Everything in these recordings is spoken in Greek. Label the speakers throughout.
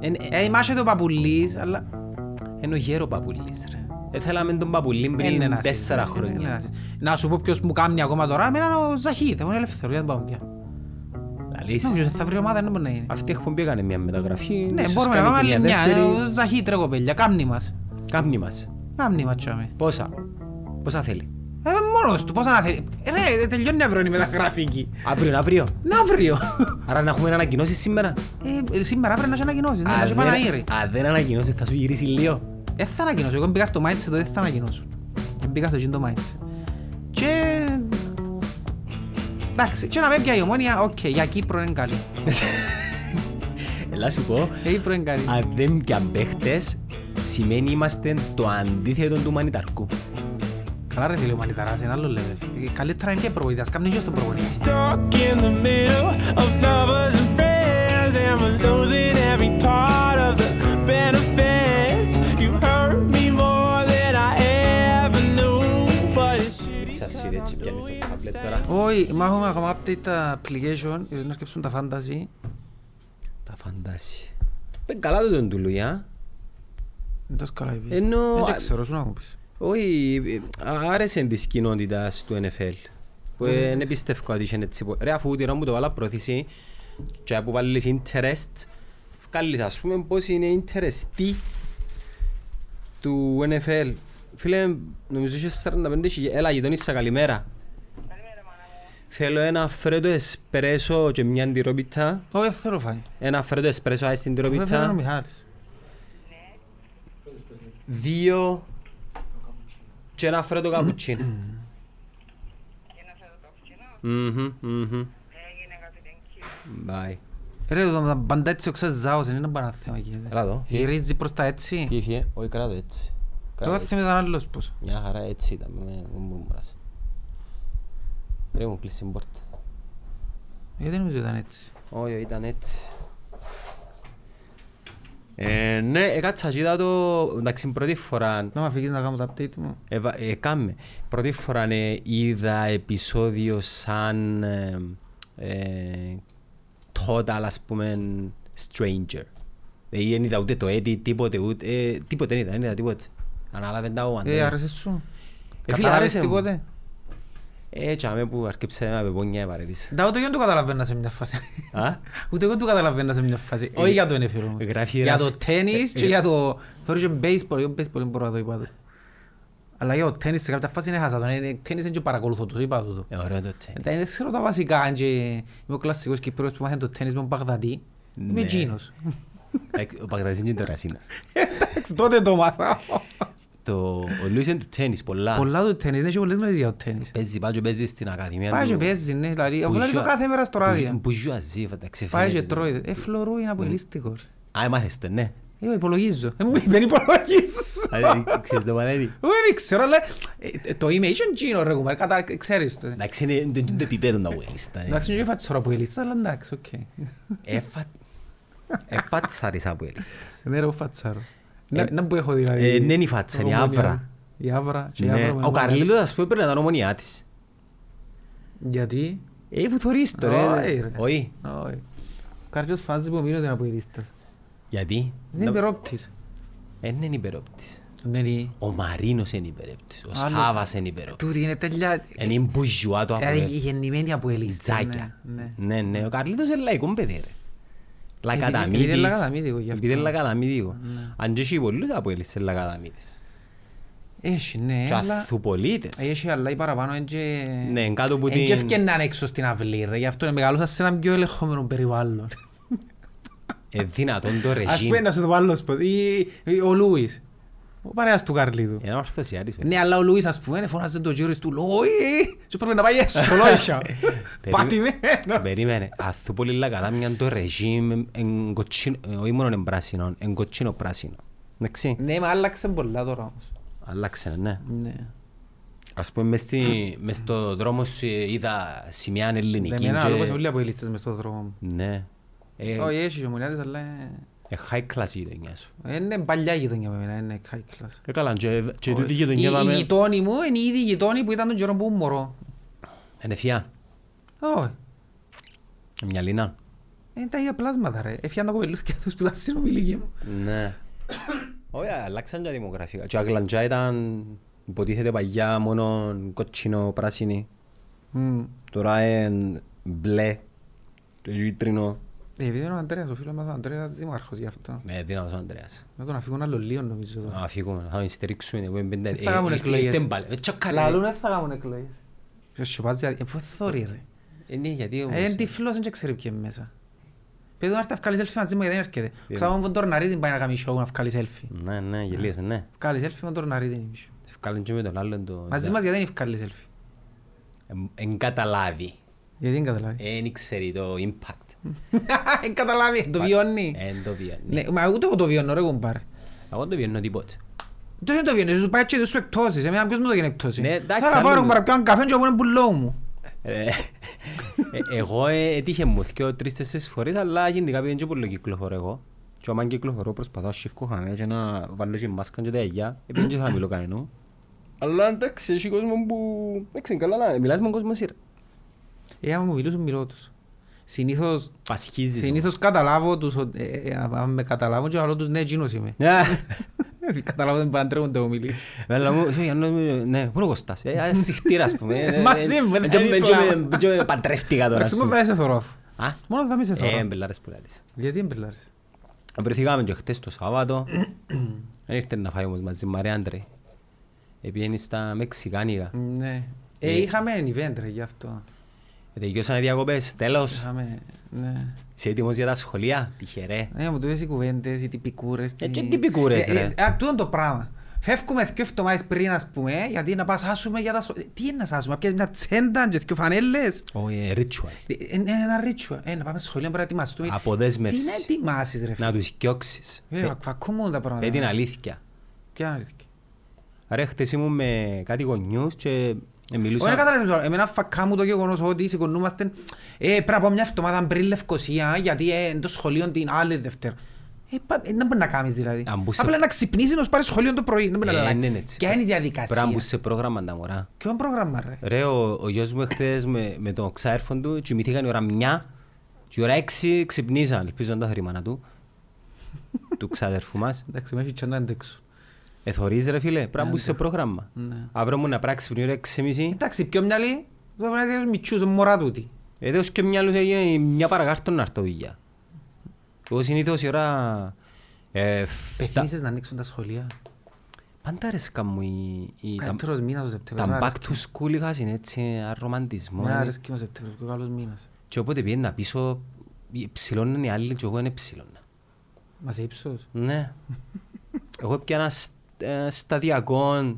Speaker 1: Εν- ε, Είμαστε ο Παπουλής, αλλά
Speaker 2: Είναι ο γέρο παπουλής ρε. Έθελαμε τον παπουλή
Speaker 1: εν είναι
Speaker 2: πριν
Speaker 1: ένας
Speaker 2: τέσσερα
Speaker 1: είναι, εν είναι
Speaker 2: χρόνια.
Speaker 1: ένας. Να σου πω ποιος μου κάνει ακόμα τώρα, εμένα ο Ζαχίδ, εγώ είναι ελεύθερο, για να πάμε πια.
Speaker 2: Λαλείς.
Speaker 1: Νομίζω ότι θα βρει ομάδα, δεν μπορεί να είναι.
Speaker 2: Αυτή η εκπομπή έκανε μια μεταγραφή.
Speaker 1: Ναι,
Speaker 2: ίσως
Speaker 1: μπορούμε να
Speaker 2: κάνει
Speaker 1: πάμε
Speaker 2: και
Speaker 1: άλλη μια,
Speaker 2: δεύτερη.
Speaker 1: ε, ο Ζαχίδ ρε κοπέλια, κάμνη μας.
Speaker 2: Κάμνη μας.
Speaker 1: Κάμνη μας τσάμε.
Speaker 2: Πόσα. Πόσα θέλει.
Speaker 1: Ε, μόνος του, πώς να θέλει. Ρε, ναι, ε, τελειώνει αύριο η μεταγραφική.
Speaker 2: Αύριο, αύριο.
Speaker 1: Να αύριο.
Speaker 2: Άρα να έχουμε ανακοινώσεις σήμερα.
Speaker 1: Ε, σήμερα πρέπει να σε ανακοινώσεις, ναι, να
Speaker 2: Αν
Speaker 1: σε
Speaker 2: δεν-
Speaker 1: πάνε αέρι.
Speaker 2: Αν δεν ανακοινώσεις, θα σου γυρίσει λίγο.
Speaker 1: Ε, θα ανακοινώσω, εγώ μπήκα στο mindset, δεν θα ανακοινώσω. Ε, Μπήκα στο γίντο mindset. Και... Εντάξει, και να με πιάει η ομόνια, οκ, για Κύπρο είναι καλή.
Speaker 2: Ελά σου πω,
Speaker 1: Για Κύπρο είναι Ε, καλή.
Speaker 2: αν δεν πιαν παίχτες, σημαίνει είμαστε το αντίθετο του μανιταρκού.
Speaker 1: Καλά ρε φίλε ο Μανιταράς, είναι άλλο level. Ε, Καλύτερα είναι και προπονητάς, κάμνει και στον προπονητή.
Speaker 3: Stuck in the middle of lovers and friends, and we're losing every part of the benefits. You hurt me more than I ever knew, but it's shitty.
Speaker 2: Σας είδε και πιάνεις το τάμπλετ τώρα.
Speaker 1: Όχι, μα έχουμε ακόμα update τα application, ε, να σκέψουν τα fantasy.
Speaker 2: Τα φαντάσια. Πεν καλά το τον του Λουιά.
Speaker 1: Δεν το σκαλάει πει.
Speaker 2: Ενώ-
Speaker 1: Δεν Ε, ξέρω, σου να μου πεις.
Speaker 2: Όχι, ε, α- άρεσε της κοινότητας του NFL. Που δεν πιστεύω ότι είχε έτσι. πο- Ρε αφού τη ώρα μου το βάλα πρόθεση και που βάλεις interest, βγάλεις ας πούμε πώς είναι interest του NFL. Φίλε, νομίζω είχε 45 χιλιά. Έλα γειτονίσσα, καλημέρα. Θέλω ένα φρέτο εσπρέσο και μια αντιρρόπιτα.
Speaker 1: Όχι, δεν θέλω φάει.
Speaker 2: Ένα φρέτο εσπρέσο, άι στην
Speaker 1: Δεν θέλω να
Speaker 2: αντιρρόπιτα.
Speaker 1: Μιχάλης.
Speaker 2: Δύο και ένα φρέτο καπουτσίνο. Μμμ, μμμ. Bye.
Speaker 1: Ρε, το πάντα έτσι ο ξεζάος, είναι ένα παράθεμα γίνεται.
Speaker 2: Έλα εδώ.
Speaker 1: Γυρίζει προς τα έτσι.
Speaker 2: Φύγε, όχι κράτα το έτσι.
Speaker 1: Εγώ
Speaker 2: Κράτα το έτσι.
Speaker 1: θυμίζω έναν άλλος πώς.
Speaker 2: Μια χαρά έτσι ήταν, με με μουρμουράς. Ρε μου κλείσει την πόρτα.
Speaker 1: Γιατί Ε, νομίζω ήταν έτσι.
Speaker 2: Όχι, ήταν έτσι. Ε, ναι, έκατσα και είδα το, εντάξει, πρώτη φορά
Speaker 1: Να με αφήγεις να κάνω το update μου.
Speaker 2: Εβα- ε, κάμε. Πρώτη φορά ε, είδα επεισόδιο σαν ε, ε, total, ας πούμε, stranger. Δηλαδή δεν είδα ούτε το edit, τίποτε, ούτε, ε, τίποτε δεν είδα, δεν είδα τίποτε. Ανάλαβε τα ναι. ο
Speaker 1: Ε,
Speaker 2: Αντώνης.
Speaker 1: άρεσε σου.
Speaker 2: Ε, φίλε,
Speaker 1: Κατάλαβες
Speaker 2: άρεσε μου.
Speaker 1: τίποτε.
Speaker 2: Ε, τσάμε που αρκεψε με πεπόνια η παρέτηση.
Speaker 1: Τα ούτε εγώ του καταλαβαίνας σε μια φάση.
Speaker 2: Α, Ε,
Speaker 1: Ούτε εγώ του καταλαβαίνας σε μια φάση. Όχι για το NFL όμως.
Speaker 2: γράφει
Speaker 1: Για
Speaker 2: ένας-
Speaker 1: το τέννις και
Speaker 2: ε,
Speaker 1: για το... Θεωρείς και baseball, εγώ baseball δεν μπορώ να το είπα το. Αλλά για το τέννις σε κάποια φάση είναι χαζάτον. Ε, Τέννις δεν και παρακολουθώ το, είπα τούτο.
Speaker 2: Ε, ωραίο το
Speaker 1: Ε,
Speaker 2: τέννις.
Speaker 1: Δεν ξέρω τα βασικά, αν και είμαι ο κλασσικός Κύπρος που μάθαινε το τέννις με τον Παγδατή. Είμαι
Speaker 2: Ναι.
Speaker 1: εκείνος. Ε,
Speaker 2: Εντάξει, Ε, Ο Παγδατής είναι το ρασίνος.
Speaker 1: Εντάξει, τότε το μάθα.
Speaker 2: Το- Ο Λούις είναι του τέννις, πολλά.
Speaker 1: Πολλά του τέννις, δεν έχει πολλές γνώσεις για το τέννις.
Speaker 2: Παίζει, πάει και παίζει στην Ακαδημία
Speaker 1: Πάει και
Speaker 2: του-
Speaker 1: παίζει, ναι, δηλαδή.
Speaker 2: που
Speaker 1: Αφού λέει το
Speaker 2: ζου-
Speaker 1: κάθε μέρα στο
Speaker 2: που ζου-
Speaker 1: ράδιο.
Speaker 2: Που ζουαζί, εντάξει,
Speaker 1: Πάει και
Speaker 2: φαίνεται.
Speaker 1: τρώει. Ε, φλωρού είναι απολύστικο. ρε.
Speaker 2: Α, μάθες το, ναι.
Speaker 1: Εγώ υπολογίζω. Ε, μου είπε, υπολογίζω.
Speaker 2: Άρα, Ξέρεις το πανέλη.
Speaker 1: Εγώ δεν ξέρω, αλλά ε, ε, το είμαι ίσον τζίνο ρε κουμπάρ, κατά ξέρεις το. ε.
Speaker 2: Εντάξει, είναι είναι το επίπεδο να ε. βγεις.
Speaker 1: Εντάξει, είναι και φατσόρα που ελίστα, αλλά εντάξει, οκ.
Speaker 2: Εφατσάρεις από ελίστας.
Speaker 1: Ναι ρε, φατσάρο.
Speaker 2: Ε,
Speaker 1: Να που έχω δηλαδή.
Speaker 2: ε, ναι, είναι η φάτσα, είναι η άβρα.
Speaker 1: Η άβρα. και η
Speaker 2: Ναι.
Speaker 1: άβρα που
Speaker 2: Ο
Speaker 1: είναι-
Speaker 2: Καρλίλος, ας πούμε, πρέπει να ήταν ομονιά της.
Speaker 1: Γιατί.
Speaker 2: Ε, που θωρείς το,
Speaker 1: Όχι,
Speaker 2: ρε.
Speaker 1: ε, ρε.
Speaker 2: Όχι.
Speaker 1: Όχι. Ο Κάρτιος φάζει που μείνω την αποελίστα.
Speaker 2: Γιατί.
Speaker 1: Είναι υπερόπτης.
Speaker 2: Ε, Δεν είναι υπερόπτης.
Speaker 1: Δεν είναι.
Speaker 2: Ο Μαρίνος είναι υπερόπτης. Ο
Speaker 1: Άλλο.
Speaker 2: Σάβας είναι υπερόπτης.
Speaker 1: Τούτη είναι τέλεια.
Speaker 2: Είναι μπουζουά το
Speaker 1: Ε, Η
Speaker 2: από
Speaker 1: γεννημένη αποελίστα.
Speaker 2: Ζάκια.
Speaker 1: Ναι. Ε,
Speaker 2: Ναι, ναι. Ο Καρλίτος είναι λαϊκό παιδί, ρε. Λακαταμίτης.
Speaker 1: επειδή είναι λακαταμίτικο γι' αυτό. Ναι.
Speaker 2: Επειδή είναι λακαταμίτικο. Αν και έχει πολλούς από ελίστες λακαταμίτες.
Speaker 1: Έχει, ναι,
Speaker 2: Και
Speaker 1: αλλά... Ε,
Speaker 2: αθουπολίτες.
Speaker 1: Έχει, αλλά η παραπάνω είναι και...
Speaker 2: Ναι, κάτω από
Speaker 1: είναι
Speaker 2: την-
Speaker 1: και ευκαινάν έξω στην αυλή, ρε. Γι' αυτό είναι μεγαλώσα σε ένα πιο ελεγχόμενο περιβάλλον.
Speaker 2: Ε, δυνατόν το
Speaker 1: Ας
Speaker 2: ρεζίμ.
Speaker 1: πούμε, να σου το βάλω, ας πω, ή- ή ο Λούις. Ο παρέας του Καρλίδου.
Speaker 2: Ένα ορθωσιάρης.
Speaker 1: Ναι, αλλά ο Λούις, ας πούμε, φωνάζει το γύρις του, «Λούι!» και πρέπει να πάει έσω, λόγια. ναι, Πατημένος.
Speaker 2: Περίμενε. Αθούπολη λακατά μιαν το ρεζίμ εν κοτσίνο, ε, όχι μόνο εν πράσινο, εν κοτσίνο πράσινο. Εντάξει.
Speaker 1: Ναι, μα άλλαξε πολλά τώρα όμως.
Speaker 2: Αλλάξε, ναι.
Speaker 1: Ναι.
Speaker 2: Ας πούμε, μες, στη, Ναι, μες στο δρόμο σου ε, είδα σημεία
Speaker 1: Δεν
Speaker 2: ελληνική
Speaker 1: μένα να λόγω σε
Speaker 2: και...
Speaker 1: όλοι από ελίστες μες στον δρόμο μου.
Speaker 2: Ναι. Ε,
Speaker 1: Όχι, έχει γειτονιάτες, αλλά είναι-
Speaker 2: ε, high class η γειτονιά σου.
Speaker 1: ε, είναι παλιά γειτονιά με εμένα, είναι high class.
Speaker 2: Ε, καλά, και, και
Speaker 1: Οι
Speaker 2: τούτη η γειτονιά
Speaker 1: οι
Speaker 2: δαμε...
Speaker 1: γειτόνοι μου είναι ήδη οι γειτόνοι που ήταν τον καιρό που ήμουν μωρό.
Speaker 2: Είναι φιά.
Speaker 1: Όχι.
Speaker 2: Ε, ναι, Μια λίνα.
Speaker 1: Είναι Ε, τα ίδια πλάσματα ρε. Έφυγαν τα κοπελούθηκια τους που τα συνομιλήκη μου.
Speaker 2: Ναι. Όχι, αλλάξαν τα δημογραφικά. Και η Αγλαντζά ήταν, υποτίθεται παγιά, μόνο κότσινο, πράσινη.
Speaker 1: Μμμ.
Speaker 2: Τώρα είναι μπλε, κίτρινο.
Speaker 1: Ε, επειδή είναι ο Αντρέας, ο φίλος μας ο Αντρέας δήμαρχος γι' αυτό.
Speaker 2: Ναι, δύναμος ο Ανδρέας.
Speaker 1: Να τον αφήγουν άλλο λίγο νομίζω τώρα.
Speaker 2: Να φύγουμε, θα τον στηρίξουμε. που είναι πέντε-
Speaker 1: Δεν θα
Speaker 2: ε,
Speaker 1: κάνουν
Speaker 2: ήρθε-
Speaker 1: εκλογές.
Speaker 2: ήρθε μπαλ- ε, τσακάρε.
Speaker 1: Λαλούν δεν θα κάνουν εκλογές. Ποιος σιωπάζει, ε, αφού θόρυ, ρε.
Speaker 2: Ε, ναι, γιατί όμως.
Speaker 1: Ε, Είναι τυφλός, δεν ξέρει ποιο είναι μέσα. Παιδί του να έρθει να βγάλεις selfie μαζί μου γιατί δεν έρχεται.
Speaker 2: Ε.
Speaker 1: Ξέρω μόνο τον Ραρίδιν πάει να κάνει show να βγάλεις selfie.
Speaker 2: Ναι, ναι, γελίωσε, ναι.
Speaker 1: Βγάλεις selfie με τον Ραρίδιν εμείς.
Speaker 2: Βγάλουν και με τον άλλον το...
Speaker 1: Μαζί μας γιατί δεν βγάλει selfie.
Speaker 2: Εμ- Εν καταλάβει. Ε,
Speaker 1: Γιατί δεν καταλάβει.
Speaker 2: Εν ήξερε το impact. Ε,
Speaker 1: Δεν καταλάβει, το βιώνει.
Speaker 2: Εν το βιώνει.
Speaker 1: Ναι, μα ούτε εγώ το βιώνω ρε κουμπάρε.
Speaker 2: Εγώ το βιώνω τίποτε.
Speaker 1: Τότε δεν το βιώνεις, σου πάει και σου εκτόσεις. Εμένα ποιος μου το γίνει εκτόσεις.
Speaker 2: Ναι, εντάξει,
Speaker 1: Άρα πάρω
Speaker 2: άλλο.
Speaker 1: κουμπάρε, πιάνω καφέ και εγώ είναι πουλό μου.
Speaker 2: Ε, ε, Εγώ ε, έτυχε μου δυο τρεις-τέσσερις φορές, αλλά γενικά πήγαινε και πολύ κυκλοφορώ εγώ. Και όταν κυκλοφορώ προσπαθώ να σιφκώ χαμένα και να βάλω και μάσκα και τα αγιά. Επειδή και θα μιλώ κανένα. Αλλά εντάξει, έχει κόσμο που... Εντάξει, καλά, αλλά μιλάς με κόσμο εσύ.
Speaker 1: Ε, άμα μου μιλούσουν μιλώ τους. Συνήθως,
Speaker 2: Πασχίζεις.
Speaker 1: συνήθως καταλάβω τους, ότι- ε, ε, ε, αν με καταλάβουν και λέω τους ναι, εκείνος είμαι. Ε, Καταλάβω δεν παντρεύουν το ομιλίες.
Speaker 2: Μέλα μου, «Ω, Γιάννο, είμαι- ναι, πού είναι ο Κωστάς, ε, α, συχτήρα, ας πούμε. Ε, ε,
Speaker 1: Μαζί μου,
Speaker 2: ε,
Speaker 1: δεν
Speaker 2: και-
Speaker 1: είναι
Speaker 2: και-
Speaker 1: δίπλα.
Speaker 2: και- και- και Παντρεύτηκα τώρα,
Speaker 1: Εντάξει,
Speaker 2: ας
Speaker 1: μόνο
Speaker 2: πούμε.
Speaker 1: θα είσαι θωρό. αφού.
Speaker 2: Α,
Speaker 1: Μόνο θα μη είσαι
Speaker 2: ε,
Speaker 1: θωρό.
Speaker 2: μπελάρες που λάρες.
Speaker 1: Γιατί εμπελάρεις.
Speaker 2: Βρεθήκαμε και χτες το Σάββατο. Δεν ήρθε να φάει όμως μαζί, Μαρία Άντρε. Επιένει στα Μεξικάνικα.
Speaker 1: Ναι. Ε, είχαμε event ρε γι' αυτό.
Speaker 2: Ε, Τελειώσαν οι διακοπές, τέλος.
Speaker 1: Είχαμε, ναι.
Speaker 2: Είσαι έτοιμος για τα σχολεία, τυχερέ.
Speaker 1: Ναι, μου το είπες οι κουβέντες, οι τυπικούρες.
Speaker 2: Ε,
Speaker 1: τι-
Speaker 2: τι τυπικούρες,
Speaker 1: Ε,
Speaker 2: ρε.
Speaker 1: ε, ε, Ακτού είναι το πράγμα. Φεύγουμε δυο εβδομάδες πριν, ας πούμε, γιατί να πας άσουμε για τα σχολεία. Τι είναι να σ' άσουμε, να πιάσεις μια τσέντα και δυο φανέλες.
Speaker 2: Όχι, ritual.
Speaker 1: Ε, ε, Είναι ένα ρίτσο. Ε, να πάμε στο σχολείο, πρέπει να ετοιμαστούμε.
Speaker 2: Αποδέσμευση.
Speaker 1: Τι να ετοιμάσεις, ρε φίλε.
Speaker 2: Να τους κιόξεις.
Speaker 1: Ε, ακού- Ακούω τα
Speaker 2: Πες την
Speaker 1: πράγματα.
Speaker 2: αλήθεια.
Speaker 1: Ποια είναι η αλήθεια?
Speaker 2: Ρε, χτες ήμουν με κάτι γονιούς και ε, μιλούσα...
Speaker 1: Όχι να καταλάβεις τώρα. Εμένα φακά μου το γεγονός ότι σηκωνούμαστε ε, πρέπει να πάω μια εβδομάδα πριν Λευκοσία γιατί ε, είναι το σχολείο την άλλη Δευτέρα. Ε, πα- ε, δεν μπορεί να κάνεις δηλαδή.
Speaker 2: Αν μπούσε-
Speaker 1: Απλά να ξυπνήσεις να σου πάρεις σχολείο το πρωί. Δεν μπορεί να
Speaker 2: Ε,
Speaker 1: αλλάξει.
Speaker 2: ναι, ναι, έτσι.
Speaker 1: Ποια είναι η
Speaker 2: Πρέπει να μπουν
Speaker 1: διαδικασία.
Speaker 2: σε πρόγραμμα τα μωρά.
Speaker 1: Ποιο πρόγραμμα ρε.
Speaker 2: Ρε, ο, ο γιος μου εχθές με, με τον ξάερφον του κοιμηθήκαν η ώρα μια και η ώρα έξι ξυπνήσαν, ελπίζω τα θρήμανα του, του ξάδερφου μας.
Speaker 1: Εντάξει, με έχει και να αντέξω.
Speaker 2: Εθωρείς Ε, ρε φίλε, πρέπει να μπουν σε πρόγραμμα.
Speaker 1: Ναι.
Speaker 2: Αύριο μου να πράξεις πριν η ώρα έξι μισή,
Speaker 1: Εντάξει, πιο μυαλή, δεν πρέπει να είσαι μητσούς, μωρά τούτη.
Speaker 2: εδώ Ε, και μια άλλη έγινε μια παρακάρτο να έρθω δουλειά. Εγώ συνήθως η ώρα... Ε, τα,
Speaker 1: Πεθύμησες να ανοίξουν τα σχολεία.
Speaker 2: πάντα αρέσκα μου η, η, τα,
Speaker 1: Καλύτερος μήνας ο
Speaker 2: τα ναι.
Speaker 1: Σεπτέμβριος. Εμένα
Speaker 2: back
Speaker 1: αρέσκει- Ναι.
Speaker 2: to school είχα είναι έτσι ένα ρομαντισμό.
Speaker 1: εμένα
Speaker 2: είναι-
Speaker 1: αρέσκει ο Σεπτέμβριος, πιο καλός μήνας.
Speaker 2: Και όποτε πήγαινα πίσω, ψηλώναν ε, οι άλλοι και εγώ δεν ψηλώνα.
Speaker 1: Μας ύψος.
Speaker 2: Ναι. Εγώ πιάνα σ- ε, σταδιακό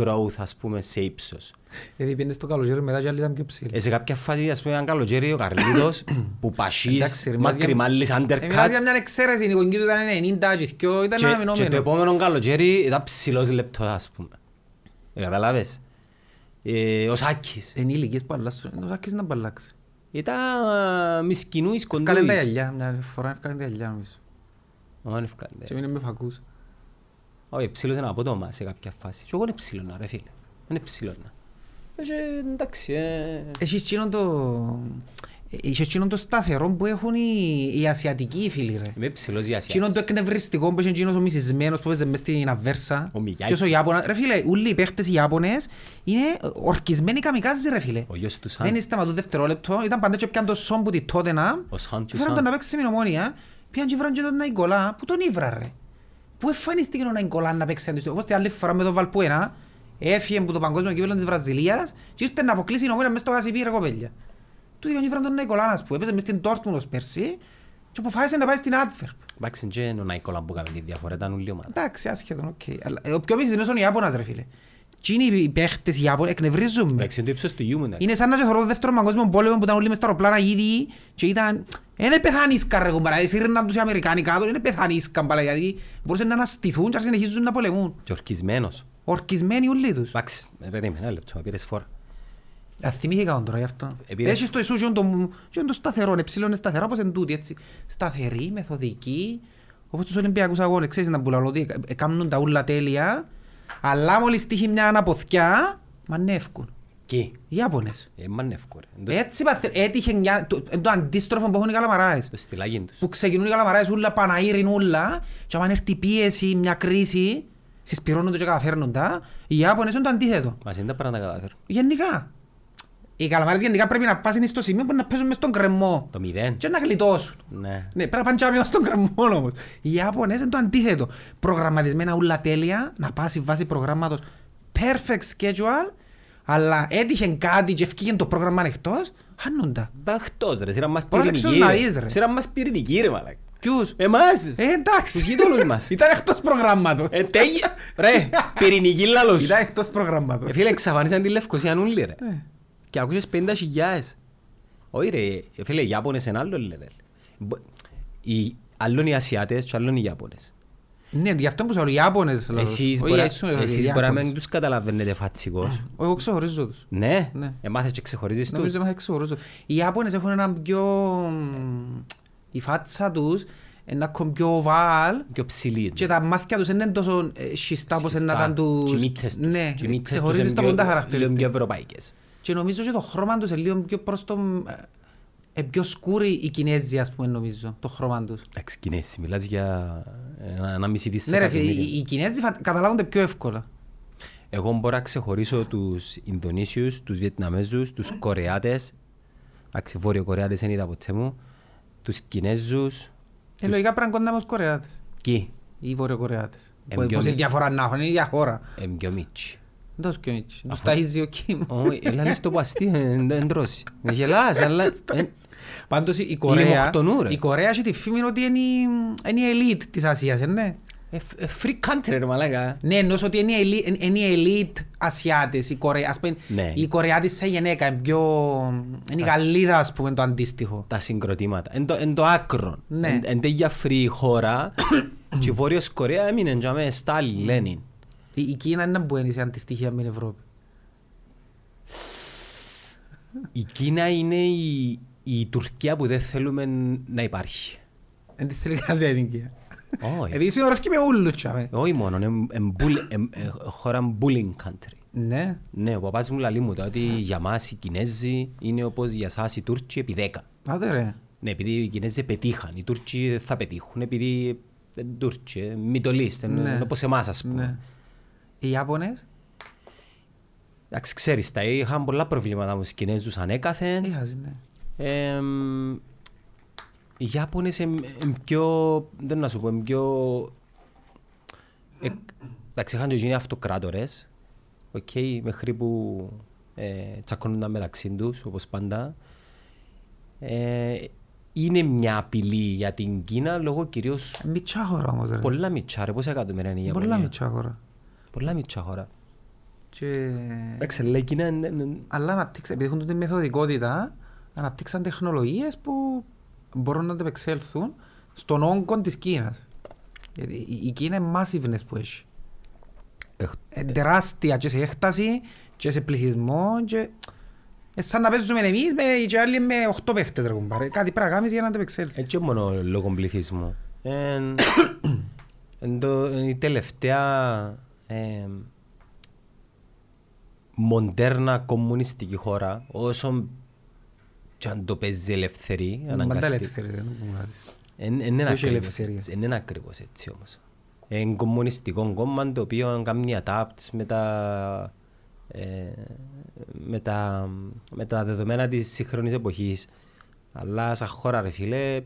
Speaker 2: growth, ας πούμε, σε ύψος.
Speaker 1: Γιατί πήγαινες το καλοκαίρι μετά και άλλοι ήταν πιο ψηλοί.
Speaker 2: Ε, σε κάποια φάση, ας πούμε, αν καλοκαίρι ο Καρλίτος, που πασχείς,
Speaker 1: Εντάξει, ρε, μιλάς για-
Speaker 2: μακριμάλης,
Speaker 1: Ε, Μιλάς για
Speaker 2: undercut,
Speaker 1: μια εξαίρεση, η γονική του ήταν 90 και δυο, ήταν
Speaker 2: και- και το
Speaker 1: αναμενόμενο.
Speaker 2: επόμενο καλοκαίρι ήταν ψηλός λεπτός, ας πούμε. Ε, Καταλάβες. Ε, Ο Σάκης.
Speaker 1: Είναι οι ηλικίες που αλλάσουν, ο Σάκης να μπαλλάξει.
Speaker 2: Ήταν μισκινούης,
Speaker 1: Ευκάλεν
Speaker 2: κοντούης.
Speaker 1: τα γυαλιά, μια φορά ευκάλεν τα γυαλιά νομίζω.
Speaker 2: Ω, δεν ευκάλεντα.
Speaker 1: Και μείνε με φακούς.
Speaker 2: Όχι, ψήλωσε ένα απότομα σε κάποια φάση. Και εγώ είναι ψήλωνα, ρε φίλε. Είναι ψήλωνα. Ε, και εντάξει, ε...
Speaker 1: Έχεις εκείνον το... ε, Είσαι εκείνον το σταθερό που έχουν οι, οι ασιατικοί οι φίλοι ρε.
Speaker 2: Είμαι ψηλός για
Speaker 1: Εκείνον το
Speaker 2: Ασιάτης.
Speaker 1: εκνευριστικό που είχε εκείνος ο μισισμένος που έπαιζε μες στην αβέρσα.
Speaker 2: Ο Μιγιάκη.
Speaker 1: Και όσο Ιάπωνα... Ρε φίλε, όλοι οι παίχτες οι Ιάπωνες είναι ορκισμένοι καμικάζι ρε φίλε.
Speaker 2: Ο γιος του
Speaker 1: Δεν
Speaker 2: Σαν.
Speaker 1: σταματούν δευτερόλεπτο, ήταν πάντα και πιάνε το σόμπ που τη τότε να...
Speaker 2: Ο Σαν του
Speaker 1: Φέραν τον να
Speaker 2: Σαν.
Speaker 1: παίξει με νομόνια, πήγαν και βραν και τον Ναϊκολά, που τον ήβραν ρε. Που εμφανίστηκε ο Ναϊκολά να παίξει αντίστοιχο. Όπως την άλλη φορά με τον Βαλπουένα, έφυγε από το παγκόσμιο κύπελλο της Βραζιλίας και ήρθε να αποκλείσει η νομόνια μέσα στο Γασιπί ρε κοπέλια. Του είπαν και βραν τον Ναϊκολά να σπου, έπαιζε μες στην Dortmund ως πέρσι και αποφάσισε να πάει στην Adverb.
Speaker 2: Εντάξει, και είναι ο Ναϊκόλα που κάνει τη διαφορά, ήταν ούλη ομάδα.
Speaker 1: Εντάξει, άσχετον, οκ. Αλλά, ε, Ο πιο μισής είναι ο Ιάπωνας ρε φίλε. Τι είναι οι παίχτες οι Ιάπωνες, εκνευρίζουν με.
Speaker 2: Εντάξει, είναι το ύψος του γιου μου, εντάξει.
Speaker 1: Είναι σαν να και θωρώ το δεύτερο παγκόσμιο πόλεμο που ήταν όλοι μες στα αεροπλάνα ήδη και ήταν... Ε, Είναι πεθανίσκα ρε κουμπάρα, εσύρναν τους οι Αμερικάνοι κάτω, είναι πεθανίσκα μπαλά γιατί μπορούσαν να αναστηθούν και να συνεχίζουν να πολεμούν.
Speaker 2: Και ορκισμένος.
Speaker 1: Ορκισμένοι όλοι τους.
Speaker 2: Εντάξει, ε, περίμενε ένα λεπτό, πήρες φόρα.
Speaker 1: Α, Θυμήθηκα τον τώρα γι' αυτό.
Speaker 2: Επήρε-
Speaker 1: Έχεις το Ισού και τον- και τον σταθερό, είναι ψηλό, είναι σταθερό όπως εν τούτη έτσι. Σταθερή, μεθοδική, όπως τους Ολυμπιακούς αγώνες, ξέρεις να πουλαλώ ότι ε, κάνουν τα ούλα τέλεια, αλλά μόλις τύχει μια αναποθιά, μανεύκουν.
Speaker 2: Εκεί.
Speaker 1: Οι Ιάπωνες.
Speaker 2: Ε, μα είναι εύκολο, ρε. Εν το-
Speaker 1: Έτσι παθε- έτυχε μια- το- εν το αντίστροφο που έχουν οι καλαμαράες.
Speaker 2: Το στυλάκι τους.
Speaker 1: Που ξεκινούν οι καλαμαράες ούλα, παναήριν ούλα, και άμα έρθει πίεση, μια κρίση, συσπυρώνονται και καταφέρνουν τα. Οι Ιάπωνες είναι το αντίθετο.
Speaker 2: Μας είναι τα πράγματα να καταφέρουν.
Speaker 1: Γενικά. Οι καλαμαράες γενικά πρέπει να πάσουν στο σημείο που να παίζουν μες στον κρεμό.
Speaker 2: Το μηδέν.
Speaker 1: Και να γλιτώσουν.
Speaker 2: Ναι.
Speaker 1: Ναι, πρέπει να πάνε και αμοιβώς στον κρεμό όμως. Οι Ιάπωνες είναι το αντίθετο. Προγραμματισμένα ούλα τέλεια, να πάσει βάση προγράμματος perfect schedule, αλλά έτυχε κάτι και ευκήγε το πρόγραμμα ανοιχτός, χάνουν τα.
Speaker 2: Ταχτός, ρε. Σειρά μας
Speaker 1: Πρόσεξε
Speaker 2: πυρηνική,
Speaker 1: να
Speaker 2: ρε.
Speaker 1: δεις, ρε.
Speaker 2: Σειρά μας πυρηνική, ρε, μαλάκα.
Speaker 1: Ποιους.
Speaker 2: Εμάς.
Speaker 1: Ε, εντάξει.
Speaker 2: Τους γείτονους μας.
Speaker 1: Ήταν εκτός προγράμματος.
Speaker 2: Ε, τέγι- Ρε, πυρηνική λαλός.
Speaker 1: Ήταν εκτός προγράμματος.
Speaker 2: Ε, Φίλε, εξαφανίσαν τη Λευκοσία όλοι, ρε.
Speaker 1: Ε.
Speaker 2: Και ακούσες 50 χιλιάδες. Όχι ρε, ε, φίλε, οι Ιάπωνες είναι άλλο level. Μπο- Οι άλλον οι Ασιάτες και άλλον οι Ιάπωνες.
Speaker 1: Ναι, γι' αυτό που σε όλοι οι Ιάπωνες. λέω.
Speaker 2: Εσείς
Speaker 1: Όχι,
Speaker 2: μπορεί
Speaker 1: έτσι σου λέω, οι
Speaker 2: εσείς μπορεί να μην
Speaker 1: Ιάπωνες.
Speaker 2: τους καταλαβαίνετε φατσικός.
Speaker 1: Εγώ ξεχωρίζω τους.
Speaker 2: Ναι,
Speaker 1: Ναι.
Speaker 2: εμάθες και ξεχωρίζεις τους.
Speaker 1: Νομίζω ότι ξεχωρίζω. Οι Ιάπωνες έχουν έναν πιο... Η φάτσα τους, ένα πιο βάλ.
Speaker 2: Πιο ψηλή. είναι.
Speaker 1: Και τα μάτια τους είναι τόσο ε, σχιστά όπως είναι να
Speaker 2: Σωστά.
Speaker 1: ήταν τους...
Speaker 2: Και οι μύτες τους.
Speaker 1: Ναι,
Speaker 2: Και οι μύτες τους
Speaker 1: ξεχωρίζεις
Speaker 2: είναι
Speaker 1: τα
Speaker 2: πιο-
Speaker 1: ποντά
Speaker 2: λίγο πιο
Speaker 1: χαρακτηριστικά.
Speaker 2: ευρωπαϊκές.
Speaker 1: Και νομίζω και το χρώμα τους είναι λίγο πιο προς το... ε, πιο σκούροι οι Κινέζοι ας πούμε νομίζω, το χρώμα τους.
Speaker 2: Εντάξει, Κινέζοι, μιλάς για ένα, ένα μισή της
Speaker 1: Ναι ρε, φίλε, οι οι Κινέζοι φα- καταλάβονται πιο εύκολα.
Speaker 2: Εγώ μπορώ να ξεχωρίσω τους Ινδονήσιους, τους Βιετναμέζους, τους Κορεάτες. Εντάξει, Βόρειο Κορεάτες δεν είδα ποτέ μου. Τους Κινέζους.
Speaker 1: Ε, λογικά πρέπει να κοντάμε ως Κορεάτες
Speaker 2: Κι.
Speaker 1: ή Βορειοκορεάτες.
Speaker 2: Ε,
Speaker 1: Πο-
Speaker 2: πιο
Speaker 1: Πόση
Speaker 2: μι-
Speaker 1: διαφορά να έχουν, είναι για χώρα.
Speaker 2: Εμπιομίτσι.
Speaker 1: Δεν τους πιο μίτσι, τους ταΐζει ο Κιμ.
Speaker 2: Όχι, έλα λες το παστί, δεν τρώσει. Γελάς, αλλά... εν-
Speaker 1: Πάντως η Κορέα,
Speaker 2: λιμοκτονού, ρε.
Speaker 1: η Κορέα έχει τη φήμη ότι είναι η- είναι η elite της Ασίας, ε, ναι.
Speaker 2: ε, ε, Free country ρε μαλάκα.
Speaker 1: Ναι, ενώ ότι είναι η elite, είναι η elite Ασιάτες, η Κορέα, ας πούμε,
Speaker 2: Ναι.
Speaker 1: η Κορεάτης σαν γυναίκα, είναι πιο, είναι η Γαλλίδα, ας πούμε, το αντίστοιχο.
Speaker 2: Τα συγκροτήματα. Εν το, εν το άκρο.
Speaker 1: Ναι.
Speaker 2: Εν, εν τέτοια free χώρα. και η Βόρειος Κορέα έμεινε για μένα Στάλι, Λένιν.
Speaker 1: Η, η Κίνα είναι που είναι σε αντιστοιχεία με την Ευρώπη.
Speaker 2: Η Κίνα είναι η, η Τουρκία που δεν θέλουμε να υπάρχει.
Speaker 1: Δεν τη θέλει κανένας την Κίνα.
Speaker 2: Όχι.
Speaker 1: Επειδή συνορεύει με ούλους, τσάμε.
Speaker 2: Όχι μόνο, είναι εμ- μπουλ- εμ- ε, χώρα bullying country.
Speaker 1: Ναι,
Speaker 2: Ναι, ο παπάς μου λαλεί μου τα ότι για μας οι Κινέζοι είναι όπως για εσάς οι Τούρκοι επί 10.
Speaker 1: άντε ρε.
Speaker 2: Ναι, επειδή οι Κινέζοι πετύχαν, οι Τούρκοι δεν θα πετύχουν επειδή δεν είναι Τούρκοι, ε, Middle East, είναι
Speaker 1: Ναι.
Speaker 2: όπως εμάς ας πούμε.
Speaker 1: Ναι. Οι Ιάπωνες,
Speaker 2: Εντάξει, ξέρεις τα, είχαν πολλά προβλήματα με τους Κινέζους ανέκαθεν.
Speaker 1: είχαζε, ναι.
Speaker 2: Εμ, οι Ιάπωνες είναι πιο, δεν να σου πω, εμ πιο... Ε, εντάξει, είχαν και γίνει αυτοκράτορες, οκ, μέχρι που ε, τσακώνονταν μεταξύ τους, όπως πάντα. Ε, είναι μια απειλή για την Κίνα, λόγω κυρίως
Speaker 1: Μητσά χώρα όμως, ρε.
Speaker 2: πολλά μητσά, ρε, πόσα εκατομμύρια είναι η Ιαπωνία.
Speaker 1: Πολλά μητσά χώρα.
Speaker 2: Πολλά μητσά χώρα.
Speaker 1: Και...
Speaker 2: Εντάξει, λέει η Κίνα είναι- είναι-
Speaker 1: Αλλά αναπτύξαν, επειδή έχουν την μεθοδικότητα, αναπτύξαν τεχνολογίες που μπορούν να αντεπεξέλθουν στον όγκο της Κίνας. Γιατί η η Κίνα είναι massiveness που έχει.
Speaker 2: Έχ-
Speaker 1: Ε, τεράστια και σε έκταση και σε πληθυσμό και... Ε, σαν να παίζουμε εμείς με, και άλλοι με 8 παίχτες ρε κουμπάρε. Κάτι πρέπει να κάνεις για να αντεπεξέλθεις.
Speaker 2: Έτσι μόνο λόγω πληθυσμού. Εν, εν το, εν η τελευταία ε, μοντέρνα κομμουνιστική χώρα, όσο και αν το παίζει ελευθερή,
Speaker 1: Μπαντά
Speaker 2: αναγκαστή.
Speaker 1: ελεύθερη ρε, να πούμε κάτι.
Speaker 2: Εν- εν Είναι
Speaker 1: Έχει
Speaker 2: ακριβώς
Speaker 1: ελευθερία.
Speaker 2: έτσι, εν είναι ακριβώς έτσι όμως. Είναι κομμουνιστικό κόμμα το οποίο κάνει adapt με τα, ε, με τα, με τα δεδομένα της σύγχρονης εποχής. Αλλά σαν χώρα ρε φίλε,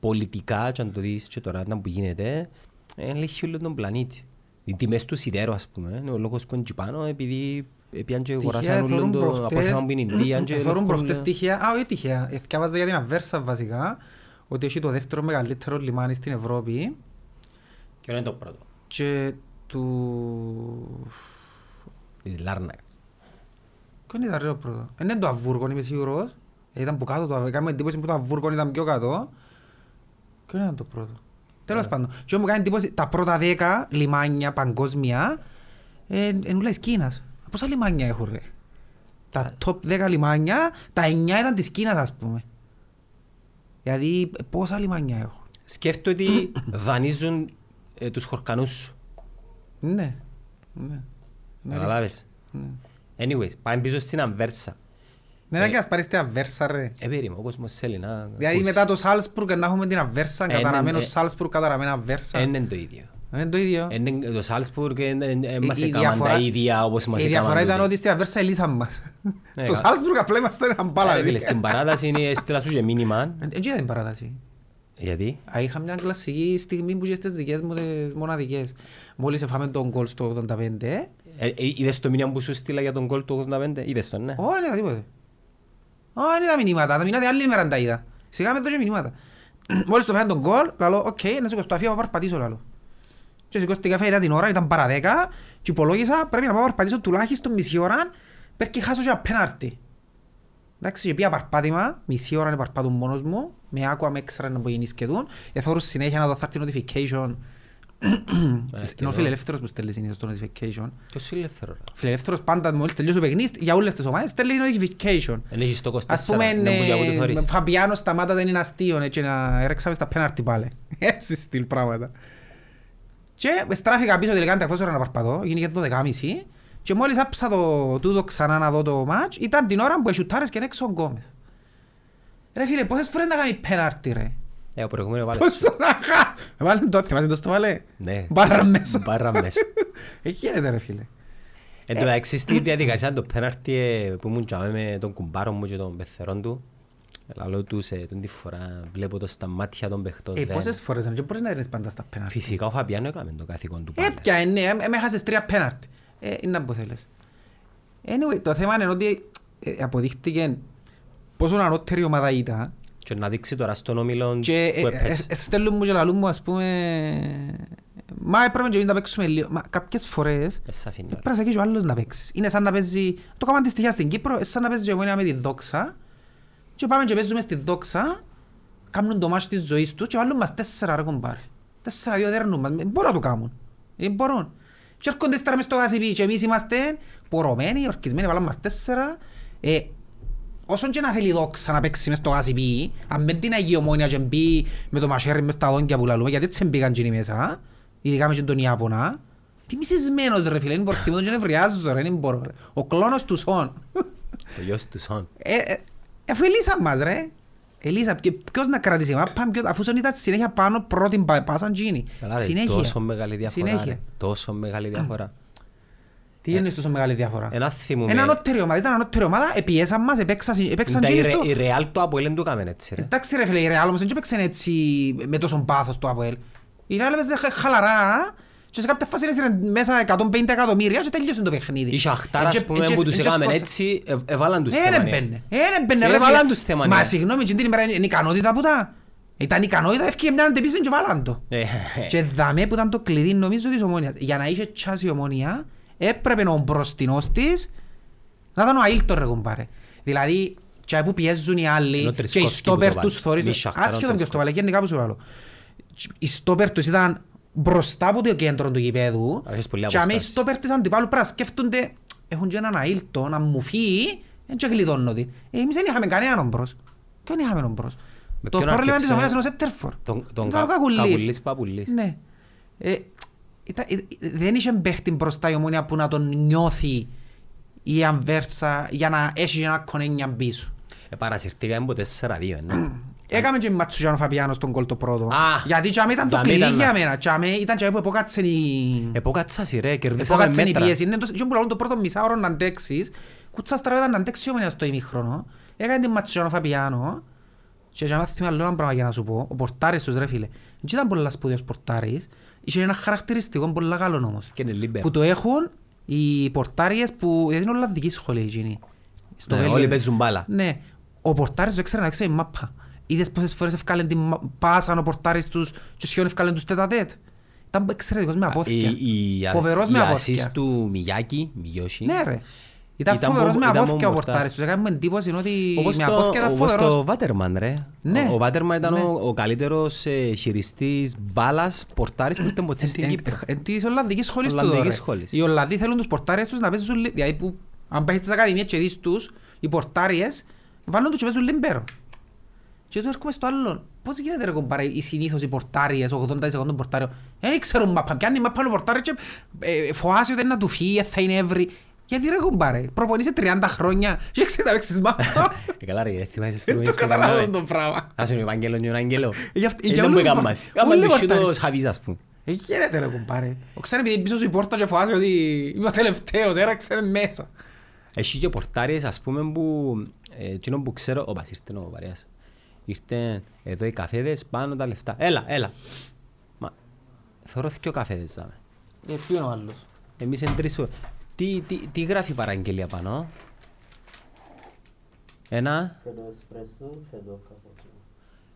Speaker 2: πολιτικά και αν το δεις και τώρα να που γίνεται, είναι λέχει όλο τον πλανήτη. Οι τιμές του σιδέρου ας πούμε, είναι ο λόγος κοντζιπάνω επειδή πιάνε και
Speaker 1: Τυχαία
Speaker 2: αγοράσαν όλο
Speaker 1: εθωρούν
Speaker 2: το απόθεμα που είναι η Ινδία.
Speaker 1: προχτές-
Speaker 2: και
Speaker 1: εθωρούν
Speaker 2: ελέγχουν-
Speaker 1: προχτές τυχαία, α όχι τυχαία, Ε, θκιάβαζα για την Αβέρσα βασικά, ότι έχει το δεύτερο μεγαλύτερο λιμάνι στην Ευρώπη
Speaker 2: Ποιο είναι το πρώτο,
Speaker 1: και του...
Speaker 2: της Λάρνακας.
Speaker 1: Ποιον ήταν ρε το πρώτο, Ε, είναι το Αβούργο είμαι σίγουρος, Ε, ήταν που κάτω, το... κάνουμε εντύπωση που το Αβούργο ήταν πιο κάτω, ποιον ήταν το πρώτο, τέλος πάντων, και μου κάνει εντύπωση τα πρώτα δέκα λιμάνια παγκόσμια, ε, εν ούλα της Κίνας, πόσα λιμάνια έχουν ρε, τα top 10 λιμάνια, τα 9 ήταν της Κίνας ας πούμε. Δηλαδή ε, πόσα λιμάνια έχω.
Speaker 2: Σκέφτομαι ότι δανείζουν ε, τους χορκανούς σου.
Speaker 1: Ναι. ναι.
Speaker 2: Καταλάβες. Anyways, πάμε πίσω στην Αμβέρσα.
Speaker 1: Ναι, να και ας πάρεις την αβέρσα ρε.
Speaker 2: Ε, περίμενε, ο κόσμος θέλει να
Speaker 1: Δηλαδή
Speaker 2: ακούσει.
Speaker 1: μετά το Σάλσπουργκ να έχουμε την αβέρσα,
Speaker 2: Ε,
Speaker 1: καταραμένο
Speaker 2: ναι, ναι.
Speaker 1: Σάλσπουργκ, καταραμένα αβέρσα.
Speaker 2: Εν είναι το ίδιο.
Speaker 1: Δεν είναι το ίδιο.
Speaker 2: Εν είναι- Το Σάλσπουργκ εν- εν- εν
Speaker 1: Η-
Speaker 2: μας
Speaker 1: η
Speaker 2: έκαναν τα
Speaker 1: διαφορά-
Speaker 2: ίδια όπως μας
Speaker 1: Η διαφορά
Speaker 2: έκαναν
Speaker 1: ήταν
Speaker 2: τούτοι.
Speaker 1: ότι στην αβέρσα ελίσαν μας.
Speaker 2: Ναι,
Speaker 1: Στο
Speaker 2: κα-
Speaker 1: Σάλσπουργκ απλά είμαστε έναν μπάλα.
Speaker 2: Άρα, φίλε,
Speaker 1: δηλαδή.
Speaker 2: Στην παράταση είναι έστειλα σου και μήνυμα.
Speaker 1: Ε, Έτσι ήταν η παράταση.
Speaker 2: Γιατί.
Speaker 1: Α, Είχα μια κλασική στιγμή που είχε στις δικές μου τις μοναδικές. Μόλις έφαμε τον γκολ στο 85. ε.
Speaker 2: Ε, ε, Είδες το μήνυμα που σου στείλα για τον κόλ του 85. Είδες τον, ναι.
Speaker 1: Ω, ναι, τίποτε. Ω, ναι, τα μηνύματα. Τα μηνύματα άλλη μέρα τα είδα. Σιγά με δώσε μηνύματα. Μόλις το φάνε τον γκολ, λαλώ, οκ, να σηκώσω το αφήμα, πάω παρπατήσω, λαλώ. Και σηκώστηκα, φέγεται την ώρα, ήταν παρά δέκα, και υπολόγισα, πρέπει να πάω παρπατήσω τουλάχιστον μισή ώρα, πέρα και χάσω και απέναρτη. Εντάξει, και πήγα παρπάτημα, μισή ώρα να παρπάτουν μόνος μου, με άκουα, με έξερα να μπορεί και τούν, εθώρω συνέχεια να δω Ε, θα έρθει notification.
Speaker 2: Ε,
Speaker 1: Είναι ο φιλελεύθερος που στέλνει συνήθως το notification.
Speaker 2: Ποιος είναι ελεύθερο. ρε.
Speaker 1: Φιλελεύθερος πάντα μόλις τελειώσει ο παιχνίδις, για όλες τις ομάδες στέλνει notification.
Speaker 2: Εν έχεις το 24.
Speaker 1: Ας πούμε,
Speaker 2: να ναι, μου διαβούν το
Speaker 1: ε,
Speaker 2: θωρείς.
Speaker 1: Φαμπιάνο σταμάτα δεν είναι αστείο, έτσι να έρεξαμε στα πέναρτι πάλι. Έτσι στυλ πράγματα. Και στράφηκα πίσω τελικά τα ώρα να παρπατώ, γίνηκε 12.30 και μόλις άψα το τούτο ξανά να δω το μάτς, ήταν την ώρα που εσουτάρες και έξω ο Γκόμες. Ρε φίλε, πόσες φορές να κάνει πέναρτι ρε.
Speaker 2: Ε, ο προηγούμενος βάλε.
Speaker 1: Πόσο να χάσει. Βάλε το, θυμάσαι το στο βάλε.
Speaker 2: Ναι.
Speaker 1: Μπάρα μέσα.
Speaker 2: Μπάρα μέσα.
Speaker 1: Ε, γίνεται ρε φίλε.
Speaker 2: Εν τω μεταξύ στη διαδικασία το πέναρτι ε, που ήμουν τζαμέ με τον κουμπάρο μου και τον πεθερόν του Λαλό τους ε, τον τη φορά βλέπω το στα μάτια των παιχτών
Speaker 1: Ε,
Speaker 2: δεν-
Speaker 1: πόσες φορές δεν μπορείς να έρνεις πάντα στα πέναρτι.
Speaker 2: Φυσικά ο Φαπιάνο έκαμε το καθήκον του πάντα
Speaker 1: Έπια, ναι, ε, με χάσες τρία πέναρτη. Ε, είναι που θέλεις. Anyway, το θέμα είναι ότι ε, αποδείχτηκε πόσο ανώτερη ομάδα ήταν
Speaker 2: Και να δείξει τώρα στον όμιλο που
Speaker 1: και ε, ε,
Speaker 2: έπαιζε
Speaker 1: ε, στέλνουν μου και λαλούν μου, ας πούμε, μα έπρεπε και εμείς να παίξουμε λίγο. Μα κάποιες φορές
Speaker 2: Ε, σ' αφήνει,
Speaker 1: πρέπει να και ο άλλος να παίξεις. Είναι σαν να παίζει, το κάνουμε αντιστοιχεία στην Κύπρο, ε, σαν να παίζει η Ομόνια με τη δόξα και πάμε και παίζουμε στη δόξα, κάνουν το μάτι της ζωής τους και βάλουν μας τέσσερα ρε κομπάρε. Τέσσερα δύο δέρνουν μας, δεν μπορούν να το κάνουν. Δεν μπορούν. Και έρχονται ύστερα μες στο γασιπί και εμείς είμαστε πορωμένοι, ορκισμένοι, βάλουν μας τέσσερα. Ε, όσον και να θέλει η δόξα να παίξει μες στο γασιπί, αν με την Αγία Ομόνια και μπει με το μασέρι μες τα δόντια που λαλούμε, γιατί έτσι μπήκαν και μέσα, ειδικά με τον Ιάπωνα. Τι μισισμένος ρε φίλε, είναι πορθυμόν και νευριάζω ρε, δεν μπορώ ρε. Ο κλόνος του σών.
Speaker 2: Ο γιος του Σον
Speaker 1: Ε, ε, αφού ελίσαν μας ρε. Ελίσαν, και ποιος να κρατήσει μάπα, ποιος, αφού σαν ήταν συνέχεια πάνω πρώτη πα- πάσαν γίνει.
Speaker 2: Καλά ρε,
Speaker 1: Συνέχεια.
Speaker 2: τόσο μεγάλη διαφορά
Speaker 1: Συνέχεια.
Speaker 2: ρε. Τόσο μεγάλη διαφορά
Speaker 1: Τι είναι τόσο μεγάλη διαφορά.
Speaker 2: Ένα θυμούμε
Speaker 1: Ένα ανώτερη ομάδα, ήταν ανώτερη ομάδα, επίεσαν μας, επέξαν, επέξαν
Speaker 2: Τα- η
Speaker 1: γίνει
Speaker 2: Ρε-
Speaker 1: στο...
Speaker 2: Η Ρεάλ το Αποέλεν του έκαμε έτσι ρε
Speaker 1: Εντάξει ρε φίλε, η Ρεάλ όμως δεν έπαιξε έτσι με τόσο πάθος το Αποέλ. Η Ρεάλ έπαιξε χα- χαλαρά και σε κάποια φάση έσυρε μέσα 150 εκατομμύρια και τέλειωσε το παιχνίδι.
Speaker 2: Η Σαχτάρα
Speaker 1: Ε,
Speaker 2: ας
Speaker 1: και-
Speaker 2: πούμε
Speaker 1: ε, και-
Speaker 2: που τους
Speaker 1: ε, και
Speaker 2: έκαμε
Speaker 1: σκόρσε.
Speaker 2: έτσι ε, Έβαλαν τους
Speaker 1: Ε, δεν
Speaker 2: Θεμανία.
Speaker 1: μπαίνει. Ε, δεν μπαίνει,
Speaker 2: Ε,
Speaker 1: ρε, φίλε.
Speaker 2: βάλαν τους Θεμανία.
Speaker 1: Μα συγγνώμη, εκείνη την ημέρα είναι ικανότητα που ήταν. Ήταν ικανότητα, έφυγε μια αντεπίση και βάλαν το.
Speaker 2: Ε,
Speaker 1: Και δαμέ που ήταν το κλειδί νομίζω της ομόνιας. Για να είχε τσάσει η ομόνια έπρεπε ο μπροστινός της να ήταν ο Αίλτον ρε κομπάρε. Δηλαδή τσάι που πιέζουν οι
Speaker 2: Ενώ ο
Speaker 1: άλλοι και οι
Speaker 2: Τρισκόφσκι που
Speaker 1: στόπερ
Speaker 2: το
Speaker 1: τους
Speaker 2: βάλε.
Speaker 1: θωρείς.
Speaker 2: Μη Σαχτάρ, ο
Speaker 1: Άσχετον ποιος το
Speaker 2: Τρισκόφσκι.
Speaker 1: βάλε, γενικά που σου βάλω. Οι στόπερ τους ήταν μπροστά από το κέντρο του γηπέδου
Speaker 2: Αλλά είχες πολλή
Speaker 1: και αμέ οι
Speaker 2: αποστάση.
Speaker 1: στόπερ της αντιπάλου πρέπει να σκέφτονται έχουν και έναν αίλτο να μου φύγει δεν και γλιτώνονται. Ε, Εμείς δεν είχαμε κανέναν όμπρος. Ποιον είχαμε όμπρος.
Speaker 2: Με
Speaker 1: Το
Speaker 2: ποιον
Speaker 1: πρόβλημα της
Speaker 2: άρχισε,
Speaker 1: ομόνιας είναι ο Σέτερφορ.
Speaker 2: Τον- Τον
Speaker 1: Ήταν ο
Speaker 2: Κα-
Speaker 1: Κακουλής.
Speaker 2: Κακουλής Παπουλής
Speaker 1: Ναι. Ε, ήταν- ε, δεν είχε παίχτη μπροστά η ομόνια που να τον νιώθει η Αμβέρσα για να έχει ένα κονένια πίσω.
Speaker 2: Ε, Παρασυρθήκαμε από 4-2 ναι.
Speaker 1: Έκαμε και Ματσουγιάνο Φαπιάνο στον κόλ το πρώτο.
Speaker 2: Α,
Speaker 1: γιατί τσάμε ήταν το
Speaker 2: τζαμί
Speaker 1: κλειδί
Speaker 2: ήταν,
Speaker 1: για
Speaker 2: ναι.
Speaker 1: μένα. Τσάμε ήταν τσάμε που επόκατσε η...
Speaker 2: Εποκατσάσι ρε, κερδίσαμε
Speaker 1: Επόκατσε η
Speaker 2: μέτρα.
Speaker 1: πίεση. Είναι τόσο- εκείνο που λαλούν το πρώτο μισάωρο να αντέξεις. Κουτσάς στραβέ ήταν να αντέξει η ομόνια στο ημίχρονο. Έκανε την Ματσουγιάνο Φαπιάνο. Και για να θυμίσω άλλο ένα πράγμα για να σου πω. Ο πορτάρης τους ρε φίλε. Δεν ήταν πολλά σπουδαίος πορτάρης. Είχε ένα χαρακτηριστικό πολλά καλό όμως.
Speaker 2: Και είναι λίμπερο.
Speaker 1: που το έχουν οι πορτάριες που γιατί είναι Ολλανδική σχολή εκείνη.
Speaker 2: Ναι,
Speaker 1: Βέλγιο.
Speaker 2: όλοι παίζουν μπάλα.
Speaker 1: Ναι. Ο πορτάριος δεν ξέρει να παίξει μάπα. Είδες πόσες φορές ευκάλεν την μα- πάσαν ο πορτάρης τους και σχεδόν ευκάλεν τους τέτα-τέτ. Ήταν εξαιρετικός με απόθηκια.
Speaker 2: Η- η-
Speaker 1: Φοβερός
Speaker 2: η
Speaker 1: με
Speaker 2: assist
Speaker 1: απόθηκια.
Speaker 2: του Μιγιάκη, Μιγιώση.
Speaker 1: Ναι ρε. Ήταν
Speaker 2: Ήταν
Speaker 1: φοβερός
Speaker 2: που-
Speaker 1: με
Speaker 2: ήταν
Speaker 1: απόθηκια ο
Speaker 2: μόνο πορτάρι.
Speaker 1: πορτάρης τους. Έκανε μου εντύπωση ότι
Speaker 2: Όπως
Speaker 1: με
Speaker 2: το-
Speaker 1: απόθηκια ήταν
Speaker 2: όπως
Speaker 1: φοβερός.
Speaker 2: το Βάτερμαν ρε.
Speaker 1: Ναι.
Speaker 2: Ο- Ο Βάτερμαν ήταν
Speaker 1: Ναι.
Speaker 2: ο, ο καλύτερος ε, χειριστής μπάλας πορτάρης που ήταν ποτέ στην
Speaker 1: Εν-
Speaker 2: Κύπρο.
Speaker 1: εν- εν- Της Ολλανδικής σχολής του
Speaker 2: Ολλανδικής
Speaker 1: τώρα.
Speaker 2: σχολής.
Speaker 1: Οι Ολλανδοί θέλουν τους πορτάριες τους να παίζουν λι- Δηλαδή που αν πάει στις ακαδημίες και δεις τους Οι πορτάριες βάλουν τους και παίζουν λιμπέρο Και εδώ έρχομαι στο άλλο Πώς γίνεται ρε κομπάρε οι συνήθως οι πορτάριες 80% των πορτάριων Δεν ξέρουν μαπα Πιάνει μαπα ο πορτάρι και ε, φοάζει ότι είναι να του φύγει θα είναι εύρη Γιατί ρε κουμπάρε, προπονείσαι 30 χρόνια και ξέρεις να παίξεις μάθα.
Speaker 2: Ε, Καλά ρε, δεν θυμάσαι τις
Speaker 1: Δεν το
Speaker 2: προηγούμενες που
Speaker 1: καταλάβω
Speaker 2: κάναμε.
Speaker 1: το πράγμα.
Speaker 2: Ας είναι ο Ευαγγέλος είναι ο Αγγέλο.
Speaker 1: Ε, γι' αυτό- για
Speaker 2: Ήταν που
Speaker 1: όλους τους
Speaker 2: έκαμε
Speaker 1: πα-
Speaker 2: μας. Έκαμε
Speaker 1: όλοι
Speaker 2: τους και
Speaker 1: πορτάρες.
Speaker 2: το Χαβίζα, ας πούμε.
Speaker 1: Ε, γίνεται ρε κουμπάρε. Ο ξέρει επειδή πίσω σου η πόρτα και φοβάσαι ότι είμαι ο τελευταίος, άρα ξέρει μέσα.
Speaker 2: Έχει και πορτάρες, ας πούμε, που... ε, Εκείνο που ξέρω... Όπα, ήρθε ο Βαρέας. Ήρθες ε, εδώ οι καφέδες, πάνω τα λεφτά. Έλα, έλα. Μα, θεωρώ και ο καφέδες, ζάμε.
Speaker 1: Ε, ποιο είναι ο άλλος.
Speaker 2: Εμείς εν τρεις... Τι, τι, τι γράφει η παραγγελία πάνω. Ένα.
Speaker 4: Και το εσπρέσο και το καπουτσίνο.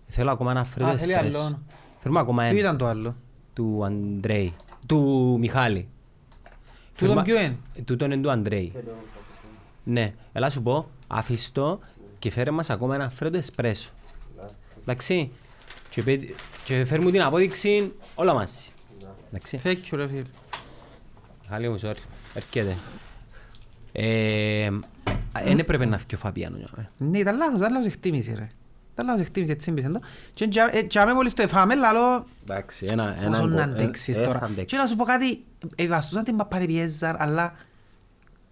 Speaker 2: Θέλω ακόμα ένα φρέντο
Speaker 1: Α, θέλει
Speaker 2: εσπρέσο.
Speaker 1: άλλον.
Speaker 2: Θέλουμε ακόμα
Speaker 1: Ποιο
Speaker 2: ένα.
Speaker 1: ήταν το άλλο.
Speaker 2: Του Αντρέη. Του Μιχάλη. Θέλουμε-
Speaker 1: ποιο είναι?
Speaker 2: Τούτο είναι του Αντρέη.
Speaker 4: Και το καπουτσίνο.
Speaker 2: Ναι, έλα σου πω, αφιστώ και φέρε μας ακόμα ένα φρέντο εσπρέσο. Εντάξει. Και, πέ, και φέρ μου την απόδειξη όλα μαζί. Εντάξει.
Speaker 1: Thank you ρε φίλε.
Speaker 2: Χαλή μου, sorry. Έρχεται. Ε, δεν έπρεπε να φύγει ο Φαπιάνο. νιώμε.
Speaker 1: Ναι, ήταν λάθος, ήταν λάθος εκτίμηση ρε. Ήταν λάθος εκτίμηση, έτσι έμπισε το. Και τζα- ε, τζαμέ μόλις το εφάμε, λαλό,
Speaker 2: Εντάξει, ένα... ένα ε,
Speaker 1: πόσο να αντέξεις τώρα. Και να σου πω κάτι, ε, βαστούσαν την παρεπιέζαν, αλλά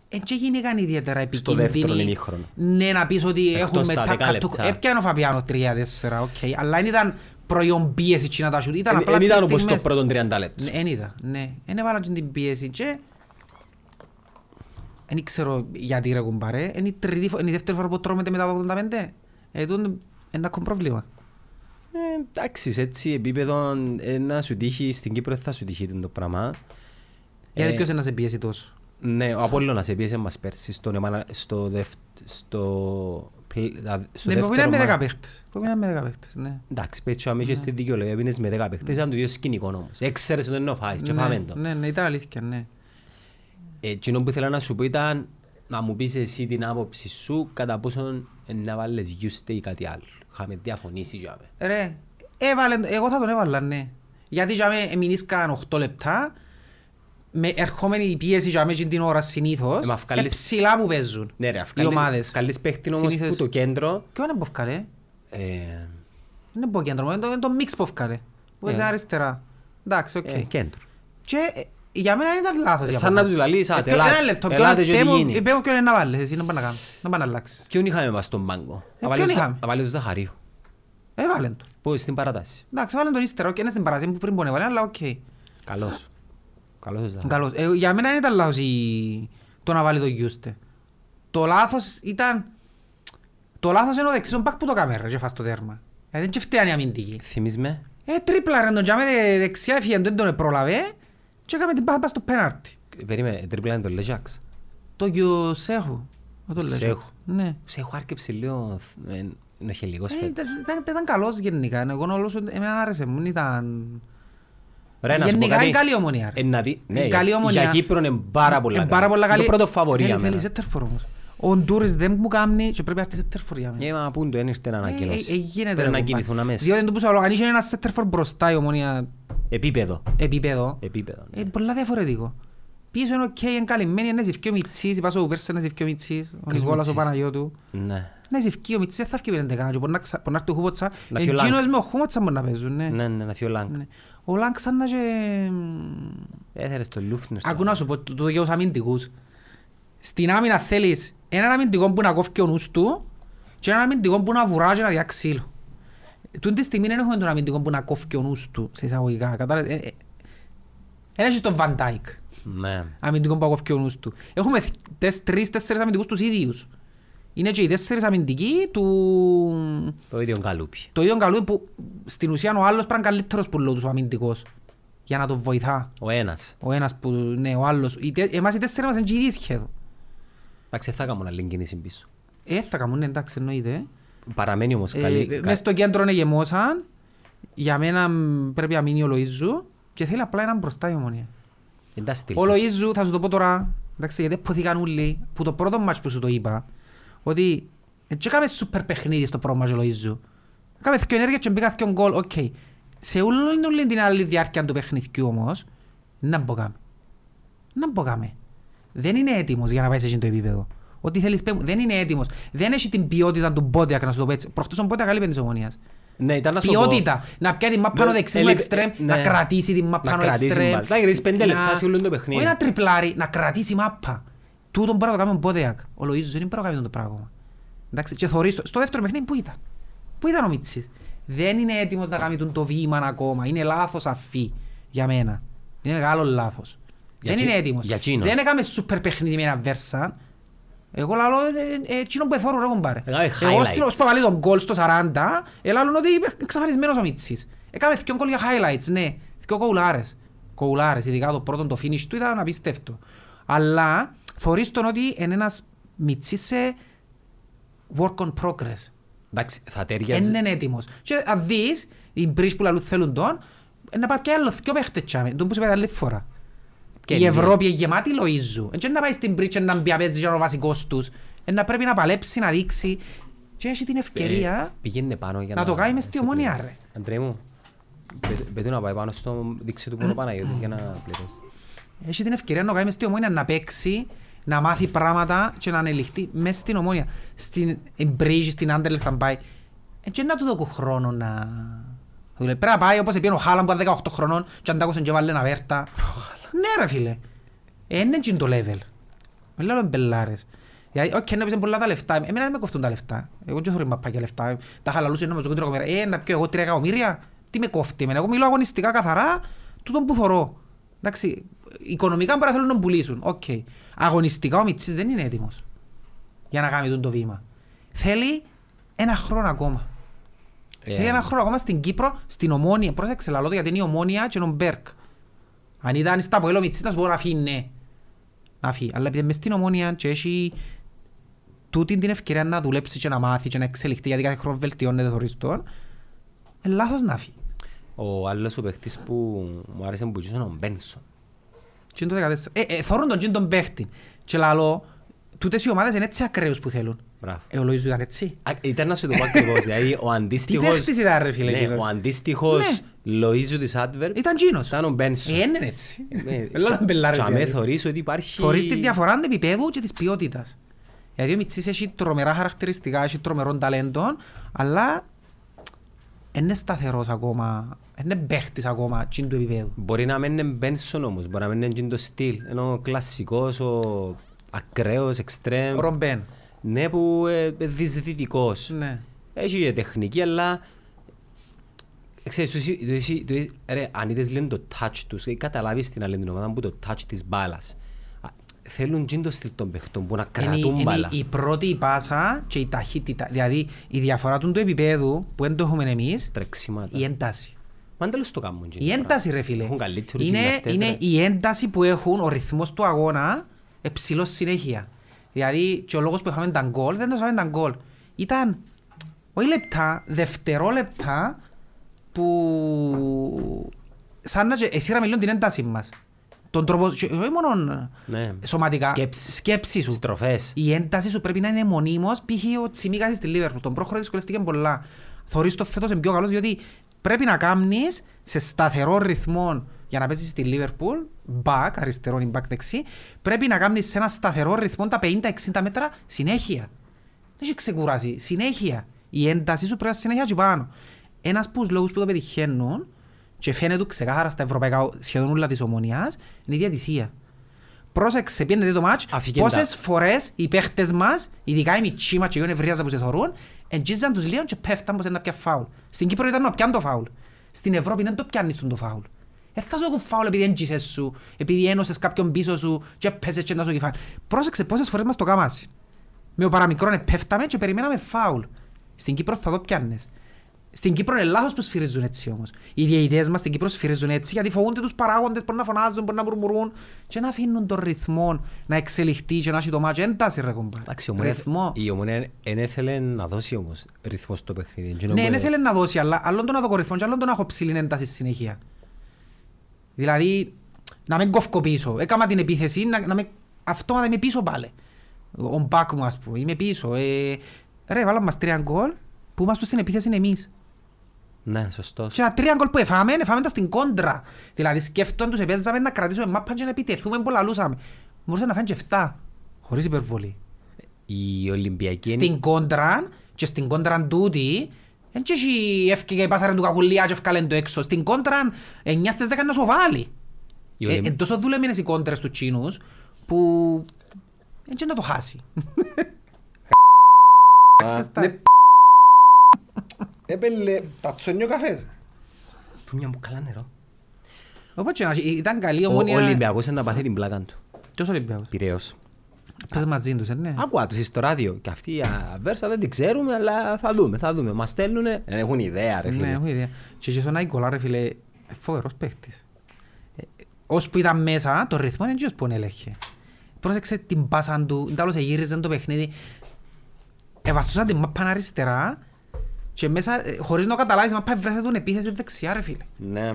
Speaker 1: εν και γίνηκαν ιδιαίτερα
Speaker 2: Στο
Speaker 1: επικίνδυνοι.
Speaker 2: δεύτερο ημίχρονο.
Speaker 1: Ναι, να πεις ότι
Speaker 2: Εκτός
Speaker 1: έχουμε
Speaker 2: τα
Speaker 1: τα
Speaker 2: 10
Speaker 1: κατου...
Speaker 2: λεπτά.
Speaker 1: Έπιανε ο Φαπιάνο 3-4, οκ, αλλά εν ήταν προϊόν πίεσης τσίνα τα σούτ. Ήταν απλά
Speaker 2: Δεν
Speaker 1: τις
Speaker 2: ήταν όπως το
Speaker 1: στιγμές-
Speaker 2: πρώτο 30 λεπτό.
Speaker 1: Ναι, εν είδα, ναι. Εν έβαλαν και την πίεση και... Εν ξέρω γιατί ρε κουμπάρε. Εν η, τρίτη, φο- εν η δεύτερη φορά που τρώμεται μετά το 85. Ε, τούτο είναι ένα ακόμα πρόβλημα.
Speaker 2: Ε, Εντάξει, σε έτσι επίπεδο ε, να σου τύχει, στην Κύπρο θα σου τύχει το πράγμα.
Speaker 1: Γιατί
Speaker 2: Ε,
Speaker 1: ποιος είναι να σε πιέσει τόσο.
Speaker 2: Ναι, ο Απόλλωνας επίεσε μας πέρσι στον εμανα- στο, δευ, στο, πλε- δα- στο
Speaker 1: Ναι,
Speaker 2: δεύτερο
Speaker 1: υπομείναν με
Speaker 2: μα-
Speaker 1: 10 παίχτες. Υπομείναν με 10 παίχτες, ναι.
Speaker 2: Εντάξει, πες και αμέσως στη δικαιολογία, πίνες με 10 παίχτες, ήταν το ίδιο σκηνικό όμως. Έξερες ότι δεν το φάεις και
Speaker 1: Ναι,
Speaker 2: φάμε το. Ε,
Speaker 1: Ναι, ναι, ήταν αλήθεια, ναι.
Speaker 2: Εκείνο που ήθελα να σου πω ήταν να μου πεις εσύ την άποψη σου κατά πόσον να βάλεις γιούστε ή κάτι άλλο. Είχαμε διαφωνήσει για μένα.
Speaker 1: Ρε, έβαλε, εγώ θα τον έβαλα, ναι. Γιατί για μέ μηνίσκαν 8 λεπτά, με ερχόμενη πίεση για μέ εκείνη την ώρα συνήθως,
Speaker 2: Ε, μα βγάλεις-
Speaker 1: ε, ψηλά που παίζουν
Speaker 2: Ναι ρε,
Speaker 1: οι
Speaker 2: καλή-
Speaker 1: ομάδες.
Speaker 2: καλής παίχτη όμως
Speaker 1: Συνήθως-
Speaker 2: που το κέντρο...
Speaker 1: Κι όχι να μποφκαλέ.
Speaker 2: ε,
Speaker 1: Είναι από κέντρο, είναι το, είναι το μίξ που έφκαλε. Που παίζει
Speaker 2: Ε.
Speaker 1: αριστερά. Εντάξει, οκ.
Speaker 2: ε, Κέντρο.
Speaker 1: Και ε, για μένα ήταν λάθος. η
Speaker 2: Σαν
Speaker 1: απόφαση.
Speaker 2: να τους λαλείς,
Speaker 1: Ε,
Speaker 2: «Άτε,
Speaker 1: ποιο-
Speaker 2: ελάτε,
Speaker 1: Ένα λεπτό, ποιον-
Speaker 2: ελάτε και τι
Speaker 1: πέ μου-
Speaker 2: γίνει».
Speaker 1: πέ μου ποιον είναι να βάλεις, εσύ να πάνε να κάνεις, να πάνε να αλλάξεις.
Speaker 2: Ποιον είχαμε μας στον πάγκο. Να βάλει
Speaker 1: Ε, ποιον
Speaker 2: ο Ζα-
Speaker 1: είχαμε?
Speaker 2: να βάλεις ο Ζαχαρίου.
Speaker 1: Ε, βάλε τον.
Speaker 2: Πού στην παράταση.
Speaker 1: Εντάξει, βάλε τον ύστερα, οκ, είναι στην παρασία που πριν μπορεί να βάλει, αλλά οκ.
Speaker 2: Καλός. Καλός ο Ζαχαρίου.
Speaker 1: Καλώς. Ε, για μένα δεν ήταν λάθος η- το να βάλει το Γιούστε. Το λάθος ήταν... Το λάθος είναι ο δεξιός μπακ που το κάμε ρε, και φας το τέρμα. Ε, δεν και φταίει η αμυντική.
Speaker 2: Θυμείς με.
Speaker 1: Ε, τρίπλα ρε, τον τζάμε δε- δεξιά έφυγε, δεν τον πρόλαβε και έκαμε την πάσα στο πέναρτι.
Speaker 2: Περίμενε, τρίπλα είναι το Λεζάξ.
Speaker 1: Το γιο Σέχου. Να το λέω.
Speaker 2: Σέχου.
Speaker 1: Ναι.
Speaker 2: Σε έχω άρκεψε λίγο ε, νοχελικός
Speaker 1: Ε,
Speaker 2: φέτος.
Speaker 1: ήταν- ήταν- ήταν καλός γενικά. Εγώ να λέω ότι εμένα άρεσε μου. δεν Ήταν...
Speaker 2: Ρε, να σου πω
Speaker 1: γενικά
Speaker 2: κάτι.
Speaker 1: είναι καλή ομονία, ρε.
Speaker 2: Ε, να δει- ναι,
Speaker 1: Είναι καλή
Speaker 2: για-
Speaker 1: ομονία.
Speaker 2: για Κύπρο είναι πάρα πολλά
Speaker 1: Είναι
Speaker 2: καλή.
Speaker 1: πάρα πολλά
Speaker 2: Είναι το
Speaker 1: καλή.
Speaker 2: πρώτο φαβορί
Speaker 1: Θέλει-
Speaker 2: για μένα.
Speaker 1: Θέλει σέτερφορ όμως. Ο Ντούρις δεν μου κάνει και πρέπει να έρθει σέτερφορ για μένα.
Speaker 2: Ε, μα πούν το, δεν ήρθε να
Speaker 1: Ε,
Speaker 2: ανακοινώσει.
Speaker 1: ε, ε, γίνεται, ρε,
Speaker 2: Πρέπει να
Speaker 1: κομπάρε.
Speaker 2: κινηθούν αμέσως.
Speaker 1: Διότι το που σου λέω, αν είχε ένα σέτερφορ μπροστά η ομονία
Speaker 2: Επίπεδο.
Speaker 1: επίπεδο,
Speaker 2: Επίπεδο. ναι.
Speaker 1: ε, πολλά διαφορετικό. Πίσω είναι οκ, είναι καλυμμένοι, είναι ζευκεί ο Μιτσής, η Πάσο Βουπέρσα είναι ζευκεί ο Μιτσής, ο
Speaker 2: Ποιος
Speaker 1: Νικόλας ο
Speaker 2: Μιτσής?
Speaker 1: Παναγιώτου.
Speaker 2: Ναι.
Speaker 1: Ναι, ζευκεί ο Μιτσής, δεν θα φύγει πέντε κάτω, μπορεί να ξα- μπορεί να έρθει ο Χούποτσα.
Speaker 2: Να φύγει ο Λάγκ.
Speaker 1: Εγγύνος με ο Χούποτσα μπορεί να παίζουν, ναι.
Speaker 2: Ναι, ναι, να φύγει ο Λάγκ.
Speaker 1: Ναι. Ο Λάγκ σαν να και...
Speaker 2: Έθερες το Λούφνερ στο-
Speaker 1: Ακού να σου πω, το το για τους αμυντικούς. Στην άμυνα θέλεις έναν αμυντικό που να κόφει ο νους του και έναν αμυντικό που να βουράζει να διαξύλω. Τούν τη στιγμή δεν έχουμε τον αμυντικό που να κόφει ο νους του, σε εισαγωγικά, κατάλαβες. Ε, ε, Ένα έχεις τον Van Dijk,
Speaker 2: Ναι.
Speaker 1: αμυντικό που κόφει ο νους του. Έχουμε θ- τεσ- τρεις, τέσσερις αμυντικούς τους ίδιους. Είναι και οι τέσσερις αμυντικοί του...
Speaker 2: Το ίδιο καλούπι.
Speaker 1: Το ίδιο καλό που στην ουσία ο άλλος πρέπει να είναι καλύτερος που λέω τους ο αμυντικός για να τον βοηθά.
Speaker 2: Ο ένας.
Speaker 1: Ο ένας που, ναι, ο άλλος. Οι τε- Εμάς οι τέσσερις μας είναι και οι ίδιοι σχεδόν.
Speaker 2: Εντάξει, θα κάνουμε άλλη κίνηση πίσω.
Speaker 1: Ε, θα κάνουν, ναι, εντάξει, εννοείται. ε.
Speaker 2: Παραμένει όμως
Speaker 1: Ε,
Speaker 2: καλή. κα-
Speaker 1: Μες στο κέντρο είναι γεμόσαν. Για μένα μ, πρέπει να μείνει ο Λοΐζου και θέλει απλά έναν μπροστά η ομονία.
Speaker 2: Εντάξει,
Speaker 1: Ο
Speaker 2: τελικά.
Speaker 1: Λοΐζου, θα σου το πω τώρα, εντάξει, γιατί ποθήκαν όλοι, που το πρώτο μάτς που σου το είπα, ότι έτσι έκαμε σούπερ παιχνίδι στο πρώτο μάτς ο Λοΐζου. Έκαμε δυο ενέργεια και μπήκα δυο γκολ, οκ. Σε όλη όλη την άλλη διάρκεια του παιχνιδιού όμως, να μποκάμε. Να μποκάμε. Δεν είναι έτοιμος για να πάει σε εκείνο το επίπεδο. Ό,τι θέλεις πέμου, δεν είναι έτοιμος. Δεν έχει την ποιότητα του Μπόντιακ, να σου το πω έτσι. Προχτός ο Μπόντιακ καλύπεν της ομονίας.
Speaker 2: Ναι, ήταν να σου πω-
Speaker 1: Ποιότητα. Να πιάει την μαπ πάνω
Speaker 2: Ναι,
Speaker 1: δεξί με
Speaker 2: έλειπε-
Speaker 1: εξτρέμ,
Speaker 2: ναι.
Speaker 1: να κρατήσει την μαπ
Speaker 2: Να
Speaker 1: πάνω
Speaker 2: κρατήσει την
Speaker 1: εξτρέμ.
Speaker 2: μπάλα. Να γυρίσει πέντε
Speaker 1: να-
Speaker 2: λεπτά σε όλο το παιχνίδι.
Speaker 1: Όχι να τριπλάρει, να κρατήσει μάπα. Τούτον πρέπει να το κάνουμε Μπόδεακ. Ο Λοΐζος δεν πρέπει να κάνει το πράγμα. Εντάξει, και θωρείς το. Στο δεύτερο παιχνίδι που ήταν. Πού ήταν ο Μίτσης. Δεν είναι έτοιμος να κάνει τον το βήμα ακόμα. Είναι λάθος αφή για μένα. Είναι μεγάλο λάθος.
Speaker 2: Για
Speaker 1: δεν
Speaker 2: τσι-
Speaker 1: είναι έτοιμος.
Speaker 2: για τσίνο.
Speaker 1: δεν έκαμε σούπερ παιχνίδι με ένα Βέρσαν. Εγώ λαλώ, ε, ε, εκείνο που εθώρουν ρε κουμπάρε.
Speaker 2: Έκαμε
Speaker 1: Εγώ στην
Speaker 2: highlights.
Speaker 1: ώσπου να βάλει τον γκολ στο 40, ελάλλουν ότι είπε εξαφανισμένος ο Μίτσης. Έκαμε δυο γκολ για highlights, ναι. Δυο κοουλάρες. Κοουλάρες, ειδικά το πρώτο το finish του ήταν απίστευτο. Αλλά θωρείς τον ότι είναι ένας Μίτσης σε work on progress.
Speaker 2: Εντάξει, θα
Speaker 1: Εν
Speaker 2: ταιριάζει.
Speaker 1: είναι έτοιμος. Και αν δεις, οι μπρις που λαλούν θέλουν τον, ε, να πάει και άλλο δυο παίχτες τσάμε. Τον που σου είπα την άλλη φορά.
Speaker 2: Και
Speaker 1: η
Speaker 2: είναι.
Speaker 1: Ευρώπη είναι γεμάτη Λοΐζου. Εν και να πάει στην μπριτ και να μπει απέτσι και να είναι ο βασικός τους. Εν να πρέπει να παλέψει, να δείξει. Και έχει την
Speaker 2: Ε,
Speaker 1: ευκαιρία.
Speaker 2: Πήγαινε πάνω για
Speaker 1: να το κάνει μες στη
Speaker 2: σε
Speaker 1: Ομόνια,
Speaker 2: πληρώσει.
Speaker 1: ρε.
Speaker 2: Αντρέ μου, πε- πετού να πάει πάνω στο δείξε του που είναι ο Παναγιώτης για να πληρώσεις.
Speaker 1: Έχει την ευκαιρία να κάνει μες στην ομόνια να παίξει, να μάθει πράγματα και να ανελιχθεί μες στην ομόνια. Στην Μπρίζη, στην Άντερλεχ θα πάει. Ε, Και να του δώκω χρόνο να... δουλεύει. Πρέπει να πάει όπως έπιανε ο Χάλαν που ήταν 18 χρονών και αντάκουσαν και βάλε ένα βέρτα. Ναι ρε φίλε. Ε, Είναι έτσι το level. Με λέω μπελάρες. Δηλαδή, όχι, να πεις πολλά τα λεφτά. Εμένα δεν με κοφτούν τα λεφτά. Εγώ δεν θέλω να πάω για λεφτά. Τα χαλαλούσε ένα μεσοκέντρο εκατομμύρια. Ε, να πιω εγώ τρία εκατομμύρια. Τι με κόφτει εμένα. Εγώ μιλώ αγωνιστικά καθαρά, τούτον που θωρώ. Εντάξει, οικονομικά μπορεί να θέλουν να τον πουλήσουν. Οκ. Αγωνιστικά ο Μιτσής δεν είναι έτοιμος για να κάνει τούτο το βήμα. Θέλει ένα χρόνο ακόμα.
Speaker 2: Ε,
Speaker 1: Θέλει ένα χρόνο ακόμα στην Κύπρο, στην Ομόνια. Πρόσεξε, λαλώ το γιατί είναι η Ομόνια και είναι ο Μπέρκ. Αν ήταν στα Ποέλο Μιτσής, θα σου πω να φύγει, ναι. Να φύγει. Αλλά επειδή μες στην Ομόνια και έχει τούτη την ευκαιρία να δουλέψεις και να μάθεις και να εξελιχθεί, γιατί κάθε χρόνο βελτιώνεται θωρείς τον, ε, λάθος να φύγει.
Speaker 2: Ο άλλος ο παίχτης που μου άρεσε που ήταν ο Μπένσον.
Speaker 1: Και είναι το 14. Ε, ε, θωρούν τον και τον παίχτη. Και λαλώ, τούτες οι ομάδες είναι έτσι ακραίους που θέλουν.
Speaker 2: Μπράβο.
Speaker 1: Ε, ο Λοΐζου ήταν έτσι.
Speaker 2: Α, Ήταν να σου το πω ακριβώς, δηλαδή ο αντίστοιχος...
Speaker 1: παίχτης ήταν, ρε φίλε,
Speaker 2: Ναι,
Speaker 1: εκείνος. Ναι.
Speaker 2: Ο αντίστοιχος Λοΐζου της Adverb
Speaker 1: Ήταν τζίνος.
Speaker 2: ήταν ο Μπένσον.
Speaker 1: Ε, είναι έτσι.
Speaker 2: Ναι,
Speaker 1: Λάλα μπελάρες,
Speaker 2: Και με
Speaker 1: δηλαδή.
Speaker 2: θωρείς ότι υπάρχει...
Speaker 1: Θωρείς τη διαφορά του επίπεδου και της ποιότητας. Γιατί ο Μιτσής έχει τρομερά χαρακτηριστικά, έχει τρομερών ταλέντων, αλλά είναι σταθερός ακόμα, είναι παίχτης ακόμα τσιν του επίπεδου.
Speaker 2: Μπορεί να μην είναι Μπένσον όμως, μπορεί να μην είναι εκείνο το στυλ. Ενώ ο κλασσικός, ο ακραίος,
Speaker 1: Ο
Speaker 2: extreme.
Speaker 1: Ρομπέν.
Speaker 2: Ναι, που ε, δυσδυτικός.
Speaker 1: Ναι.
Speaker 2: Έχει και τεχνική, αλλά... Ξέρεις, το εσύ- το εσύ- το εσύ- ρε, αν είδες λένε το touch τους, ε, καταλάβεις την άλλη την ομάδα που το touch της μπάλας. Α, Θέλουν τζιν το στυλ των παιχτών που να
Speaker 1: Είναι, η-
Speaker 2: κρατούν
Speaker 1: είναι
Speaker 2: μπάλα.
Speaker 1: η πρώτη η πάσα και η ταχύτητα. Δηλαδή η διαφορά του του επίπεδου που δεν το έχουμε εμείς,
Speaker 2: Τρεξίματα.
Speaker 1: η ένταση.
Speaker 2: Μα τέλος το κάνουν τζιν.
Speaker 1: Η ένταση ρε φίλε.
Speaker 2: Έχουν καλύτερους
Speaker 1: Είναι,
Speaker 2: γυμναστές,
Speaker 1: είναι
Speaker 2: ρε.
Speaker 1: η ένταση που έχουν, ο ρυθμός του αγώνα, ε, ψηλός συνέχεια. Δηλαδή και ο λόγος που είχαμε τα γκολ, δεν το είχαμε τα γκολ. Ήταν, όχι λεπτά, δευτερόλεπτα που σαν να και- εσύ να μιλούν την ένταση μας. Τον τρόπο, και όχι μόνο
Speaker 2: Ναι.
Speaker 1: σωματικά,
Speaker 2: Σκέψη.
Speaker 1: σκέψη σου.
Speaker 2: Στροφές.
Speaker 1: Η ένταση σου πρέπει να είναι μονίμως, π.χ. ο Τσιμίκας στη Λίβερπουλ. Τον πρόχρονο δυσκολεύτηκε πολλά. Θωρείς το φέτος είναι πιο καλός, διότι πρέπει να κάνεις σε σταθερό ρυθμό για να παίζεις στη Λίβερπουλ, back, αριστερόν ή back δεξί, πρέπει να κάνεις σε ένα σταθερό ρυθμό τα 50-60 μέτρα συνέχεια. Δεν έχει ξεκουράσει. Συνέχεια. Η ένταση σου πρέπει να συνέχεια και πάνω. Ένας από τους λόγους που το πετυχαίνουν και φαίνεται ξεκάθαρα στα ευρωπαϊκά σχεδόν όλα της ομονίας είναι η διατησία. Πρόσεξε, πιένετε το μάτς,
Speaker 2: Αφήκεν τα.
Speaker 1: πόσες φορές οι παίχτες μας, ειδικά οι μητσί μας και οι ευρείας που σε θωρούν, εγγίζαν τους λίγο και πέφταν πως είναι να πιάνε φάουλ. Στην Κύπρο ήταν να πιάνε το φάουλ. Στην Ευρώπη δεν το πιάνεις τον το φάουλ. Δεν θα σου έχουν φάουλ επειδή εγγίζες σου, επειδή ένωσες κάποιον πίσω σου και πέσες και να σου κεφάλι. Πρόσεξε πόσες φορές μας το κάμασαι. Με ο παραμικρόν πέφταμε και περιμέναμε φάουλ. Στην Κύπρο θα το πιάνες. Στην Κύπρο είναι λάθος που σφυρίζουν έτσι όμως. Οι διαιτητές μας στην Κύπρο σφυρίζουν έτσι γιατί φοβούνται τους παράγοντες, μπορεί να φωνάζουν, μπορεί να μουρμουρούν και να αφήνουν τον ρυθμό να εξελιχθεί και να έχει το μάτσο ένταση ρε κομπάρε.
Speaker 2: Εντάξει, η Ομόνια-
Speaker 1: Ρυθμό.
Speaker 2: Η ομονία δεν ήθελε να δώσει όμως ρυθμό στο παιχνίδι. Εκείνο
Speaker 1: Ναι,
Speaker 2: που-
Speaker 1: δεν θέλει να δώσει, αλλά άλλον το να δω ρυθμό και άλλον το να έχω ψηλή ένταση συνέχεια. Δηλαδή, να μην κόφκω πίσω. Έκανα την επίθεση, να, να με, αυτόματα είμαι πίσω πάλι. Ο μπακ μου, ας πούμε, είμαι πίσω. Ε, ρε, βάλαμε μας τρία γκολ που είμαστε στην επίθεση εμείς.
Speaker 2: Ναι, σωστό.
Speaker 1: Και τα τρία γκολ που εφάμε, εφάμε τα στην κόντρα. Δηλαδή σκέφτον τους επέζαμε να κρατήσουμε μάπα και να επιτεθούμε πολλά λούσαμε. Μπορούσε να φάνε και εφτά, χωρίς υπερβολή.
Speaker 2: Η Ολυμπιακή είναι-
Speaker 1: Στην κόντρα και στην κόντρα τούτη, δεν και έχει έφυγε η πάσαρα του κακουλιά και έφκαλεν το έξω. Στην κόντρα 9 στις 10 να σου βάλει.
Speaker 2: η
Speaker 1: Ε,
Speaker 2: Ολυμ-
Speaker 1: εν τόσο δουλεμένες οι κόντρες τους Τσίνους που έτσι να το χάσει.
Speaker 5: Α,
Speaker 1: Ξέρεις τα-
Speaker 5: ναι. Έπελε τα τσόνιο καφές.
Speaker 2: Που μια μου καλά νερό.
Speaker 1: Οπότε και να- ήταν καλή η
Speaker 2: Ο ο
Speaker 1: ομόνια.
Speaker 2: Ολυμπιακός είναι να πάθει την πλάκα του.
Speaker 1: Ποιος Ολυμπιακός.
Speaker 2: Πειραιός.
Speaker 1: Πες μαζί τους, ε, ναι.
Speaker 2: Ακούω τους στο ράδιο. Και αυτή η αβέρσα δεν την ξέρουμε, αλλά θα δούμε, θα δούμε. Μας στέλνουνε. Δεν έχουν ιδέα ρε
Speaker 1: Ναι,
Speaker 2: φίλε.
Speaker 1: έχω ιδέα. Και και στον Άικολα, ρε φίλε, ε, φοβερός παίχτης. Ε, ε, Ώσπου ήταν μέσα, το ρυθμό είναι και ώσπου ελέγχε. Πρόσεξε την πάσα του, ήταν άλλος εγύριζε το παιχνίδι. Εβαστούσαν την μάπα αριστερά και μέσα, ε, χωρίς να καταλάβεις, μάπα βρέθε τον επίθεση δεξιά, ρε φίλε.
Speaker 2: Ναι.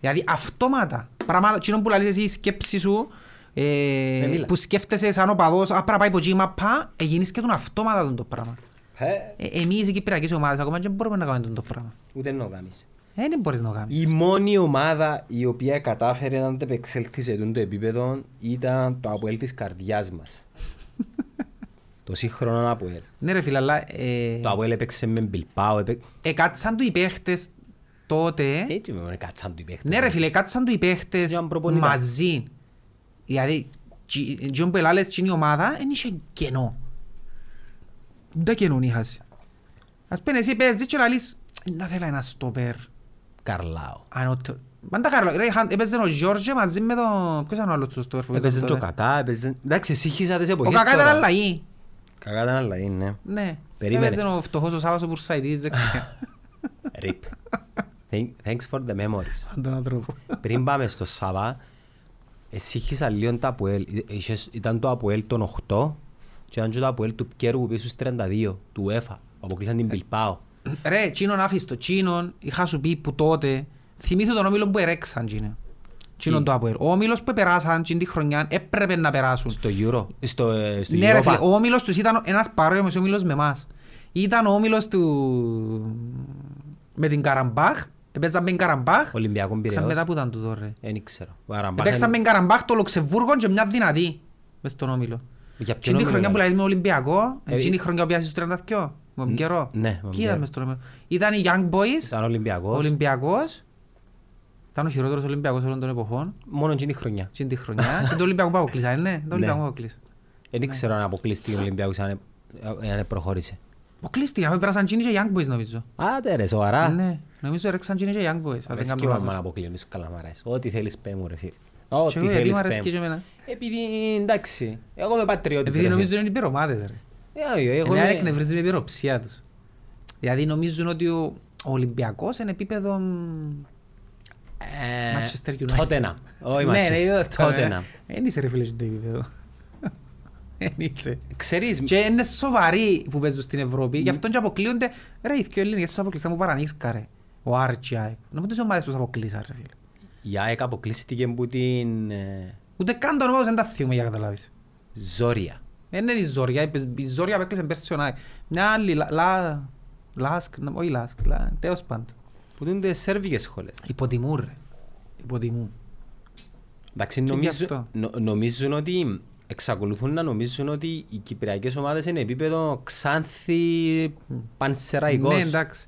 Speaker 1: Δηλαδή αυτόματα, πράγματα, εκείνο που λαλείς εσύ η σκέψη σου, ε,
Speaker 2: Ναι, μίλα.
Speaker 1: που σκέφτεσαι σαν οπαδός, α, πρέπει να πάει από εκεί η μάπα, ε, γίνεις και τον αυτόματα τον το πράγμα.
Speaker 2: Ε,
Speaker 1: Ε, εμείς οι Κυπριακές ομάδες ακόμα δεν μπορούμε να κάνουμε τον το πράγμα.
Speaker 2: Ούτε να το κάνεις.
Speaker 1: Ε, δεν μπορείς να το κάνεις.
Speaker 2: Η μόνη ομάδα η οποία κατάφερε να αντεπεξέλθει σε τούτο επίπεδο ήταν το Αποέλ της καρδιάς μας. το σύγχρονο Αποέλ.
Speaker 1: Ναι ρε φίλε, αλλά ε,
Speaker 2: Το Αποέλ έπαιξε με Μπιλπάο, έπαιξε...
Speaker 1: εκάτσαν του οι παίχτες τότε. ε.
Speaker 2: Έτσι με κάτσαν του οι παίχτες.
Speaker 1: Ναι ρε φίλε, εκάτσαν του οι παίχτες
Speaker 2: Έναν προπονητή.
Speaker 1: μαζί. Δηλαδή, τζιόν που ελάλες τζιν η ομάδα, δεν είχε κενό. Δεν κενόν είχας. Ας πένε εσύ παίζεις και λαλείς, να θέλα ένα στόπερ.
Speaker 2: Καρλάο.
Speaker 1: ανώτερο». Μα τα καλά, ρε, είχαν- έπαιζε ο Γιώργε μαζί με τον... Ποιος ήταν ο άλλος του στόπερ που
Speaker 2: Έπαιζε
Speaker 1: έπαιζε
Speaker 2: και ο
Speaker 1: τότε.
Speaker 2: Κακά, έπαιζε... Εντάξει, εσύ είχες τις
Speaker 1: Ο
Speaker 2: εποχές
Speaker 1: Κακά ήταν
Speaker 2: τώρα.
Speaker 1: αλλαγή.
Speaker 2: Κακά ήταν αλλαγή, ναι.
Speaker 1: Ναι.
Speaker 2: Περίμενε.
Speaker 1: Έπαιζε ο φτωχός ο Σάββας ο Μπουρσαϊτής, δεν ξέρω.
Speaker 2: Rip. Thank- Thanks for the memories.
Speaker 1: Αν τον άνθρωπο.
Speaker 2: Πριν πάμε στο Σαββά, εσύ είχες αλλιώς τα Αποέλ. Ε, είχες- Ήταν το Αποέλ των 8 και ήταν και το Αποέλ του Πικέρου που πήγε στους 32, του UEFA. Αποκλείσαν
Speaker 1: Ε.
Speaker 2: την Bilbao.
Speaker 1: Ρε, τσίνον άφησε το τσίνον, είχα σου πει που τότε, θυμήθω τον όμιλο που ερέξαν τσίνε. Τσίνον
Speaker 2: Τι?
Speaker 1: το Αποέλ. Ο όμιλος που περάσαν τσιν τη χρονιά έπρεπε να περάσουν.
Speaker 2: Στο Euro. Στο, ε, στο
Speaker 1: Ναι ρε
Speaker 2: Europa.
Speaker 1: φίλε, ο όμιλος τους ήταν ένας παρόμοιος όμιλος με εμάς. Ήταν ο όμιλος του... με την Καραμπάχ, έπαιζαν με την Καραμπάχ,
Speaker 2: Ολυμπιακό
Speaker 1: Ξαν
Speaker 2: Πειραιός.
Speaker 1: μετά που ήταν τούτο ρε.
Speaker 2: Ε, Δεν ξέρω. Ο Αραμπάς
Speaker 1: Έπαιξαν με
Speaker 2: είναι-
Speaker 1: την Καραμπάχ το Λουξεμβούργο και μια δυνατή μες στον όμιλο.
Speaker 2: Για ποιον
Speaker 1: Τσιν τη
Speaker 2: όμιλο
Speaker 1: χρονιά που
Speaker 2: μιλάς?
Speaker 1: λαλείς με Ολυμπιακό,
Speaker 2: Ε,
Speaker 1: τσιν η χρονιά που πιάσεις στους 32, με τον καιρό.
Speaker 2: ναι, με τον
Speaker 1: Κι
Speaker 2: καιρό.
Speaker 1: ήταν μες στον όμιλο. Ήταν οι Young Boys,
Speaker 2: Ήταν Ολυμπιακός.
Speaker 1: ο Ολυμπιακός ήταν ο χειρότερος Ολυμπιακός όλων των εποχών.
Speaker 2: Μόνο εκείνη η χρονιά.
Speaker 1: Στην τη χρονιά. Και το Ολυμπιακό που αποκλείσα, ναι. Το
Speaker 2: Ναι.
Speaker 1: Ολυμπιακό που αποκλείσα.
Speaker 2: Ε, Δεν ξέρω αν αποκλείστηκε ο Ολυμπιακός αν, ε, αν προχώρησε.
Speaker 1: Αποκλείστηκε, αφού πέρασαν Gini και Young Boys νομίζω.
Speaker 2: Άντε ρε, σοβαρά.
Speaker 1: Ναι, νομίζω έρεξαν Gini και Young Boys. Αν
Speaker 2: Δεν
Speaker 1: δεν
Speaker 2: σκέφτομαι
Speaker 1: κάνω
Speaker 2: να
Speaker 1: λάθος.
Speaker 2: αποκλείουν τους καλαμαράες. Ό,τι θέλεις πέ μου ρε φίλε.
Speaker 1: Και
Speaker 2: Ό,τι
Speaker 1: εγώ, γιατί μου
Speaker 2: θέλεις
Speaker 1: αρέσει και
Speaker 2: πέ μου.
Speaker 1: εμένα.
Speaker 2: Επειδή εντάξει, εγώ είμαι πατριώτης.
Speaker 1: Επειδή
Speaker 2: ρε,
Speaker 1: νομίζω
Speaker 2: φίλε.
Speaker 1: είναι υπερομάδες ρε.
Speaker 2: Ε, όχι, εγώ
Speaker 1: Εμένα
Speaker 2: είμαι-
Speaker 1: εκνευρίζει με υπεροψία τους. Δηλαδή νομίζουν ότι ο ο Ολυμπιακός είναι επίπεδο... μ,
Speaker 2: Ε,
Speaker 1: Manchester United.
Speaker 2: Tottenham. Όχι
Speaker 1: Ναι,
Speaker 2: Manchester,
Speaker 1: ρε, είδα το, ε.
Speaker 2: Tottenham.
Speaker 1: Εν είσαι ρε φίλε στο επίπεδο. Εν είσαι.
Speaker 2: Ξέρεις,
Speaker 1: ε. Και είναι σοβαροί που παίζουν στην Ευρώπη, γι' αυτό και αποκλείονται. Ρε, οι δυο Ελληνικές τους αποκλείσαν μου παρανήρκα ρε. Ο Άρη και η ΑΕΚ. Νομίζω τις ομάδες τους αποκλείσαν ρε φίλε.
Speaker 2: η ΑΕΚ αποκλείστηκε από την ε,
Speaker 1: Ούτε καν το όνομα τους δεν τα θυμούμε για να καταλάβεις.
Speaker 2: Ζόρια.
Speaker 1: Δεν είναι η Ζόρια, η- η Ζόρια απέκλεισε πέρσι τον ΑΕΚ. Μια άλλη, Λα- Λα- Λάσκ, να- όχι Λάσκ, Λα- τέλος πάντων.
Speaker 2: Που είναι τις σέρβικες σχολές.
Speaker 1: Υποτιμούν ρε. Υποτιμούν.
Speaker 2: Εντάξει,
Speaker 1: γι'
Speaker 2: νομίζω,
Speaker 1: αυτό.
Speaker 2: νο, νομίζουν ότι εξακολουθούν να νομίζουν ότι οι κυπριακές ομάδες είναι επίπεδο Ξάνθη Πανσεραϊκός.
Speaker 1: Ναι, εντάξει.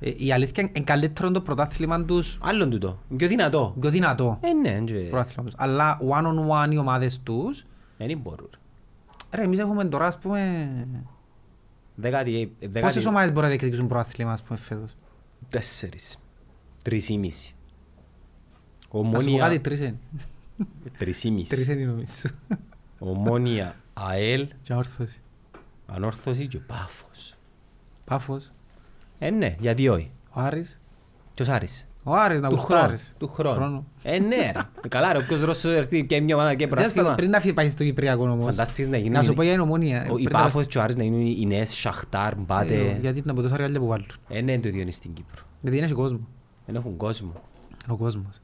Speaker 1: Ε, Η αλήθεια είναι καλύτερο είναι το πρωτάθλημα τους,
Speaker 2: Άλλον τούτο. Είναι Πιο δυνατό.
Speaker 1: πιο δυνατό
Speaker 2: Ε, ναι, και-
Speaker 1: πρωτάθλημα τους. Αλλά one on one οι ομάδες τους,
Speaker 2: δεν μπορούν.
Speaker 1: ρε εμείς έχουμε τώρα ας πούμε
Speaker 2: Δεκατι- δεκατι-
Speaker 1: Πόσες ομάδες μπορεί να διεκδικήσουν πρωτάθλημα, ας πούμε, φέτος.
Speaker 2: Τέσσερις. Τρεις ή μισή.
Speaker 1: Να σου πω κάτι,
Speaker 2: Ομόνια.
Speaker 1: τρεις είναι.
Speaker 2: Τρεις ή μισή.
Speaker 1: Τρεις είναι νομίζω.
Speaker 2: Ομόνια, ΑΕΛ,
Speaker 1: Και αόρθωση.
Speaker 2: Ανόρθωση και Πάφος.
Speaker 1: Πάφος,
Speaker 2: Ε, ναι, γιατί όχι.
Speaker 1: ο Άρης.
Speaker 2: Ποιος Άρης.
Speaker 1: Ο Άρης να
Speaker 2: Του χρόνου.
Speaker 1: γουστάρεις.
Speaker 2: Του χρόνου. Ε, ναι, ρε. Καλά, ρε, όποιος Ρώσος έρθει και μια ομάδα και
Speaker 1: Τέλος πάντων,
Speaker 2: πρωτάθλημα.
Speaker 1: Πριν να φύγει πάει στο Κυπριακό όμως.
Speaker 2: Φανταστείς να γίνουν
Speaker 1: Να σου
Speaker 2: οι-
Speaker 1: πω για την ομόνια.
Speaker 2: Ο- Η Πάφος και ο Άρης να γίνουν οι νέες Σαχτάρ, Μπάτε.
Speaker 1: ε, Γιατί να ποτέ σαριά που βάλουν.
Speaker 2: Ε, ναι, το ίδιο είναι στην Κύπρο.
Speaker 1: Γιατί είναι και κόσμο.
Speaker 2: Δεν έχουν κόσμο.
Speaker 1: Είναι ο κόσμος.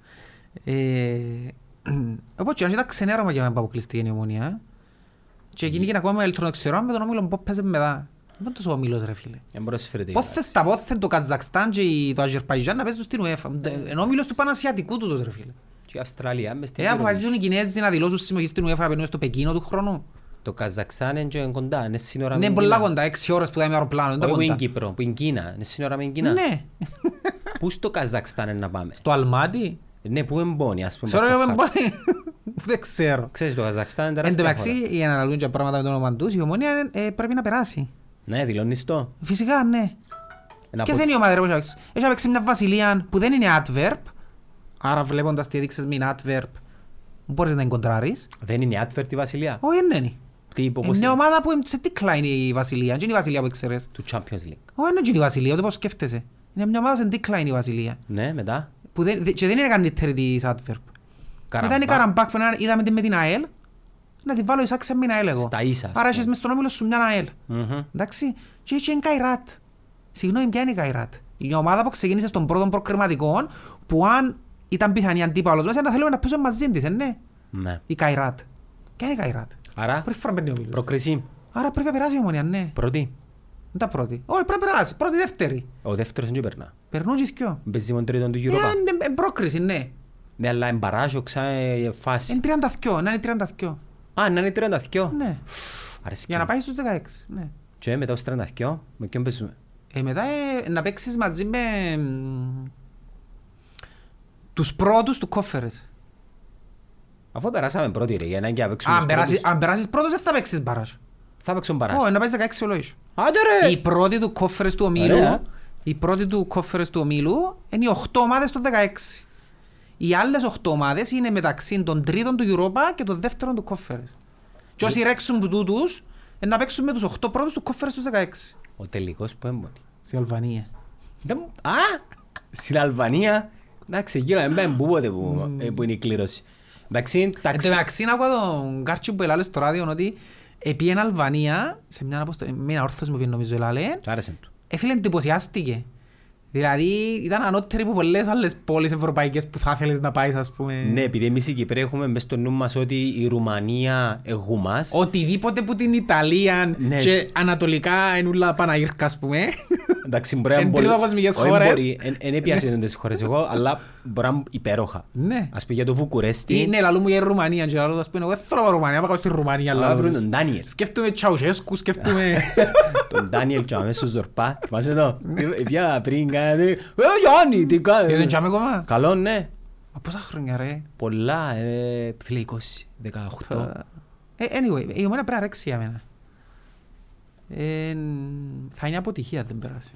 Speaker 1: Ε, Οπότε και αν ήταν ξενέρωμα για μένα που αποκλειστήκε η ομόνια. ε. Και γίνηκε ακόμα με ελτρονοξερό με τον όμιλο που παίζει μετά. Δεν είναι τόσο ομίλος ρε φίλε.
Speaker 2: Δεν προσφέρεται. η
Speaker 1: Πόθε
Speaker 2: κατάσταση.
Speaker 1: στα πόθε το Καζακστάν και η- το Αζερπαϊτζάν να παίζουν στην UEFA. Ντε- Ενώ μίλος του Πανασιατικού τούτος ρε φίλε.
Speaker 2: Και η Αυστραλία μες στην
Speaker 1: Ε, αποφασίζουν
Speaker 2: Ευρώπη.
Speaker 1: οι Κινέζοι να δηλώσουν συμμετοχή στην UEFA να παίρνουν στο Πεκίνο του χρόνου.
Speaker 2: Το Καζακστάν είναι και κοντά, είναι σύνορα με
Speaker 1: Ναι,
Speaker 2: την
Speaker 1: πολλά
Speaker 2: Κίνα.
Speaker 1: κοντά, έξι ώρες που θα είμαι αεροπλάνο, δεν
Speaker 2: Όχι
Speaker 1: τα
Speaker 2: που είναι
Speaker 1: κοντά.
Speaker 2: Κύπρο, που είναι Κίνα. Είναι σύνορα με την Κίνα.
Speaker 1: Ναι,
Speaker 2: Πού στο Καζακστάν είναι να πάμε.
Speaker 1: στο Αλμάτι.
Speaker 2: Ναι, πού εμπώνει, ας πούμε.
Speaker 1: Ξέρω
Speaker 2: στο
Speaker 1: εγώ
Speaker 2: χάρτη.
Speaker 1: μπορεί. Δεν ξέρω.
Speaker 2: Ξέρεις το Καζακστάν είναι
Speaker 1: Εν τω
Speaker 2: τεράστια
Speaker 1: μεταξύ,
Speaker 2: χώρα.
Speaker 1: για να αναλύουν και πράγματα με το όνομα τους, η ομόνια ε, πρέπει να περάσει.
Speaker 2: Ναι, δηλώνεις το.
Speaker 1: Φυσικά, ναι.
Speaker 2: Ένα
Speaker 1: Ποιες
Speaker 2: απο-
Speaker 1: είναι οι ομάδες ρε, που έχει παίξει. Έχει παίξει μια βασιλεία που δεν είναι adverb, άρα βλέποντας τι έδειξες με είναι adverb, μπορείς να την κοντράρεις.
Speaker 2: Δεν είναι άτφερτη η βασιλεία.
Speaker 1: Όχι, δεν είναι.
Speaker 2: Τι είπε,
Speaker 1: Είναι
Speaker 2: όπως
Speaker 1: Ε, μια
Speaker 2: είναι.
Speaker 1: ομάδα που σε τυκλά είναι η βασιλεία, δεν είναι η βασιλεία που ξέρεις.
Speaker 2: Του Champions League.
Speaker 1: Όχι, δεν είναι η βασιλεία, ούτε πώς σκέφτεσαι. Είναι μια ομάδα σε τυκλά είναι η βασιλεία.
Speaker 2: Ναι, μετά.
Speaker 1: Που δεν, δε- και δεν είναι καλύτερη της adverb. Μετά είναι
Speaker 2: Καραμπάχ.
Speaker 1: η Καραμπάχ που είναι- είδαμε τη με την ΑΕΛ, να τη βάλω εισάξια με την ΑΕΛ εγώ.
Speaker 2: Στα ίσα, ας
Speaker 1: Άρα
Speaker 2: πούμε.
Speaker 1: έχεις μες στον όμιλο σου μια ΑΕΛ.
Speaker 2: Μμμ.
Speaker 1: Εντάξει, και έτσι είναι Καϊράτ. Συγγνώμη, ποια είναι η Καϊράτ. Η ομάδα που ξεκίνησε στον πρώτο προκριματικό, που αν ήταν πιθανή αντίπαλος μας, να θέλουμε να παίζουμε μαζί της, ε, ναι.
Speaker 2: Ναι.
Speaker 1: Η Καϊράτ. Ποια είναι η Καϊράτ.
Speaker 2: Άρα,
Speaker 1: Πρέπει να μπαίνει ο Βίλος.
Speaker 2: πρόκριση.
Speaker 1: Άρα πρέπει να περάσει η ομονία, ναι. Δεν
Speaker 2: Πρώτη.
Speaker 1: τα πρώτη. Όχι, πρέπει να περάσει. Πρώτη, δεύτερη.
Speaker 2: Ο δεύτερος δεν περνά.
Speaker 1: Περνούν και οι δυο.
Speaker 2: Παίζει μόνο τρίτον του
Speaker 1: Ε,
Speaker 2: Europa.
Speaker 1: είναι- ε, πρόκριση, ναι.
Speaker 2: Ναι, αλλά εμπαράζω ξανά ε, ε,
Speaker 1: Είναι
Speaker 2: φάση.
Speaker 1: 32, να είναι 32.
Speaker 2: Α, να είναι 32.
Speaker 1: Ναι.
Speaker 2: Αρέσκει.
Speaker 1: Για να πάει στους 16, ναι.
Speaker 2: Και μετά ως 32, με ποιον παίζουμε.
Speaker 1: Ε, μετά ε, να παίξεις μαζί με μ, τους πρώτους του Conference.
Speaker 2: Αφού περάσαμε πρώτη ρε, για να είναι και να παίξουμε
Speaker 1: Αν
Speaker 2: τους πρώτους.
Speaker 1: περάσεις, αν περάσεις πρώτος δεν θα παίξεις μπαράζ.
Speaker 2: Θα παίξουν παράσι.
Speaker 1: Όχι, να παίζεις 16 ολόγεις.
Speaker 2: Άντε ρε!
Speaker 1: Η πρώτη του κόφερες του
Speaker 2: Ε. Ωραία.
Speaker 1: ομίλου, η πρώτη του κόφερες του ομίλου είναι οι 8 ομάδες των 16. Οι άλλες 8 ομάδες είναι μεταξύ των τρίτων του Europa και των δεύτερων του κόφερες. Και
Speaker 2: Ε.
Speaker 1: όσοι ρέξουν που τούτους, ε, να παίξουν με τους 8 πρώτους του κόφερες του 16.
Speaker 2: Ο τελικός που έμπονε.
Speaker 1: Στη Αλβανία.
Speaker 2: Δεν... μου- Α! Στην Αλβανία. Εντάξει, γύρω εμπέν που πότε που, ε, που είναι η κλήρωση. Ε, Εντάξει,
Speaker 1: Εν τω
Speaker 2: ταξί.
Speaker 1: μεταξύ να ακούω τον Κάρτσι που ελάλε στο ράδιο ότι επίεν Αλβανία, σε μια αποστολή, με ένα όρθος μου πει νομίζω ελάλε,
Speaker 2: Του άρεσε του.
Speaker 1: Έφυλε εντυπωσιάστηκε. Δηλαδή ήταν ανώτερη από πολλές άλλες πόλεις ευρωπαϊκές που θα ήθελες να πάεις, ας πούμε.
Speaker 2: Ναι, επειδή εμείς οι Κυπρέοι έχουμε μέσα στο νου μας ότι η Ρουμανία εγού μας.
Speaker 1: Οτιδήποτε που την Ιταλία
Speaker 2: Ναι.
Speaker 1: και ανατολικά είναι όλα Παναγύρκα, ας πούμε.
Speaker 2: Εντάξει, μπορεί να
Speaker 1: Εν
Speaker 2: μπορεί-
Speaker 1: τριτοκοσμικές
Speaker 2: Όχι,
Speaker 1: χώρες.
Speaker 2: μπορεί. Εν- εν έπιασε τον τις χώρες εγώ, αλλά μπορεί να είναι υπέροχα.
Speaker 1: Ναι.
Speaker 2: Ας πούμε για το Βουκουρέστι.
Speaker 1: Ή, ναι, λαλού μου για Ρουμανία και λαλού, ας πούμε, εγώ δεν θέλω να πάω Ρουμανία, πάω στη Ρουμανία.
Speaker 2: Αλλά
Speaker 1: λαλούς
Speaker 2: βρουν
Speaker 1: τους.
Speaker 2: τον Ντάνιελ.
Speaker 1: Σκέφτομαι Τσαουσέσκου, σκέφτομαι...
Speaker 2: Τον Ντάνιελ και αμέσως Ζορπά. Θυμάσαι το. Πια πριν κάτι. Ε, Γιάννη, τι
Speaker 1: Και Ε, δεν
Speaker 2: κάνεις.
Speaker 1: τσάμε κόμμα.
Speaker 2: Καλό, ναι.
Speaker 1: Μα πόσα χρόνια ρε.
Speaker 2: Πολλά, ε, φίλε 20, 18.
Speaker 1: Ε, Anyway, η ομένα πρέπει να ρέξει για μένα. Ε, θα είναι αποτυχία αν δεν περάσει.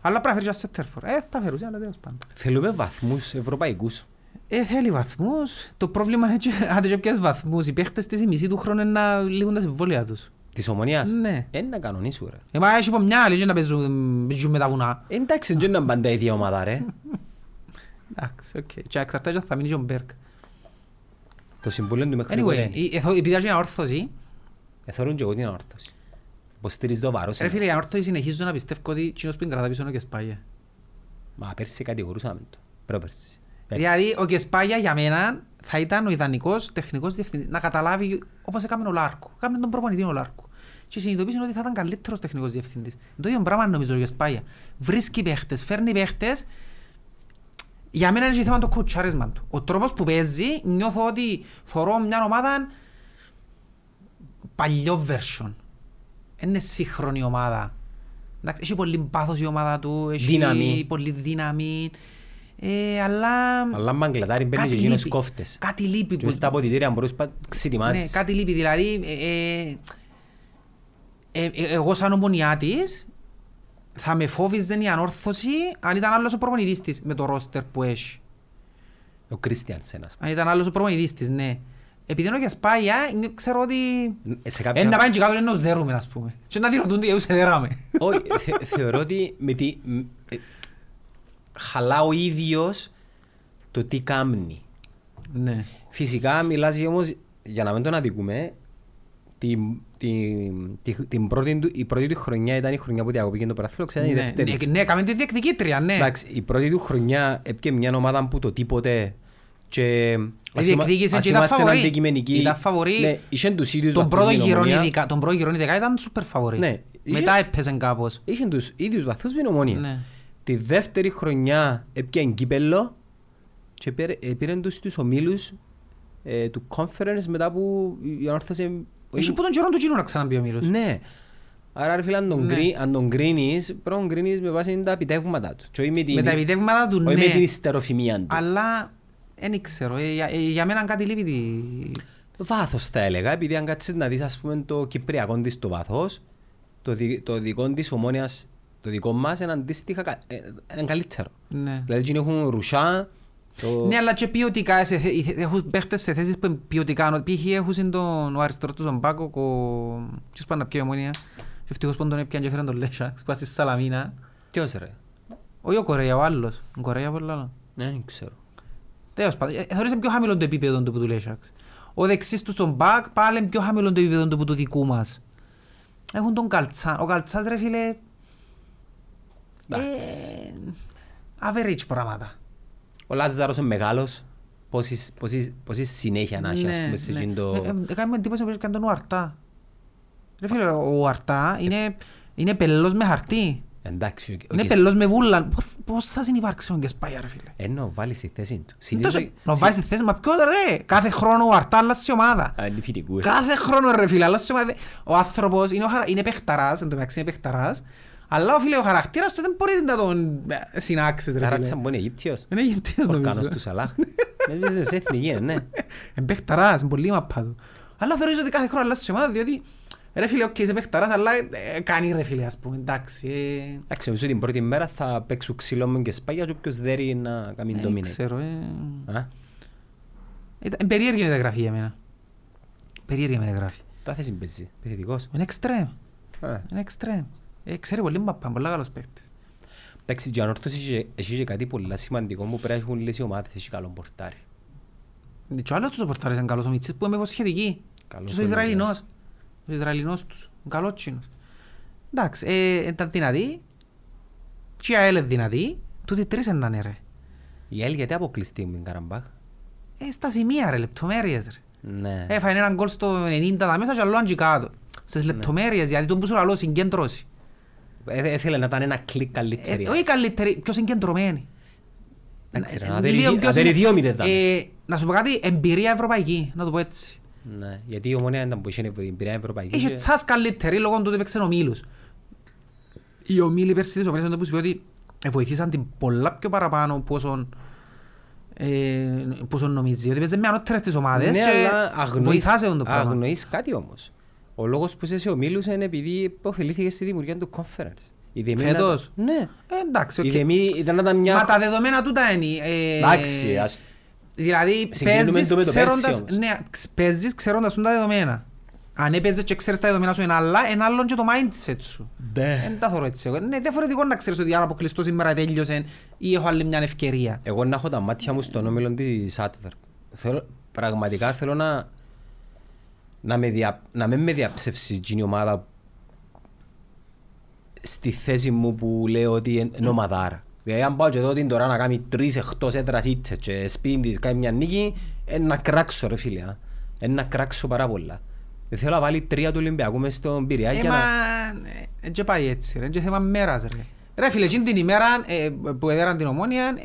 Speaker 1: Αλλά πρέπει να φέρεις ένα σέτερφορ. Ε, θα φέρεις, αλλά τέλος πάντων.
Speaker 2: Θέλουμε βαθμούς ευρωπαϊκούς.
Speaker 1: Ε, θέλει βαθμούς. Το πρόβλημα είναι και- άντε και ποιες βαθμούς. Οι παίχτες της η μισή του χρόνου είναι να λήγουν τα συμβόλαια τους.
Speaker 2: Της ομονίας.
Speaker 1: Ναι.
Speaker 2: Ε, να κανονίσουν ρε.
Speaker 1: Ε, μα έχει από μια άλλη και να παίζουν, παίζουν με τα βουνά.
Speaker 2: Ε, Εντάξει, δεν είναι πάντα η ίδια ομάδα ρε.
Speaker 1: Εντάξει, οκ. Και εξαρτάται και θα μείνει και ο Μπέρκ.
Speaker 2: Το συμβούλιο του μέχρι
Speaker 1: Anyway,
Speaker 2: είναι.
Speaker 1: ε, ε, θω- επειδή έχει αναόρθωση,
Speaker 2: Εθώρουν και εγώ την ανόρθωση. Υποστηρίζω βαρός. ε.
Speaker 1: ρε φίλε, η αναόρθωση συνεχίζω να πιστεύω ότι κοινός που είναι κρατά πίσω είναι ε. ο Κεσπάγια.
Speaker 2: Μα πέρσι κατηγορούσαμε το. Πρόπερσι.
Speaker 1: Δηλαδή, ο Κεσπάγια για μένα θα ήταν ο ιδανικός τεχνικός διευθυντής. Να καταλάβει όπως έκανε ο Λάρκο. Κάμε τον προπονητή ο Λάρκο. Και συνειδητοποίησε ότι θα ήταν καλύτερος τεχνικός διευθυντής. Το ίδιο πράγμα νομίζω ο Κεσπάγια. Βρίσκει παίχτες, φέρνει παίχτες. Για μένα είναι και θέμα το κουτσάρισμα του. Ο τρόπος που παίζει, νιώθω ότι θωρώ μια ομάδα παλιό version. Είναι σύγχρονη ομάδα. Εντάξει, έχει πολύ πάθος η ομάδα του, έχει
Speaker 2: Δύναμη.
Speaker 1: πολύ δύναμη. Ε, αλλά...
Speaker 2: Αλλά Μαγκλατάρι μπαίνει και γίνος κόφτες.
Speaker 1: Κάτι λείπει.
Speaker 2: Και μες στα ποτητήρια μπορείς να
Speaker 1: ναι,
Speaker 2: ξετοιμάσεις.
Speaker 1: κάτι λείπει. Δηλαδή, ε, ε, ε, ε, εγώ σαν ομονιάτης θα με φόβιζε η ανόρθωση αν ήταν άλλος ο προπονητής της με το ρόστερ που έχει.
Speaker 2: Ο Κρίστιανς ένας.
Speaker 1: Αν ήταν άλλος ο προπονητής της, ναι. Επειδή είναι ο Γιασπάγια, ξέρω ότι...
Speaker 2: Ε, Σε
Speaker 1: Ε, να
Speaker 2: κάποια...
Speaker 1: πάνε και κάτω και να τους δέρουμε, ας πούμε. Και να διρωτούνται «Ε, γιατί τους εδέραμε.
Speaker 2: Όχι, θε- θεωρώ ότι με τη... μ, ε, Χαλά ο ίδιος το τι κάμνει.
Speaker 1: Ναι.
Speaker 2: Φυσικά μιλάζει όμως, για να μην τον αδικούμε, την, την, την, την πρώτη, του- η πρώτη του χρονιά ήταν η χρονιά που διακοπήκε το πράθυλο, ξέρετε, η
Speaker 1: Ναι,
Speaker 2: δεύτερη.
Speaker 1: ναι, ναι, κάμε τη διεκδικήτρια, ναι.
Speaker 2: Εντάξει, η πρώτη του χρονιά έπιε μια ομάδα που το τίποτε και... ας είμα-
Speaker 1: διεκδίκησε
Speaker 2: ας
Speaker 1: Δηλαδή και ήταν
Speaker 2: είμαστε
Speaker 1: φαβορί.
Speaker 2: αντικειμενικοί,
Speaker 1: Ήταν φαβορί.
Speaker 2: Ναι, είχε τους ίδιους
Speaker 1: Τον
Speaker 2: βαθμούς
Speaker 1: πρώτο
Speaker 2: με την
Speaker 1: γύρο
Speaker 2: Ομόνια.
Speaker 1: ειδικά, τον πρώτο γύρο ειδικά ήταν super favorite.
Speaker 2: Ναι.
Speaker 1: Μετά έπαιζαν κάπως.
Speaker 2: Είχε τους ίδιους βαθμούς με την ομόνια.
Speaker 1: Ναι.
Speaker 2: Τη δεύτερη χρονιά έπιαν κύπελλο και πήρε- ε, πήραν τους στους ομίλους ε, του conference μετά που η ανόρθωση...
Speaker 1: Έχει που τον καιρό του κοινού να ξαναμπεί ο Μύρος.
Speaker 2: Ναι. Άρα ρε φίλε αν τον,
Speaker 1: Ναι.
Speaker 2: κρίνει- αν τον κρίνεις, πρέπει να τον κρίνεις με βάση τα επιτεύγματα του. Και όχι με την,
Speaker 1: Με τα επιτεύγματα του,
Speaker 2: όχι με
Speaker 1: ναι.
Speaker 2: την ιστεροφημία του.
Speaker 1: Αλλά ε, Δεν ξέρω. Ε, για- ε, για μένα κάτι λείπει. τη-
Speaker 2: Βάθος θα έλεγα, επειδή αν κάτσεις να δεις ας πούμε το κυπριακό της το βάθος, το, δι, το δικό της ομόνιας, το δικό μας είναι αντίστοιχα κα- ε, είναι καλύτερο.
Speaker 1: Ναι.
Speaker 2: Δηλαδή εκείνοι έχουν ρουσά, το...
Speaker 1: Ναι, αλλά και ποιοτικά, σε, θε- οι θε- έχουν παίχτες σε θέσεις που είναι ποιοτικά, ανώ- π.χ. έχουν τον ο αριστερός του τον Πάκο, ο... ποιος πάνε να πιει η ομόνια, και ευτυχώς που τον έπιανε και έφεραν τον Λέσσα, ξεπά στη Σαλαμίνα.
Speaker 2: Ποιος ρε.
Speaker 1: Όχι ο Κορέα, ο άλλος, ο Κορέα από άλλο.
Speaker 2: Ναι, δεν ξέρω.
Speaker 1: Τέλος πάντων, ε, θεωρείς είναι πιο χαμηλό το επίπεδο του που του Λέσσα. Ο δεξής του στον Πάκ, πάλι είναι πιο χαμηλό το επίπεδο του που του δικού μας. Έχουν τον Καλτσάν, ο Καλτσάς ρε φίλε, ε, average πράγματα.
Speaker 2: Ο Λάζαρος είναι μεγάλος, πόσης, πόσης, πόσης συνέχεια να έχει ας πούμε σε εκείνο
Speaker 1: Ε,
Speaker 2: το...
Speaker 1: ε, Κάνει μου εντύπωση που τον Ουαρτά. Ρε φίλε, ο Ουαρτά είναι, είναι πελός με χαρτί.
Speaker 2: Εντάξει, ο- ο-
Speaker 1: Είναι
Speaker 2: και-
Speaker 1: πελός με βούλα. Πώς- Πώς θα συνυπάρξει ο Γκεσπάγια ρε φίλε.
Speaker 2: ενώ βάλει στη θέση του.
Speaker 1: Είναι
Speaker 2: Συνήθως...
Speaker 1: τόσο- Να βάζεις τη θέση, μα ποιο ρε. Κάθε χρόνο ο Ουαρτά αλλάζει ομάδα.
Speaker 2: Αντιφυτικού.
Speaker 1: Κάθε χρόνο ρε φίλε, αλλάζει ομάδα. Ο άνθρωπος είναι, ο χαρα- είναι παιχταράς, εν τω μεταξύ είναι παιχταράς. Αλλά ο φίλε ο χαρακτήρας του δεν μπορείς να τον ε, συνάξεις ρε φίλε.
Speaker 2: Καράτσα μου είναι Αιγύπτιος.
Speaker 1: Είναι Αιγυπτίος
Speaker 2: Ορκάνος
Speaker 1: νομίζω.
Speaker 2: του Σαλάχ. Δεν βρίσκεται σε εθνική, ε, ναι.
Speaker 1: Εν παιχταράς, είναι πολύ μαπά του. Αλλά θεωρείς ότι κάθε χρόνο αλλάζεις ομάδα, διότι ρε φίλε, οκ, είσαι παιχταράς, αλλά ε, κάνει ρε φίλε, ας πούμε, εντάξει. ε,
Speaker 2: Εντάξει, νομίζω την πρώτη μέρα θα παίξω ξύλο μου και σπάγια και όποιος δέρει να κάνει το
Speaker 1: Δεν
Speaker 2: μήνυμα.
Speaker 1: ξέρω, ε.
Speaker 2: Α,
Speaker 1: Ήταν περίεργη μεταγραφή για μένα. Περίεργη μεταγραφή.
Speaker 2: τα θέση παίζει, επιθετικός.
Speaker 1: Είναι εξτρέμ,
Speaker 2: Α,
Speaker 1: είναι εξτρέμ. Ε, Ξέρει πολύ μαπά, πολλά καλός παίκτης.
Speaker 2: Εντάξει, και ανόρθωση είχε- είχε και κάτι πολύ σημαντικό που πρέπει να έχουν λες οι ομάδες, έχει καλό πορτάρι.
Speaker 1: Ε, Και ο άλλος τους ο πορτάρης είναι καλός, ο Μιτσής που είναι υποσχετική.
Speaker 2: Καλός
Speaker 1: Και ο
Speaker 2: ο
Speaker 1: Ισραηλινός.
Speaker 2: Μιτσής.
Speaker 1: Ο Ισραηλινός τους, ο καλότσινος. Εντάξει, ε, ήταν δυνατή. Και η ΑΕΛ είναι δυνατή. Τούτοι τρεις είναι να είναι ρε.
Speaker 2: Η ΑΕΛ γιατί αποκλειστεί με την Καραμπάχ.
Speaker 1: Ε, στα σημεία ρε, λεπτομέρειες ρε.
Speaker 2: Ναι.
Speaker 1: Έφαγε έναν γκολ στο 90 τα μέσα και άλλο αν και κάτω. Στις λεπτομέρειες, γιατί τον που σου λαλώ συγκέντρωση.
Speaker 2: Ε, Έθελε να ήταν ένα κλικ καλύτερη.
Speaker 1: Ε, Όχι καλύτερη, πιο συγκεντρωμένη.
Speaker 2: Εντάξει, ρε,
Speaker 1: Ε,
Speaker 2: να δέρει
Speaker 1: λίγο
Speaker 2: δύ-
Speaker 1: πιο
Speaker 2: να δέρει
Speaker 1: συν-
Speaker 2: δύο μηδέν τα
Speaker 1: Ε,
Speaker 2: μισή.
Speaker 1: Να σου πω κάτι, εμπειρία ευρωπαϊκή, να το πω έτσι.
Speaker 2: Ναι, γιατί η ομόνια ήταν που είχε την πειραία ευρωπαϊκή.
Speaker 1: Είχε
Speaker 2: και-
Speaker 1: τσάς καλύτερη λόγω του ότι παίξαν ο Μίλους. Οι ομίλοι πέρσι της ομίλης ήταν που σου πει ότι ε, βοηθήσαν την πολλά πιο παραπάνω από όσον ε, που όσον νομίζει ότι παίζει με ανώτερες τις ομάδες
Speaker 2: Ναι,
Speaker 1: και
Speaker 2: αλλά αγνοείς-
Speaker 1: βοηθάσαι τον το πράγμα.
Speaker 2: αγνοείς κάτι όμως. Ο λόγος που είσαι σε ομίλους είναι επειδή υποφελήθηκες στη δημιουργία του conference. Η Δεμή ήταν-
Speaker 1: Φέτος?
Speaker 2: Ναι.
Speaker 1: Ε, Εντάξει,
Speaker 2: Η
Speaker 1: οκ.
Speaker 2: Δεμή ήταν να ήταν μια...
Speaker 1: Μα τα δεδομένα τούτα είναι. ε,
Speaker 2: Εντάξει, ας-
Speaker 1: Δηλαδή
Speaker 2: Συγκρίνουμε
Speaker 1: παίζεις
Speaker 2: το με το
Speaker 1: ξέροντας,
Speaker 2: πέρσι όμως.
Speaker 1: ναι, ξ- παίζεις ξέροντας τούτα τα δεδομένα. Αν έπαιζες και ξέρεις τα δεδομένα σου είναι άλλα, είναι άλλον και το mindset σου.
Speaker 2: Ναι.
Speaker 1: Δεν τα θεωρώ έτσι εγώ. Είναι διαφορετικό να ξέρεις ότι αν αποκλειστώ σήμερα τέλειωσε ή έχω άλλη μια ευκαιρία.
Speaker 2: Εγώ να έχω τα μάτια μου στον όμιλο της Adverb. Θέλω, πραγματικά θέλω να, να, με δια, να μην με διαψεύσει η ομάδα στη θέση μου που λέω ότι είναι ομαδάρα. Δηλαδή αν πάω και εδώ την τώρα να κάνει τρεις εκτός έδρας ήττες και σπίτι της κάνει μια νίκη, ε, να κράξω ρε φίλε. α. Ε, να κράξω πάρα πολλά. Ε, Θέλω να βάλει τρία του Ολυμπιακού μες στον Πειραιά
Speaker 1: Ε,
Speaker 2: για
Speaker 1: μα,
Speaker 2: να...
Speaker 1: ε, ε, και πάει έτσι ρε, είναι και θέμα μέρας ρε. Ρε φίλε, εκείνη την ημέρα ε, που έδεραν την ομόνια, ε,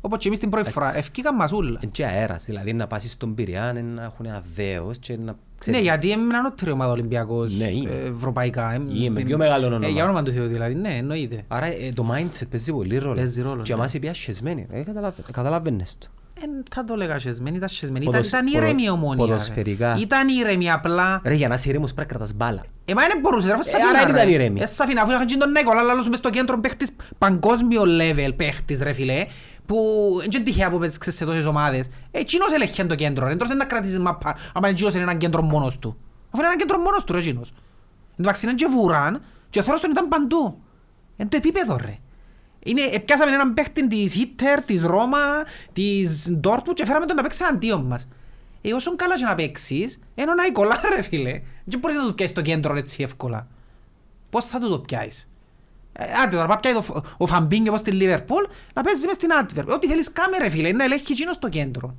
Speaker 1: όπως και εμείς την πρώτη φορά,
Speaker 2: Εντάξει.
Speaker 1: ευκήκαν μαζούλα.
Speaker 2: Είναι και αέρας, δηλαδή να πάσεις στον Πειραιά, ε, να έχουν ένα δέος και να...
Speaker 1: Ναι,
Speaker 2: ξέρεις,
Speaker 1: γιατί έμειναν ανώτερη ομάδα Ολυμπιακός
Speaker 2: Ναι, είναι.
Speaker 1: ε, ευρωπαϊκά. ε,
Speaker 2: Είναι,
Speaker 1: ε,
Speaker 2: πιο μεγάλο
Speaker 1: ε,
Speaker 2: όνομα.
Speaker 1: Για όνομα του Θεού δηλαδή, ναι, εννοείται.
Speaker 2: Άρα ε, το mindset παίζει πολύ ρόλο.
Speaker 1: Παίζει ρόλο,
Speaker 2: Και
Speaker 1: ναι.
Speaker 2: εμάς η πια σχεσμένη. Ε, καταλαβα- καταλαβαίνεις το.
Speaker 1: Ε, θα το λέγα σεσμένη, ήταν σεσμένη. Ήταν,
Speaker 2: Ποδοσ-
Speaker 1: ήταν
Speaker 2: ποδο-
Speaker 1: ήρεμη η ομόνια. ρε.
Speaker 2: ποδοσφαιρικά.
Speaker 1: Ήταν ήρεμη απλά.
Speaker 2: Ρε, για να είσαι ήρεμος πρέπει να κρατάς μπάλα.
Speaker 1: Ε, μα δεν μπορούσε, ρε, αφού
Speaker 2: Ε, άρα
Speaker 1: σαφίνα,
Speaker 2: ήταν
Speaker 1: ρε.
Speaker 2: ήρεμη.
Speaker 1: Ε, σαφίνα, αφού είχαν γίνει τον Νέκολα, αλλά άλλος μες στο κέντρο παίχτης, παγκόσμιο level παίχτης, ρε φίλε, που δεν είναι τυχαία που παίζεις σε τόσες ομάδες. Ε, εκείνος ελέγχε το κέντρο, ρε, τώρα δεν να κρατήσεις μαπά, άμα εκείνος είναι ένα κέντρο μόνος του. Αφού είναι ένα κέντρο μόνος του, ρε, εκείνος. Εν τω μεταξύ είναι και βουράν, και ο θόρος του ήταν παντού. Είναι το επίπεδο, ρε. Είναι, ε, πιάσαμε έναν παίχτη της Χίτερ, της Ρώμα, της Ντόρτμουντ και φέραμε τον να παίξει εναντίον μας. Ε, όσον καλά και να παίξεις, ενώ να κολλά ρε φίλε. Δεν μπορείς να του πιάσεις το κέντρο έτσι εύκολα. Πώς θα του το πιάσεις. Ε, άντε τώρα, πάει πιάει το, Φ- ο Φαμπίνγκε όπως στη Λίβερπουλ, να παίζεις μες στην Άντβερπ. Ό,τι θέλεις κάμε ρε φίλε, να ελέγχει εκείνος το κέντρο.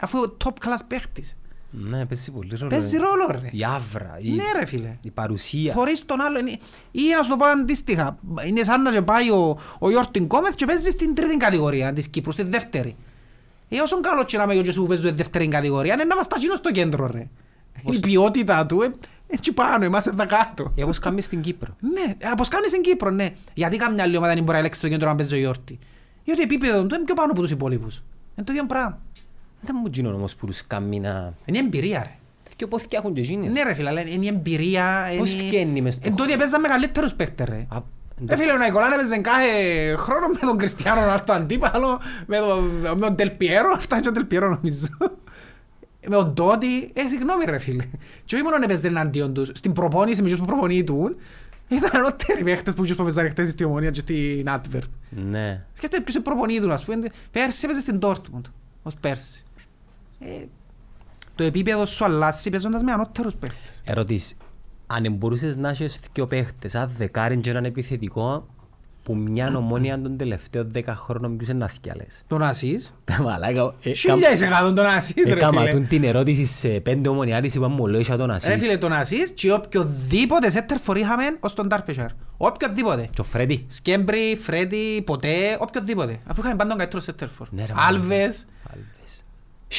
Speaker 1: Αφού είναι ο top class παίχτης.
Speaker 2: Ναι, παίζει πολύ ρόλο.
Speaker 1: Παίζει
Speaker 2: ε.
Speaker 1: ρόλο ρε.
Speaker 2: Η άβρα, η,
Speaker 1: Ναι ρε φίλε.
Speaker 2: η παρουσία.
Speaker 1: Φορείς τον άλλο. είναι- Ή να σου το πω αντίστοιχα. Είναι σαν να και πάει ο, ο Ιόρτιν Κόμεθ και παίζει στην τρίτη κατηγορία της Κύπρου, στη δεύτερη. Ε, όσον καλό και να είμαι εγώ και εσύ που παίζω στη δεύτερη κατηγορία, είναι να μας ταχύνω στο κέντρο ρε. Η ποιότητα του, ε, έτσι πάνω, εμάς εδώ κάτω.
Speaker 2: Ε, όπως κάνουμε στην Κύπρο.
Speaker 1: Ναι, όπως κάνεις στην Κύπρο, ναι. Γιατί καμιά άλλη ομάδα δεν μπορεί να ελέγξει στο κέντρο να παίζει ο Ιόρτη. Διότι επίπεδο του είναι πιο πάνω από τους υπόλοιπους. Είναι το ίδιο πράγμα.
Speaker 2: Δεν μου γίνουν όμως που τους κάνει να...
Speaker 1: Είναι εμπειρία ρε.
Speaker 2: Δυο πόθηκια έχουν και γίνει.
Speaker 1: Ναι ρε φίλε, αλλά είναι η εμπειρία.
Speaker 2: Πώς
Speaker 1: είναι-
Speaker 2: βγαίνει μες στο
Speaker 1: Εν τότε
Speaker 2: χώρο.
Speaker 1: παίζαμε καλύτερους παίχτες ρε.
Speaker 2: Α,
Speaker 1: Ρε φίλε, ο Ναϊκολάν έπαιζε κάθε χρόνο με τον Κριστιανό Ρονάλτο αντίπαλο, με τον, με τον Τελπιέρο, αυτά είναι και ο Τελπιέρο νομίζω. με τον Τότι, ε, συγγνώμη ρε φίλε. Και όχι μόνο έπαιζε εναντίον τους, στην προπόνηση με τους που προπονείτουν, ήταν ανώτεροι παίχτες που τους που έπαιζαν χτες στη Ομόνια και στην Άτβερ.
Speaker 2: Ναι.
Speaker 1: Σκέφτε ποιος προπονείτουν, ας πούμε, πέρσι έπαιζε στην Dortmund, ως πέρσι. Ε, το επίπεδο σου αλλάζει παίζοντας με ανώτερους παίχτες.
Speaker 2: Ερωτήσει. Αν μπορούσες να έχεις δύο παίχτες, αν δεκάριν και έναν επιθετικό, που μια ομόνια των τελευταίων δέκα χρόνων ποιος είναι να θυκιάλες.
Speaker 1: Τον Ασίς,
Speaker 2: Τα Μαλάκα, ε,
Speaker 1: χιλιά εις εκατόν τον Ασίς ρε
Speaker 2: έκαμα
Speaker 1: φίλε.
Speaker 2: Ε, τούν την ερώτηση σε πέντε ομονιάρεις, είπα μου λέω τον
Speaker 1: Ρε φίλε
Speaker 2: Ασίς.
Speaker 1: τον Ασίς και οποιοδήποτε σέντερ φορ είχαμε ως τον Ντάρπεσσαρ. Οποιοδήποτε.
Speaker 2: Και ο Φρέντι.
Speaker 1: Σκέμπρι, Φρέντι, ποτέ, οποιοδήποτε. Αφού είχαμε πάντων καλύτερο σέντερ φορ.
Speaker 2: Ναι, ρε,
Speaker 1: Άλβες.
Speaker 2: Άλβες.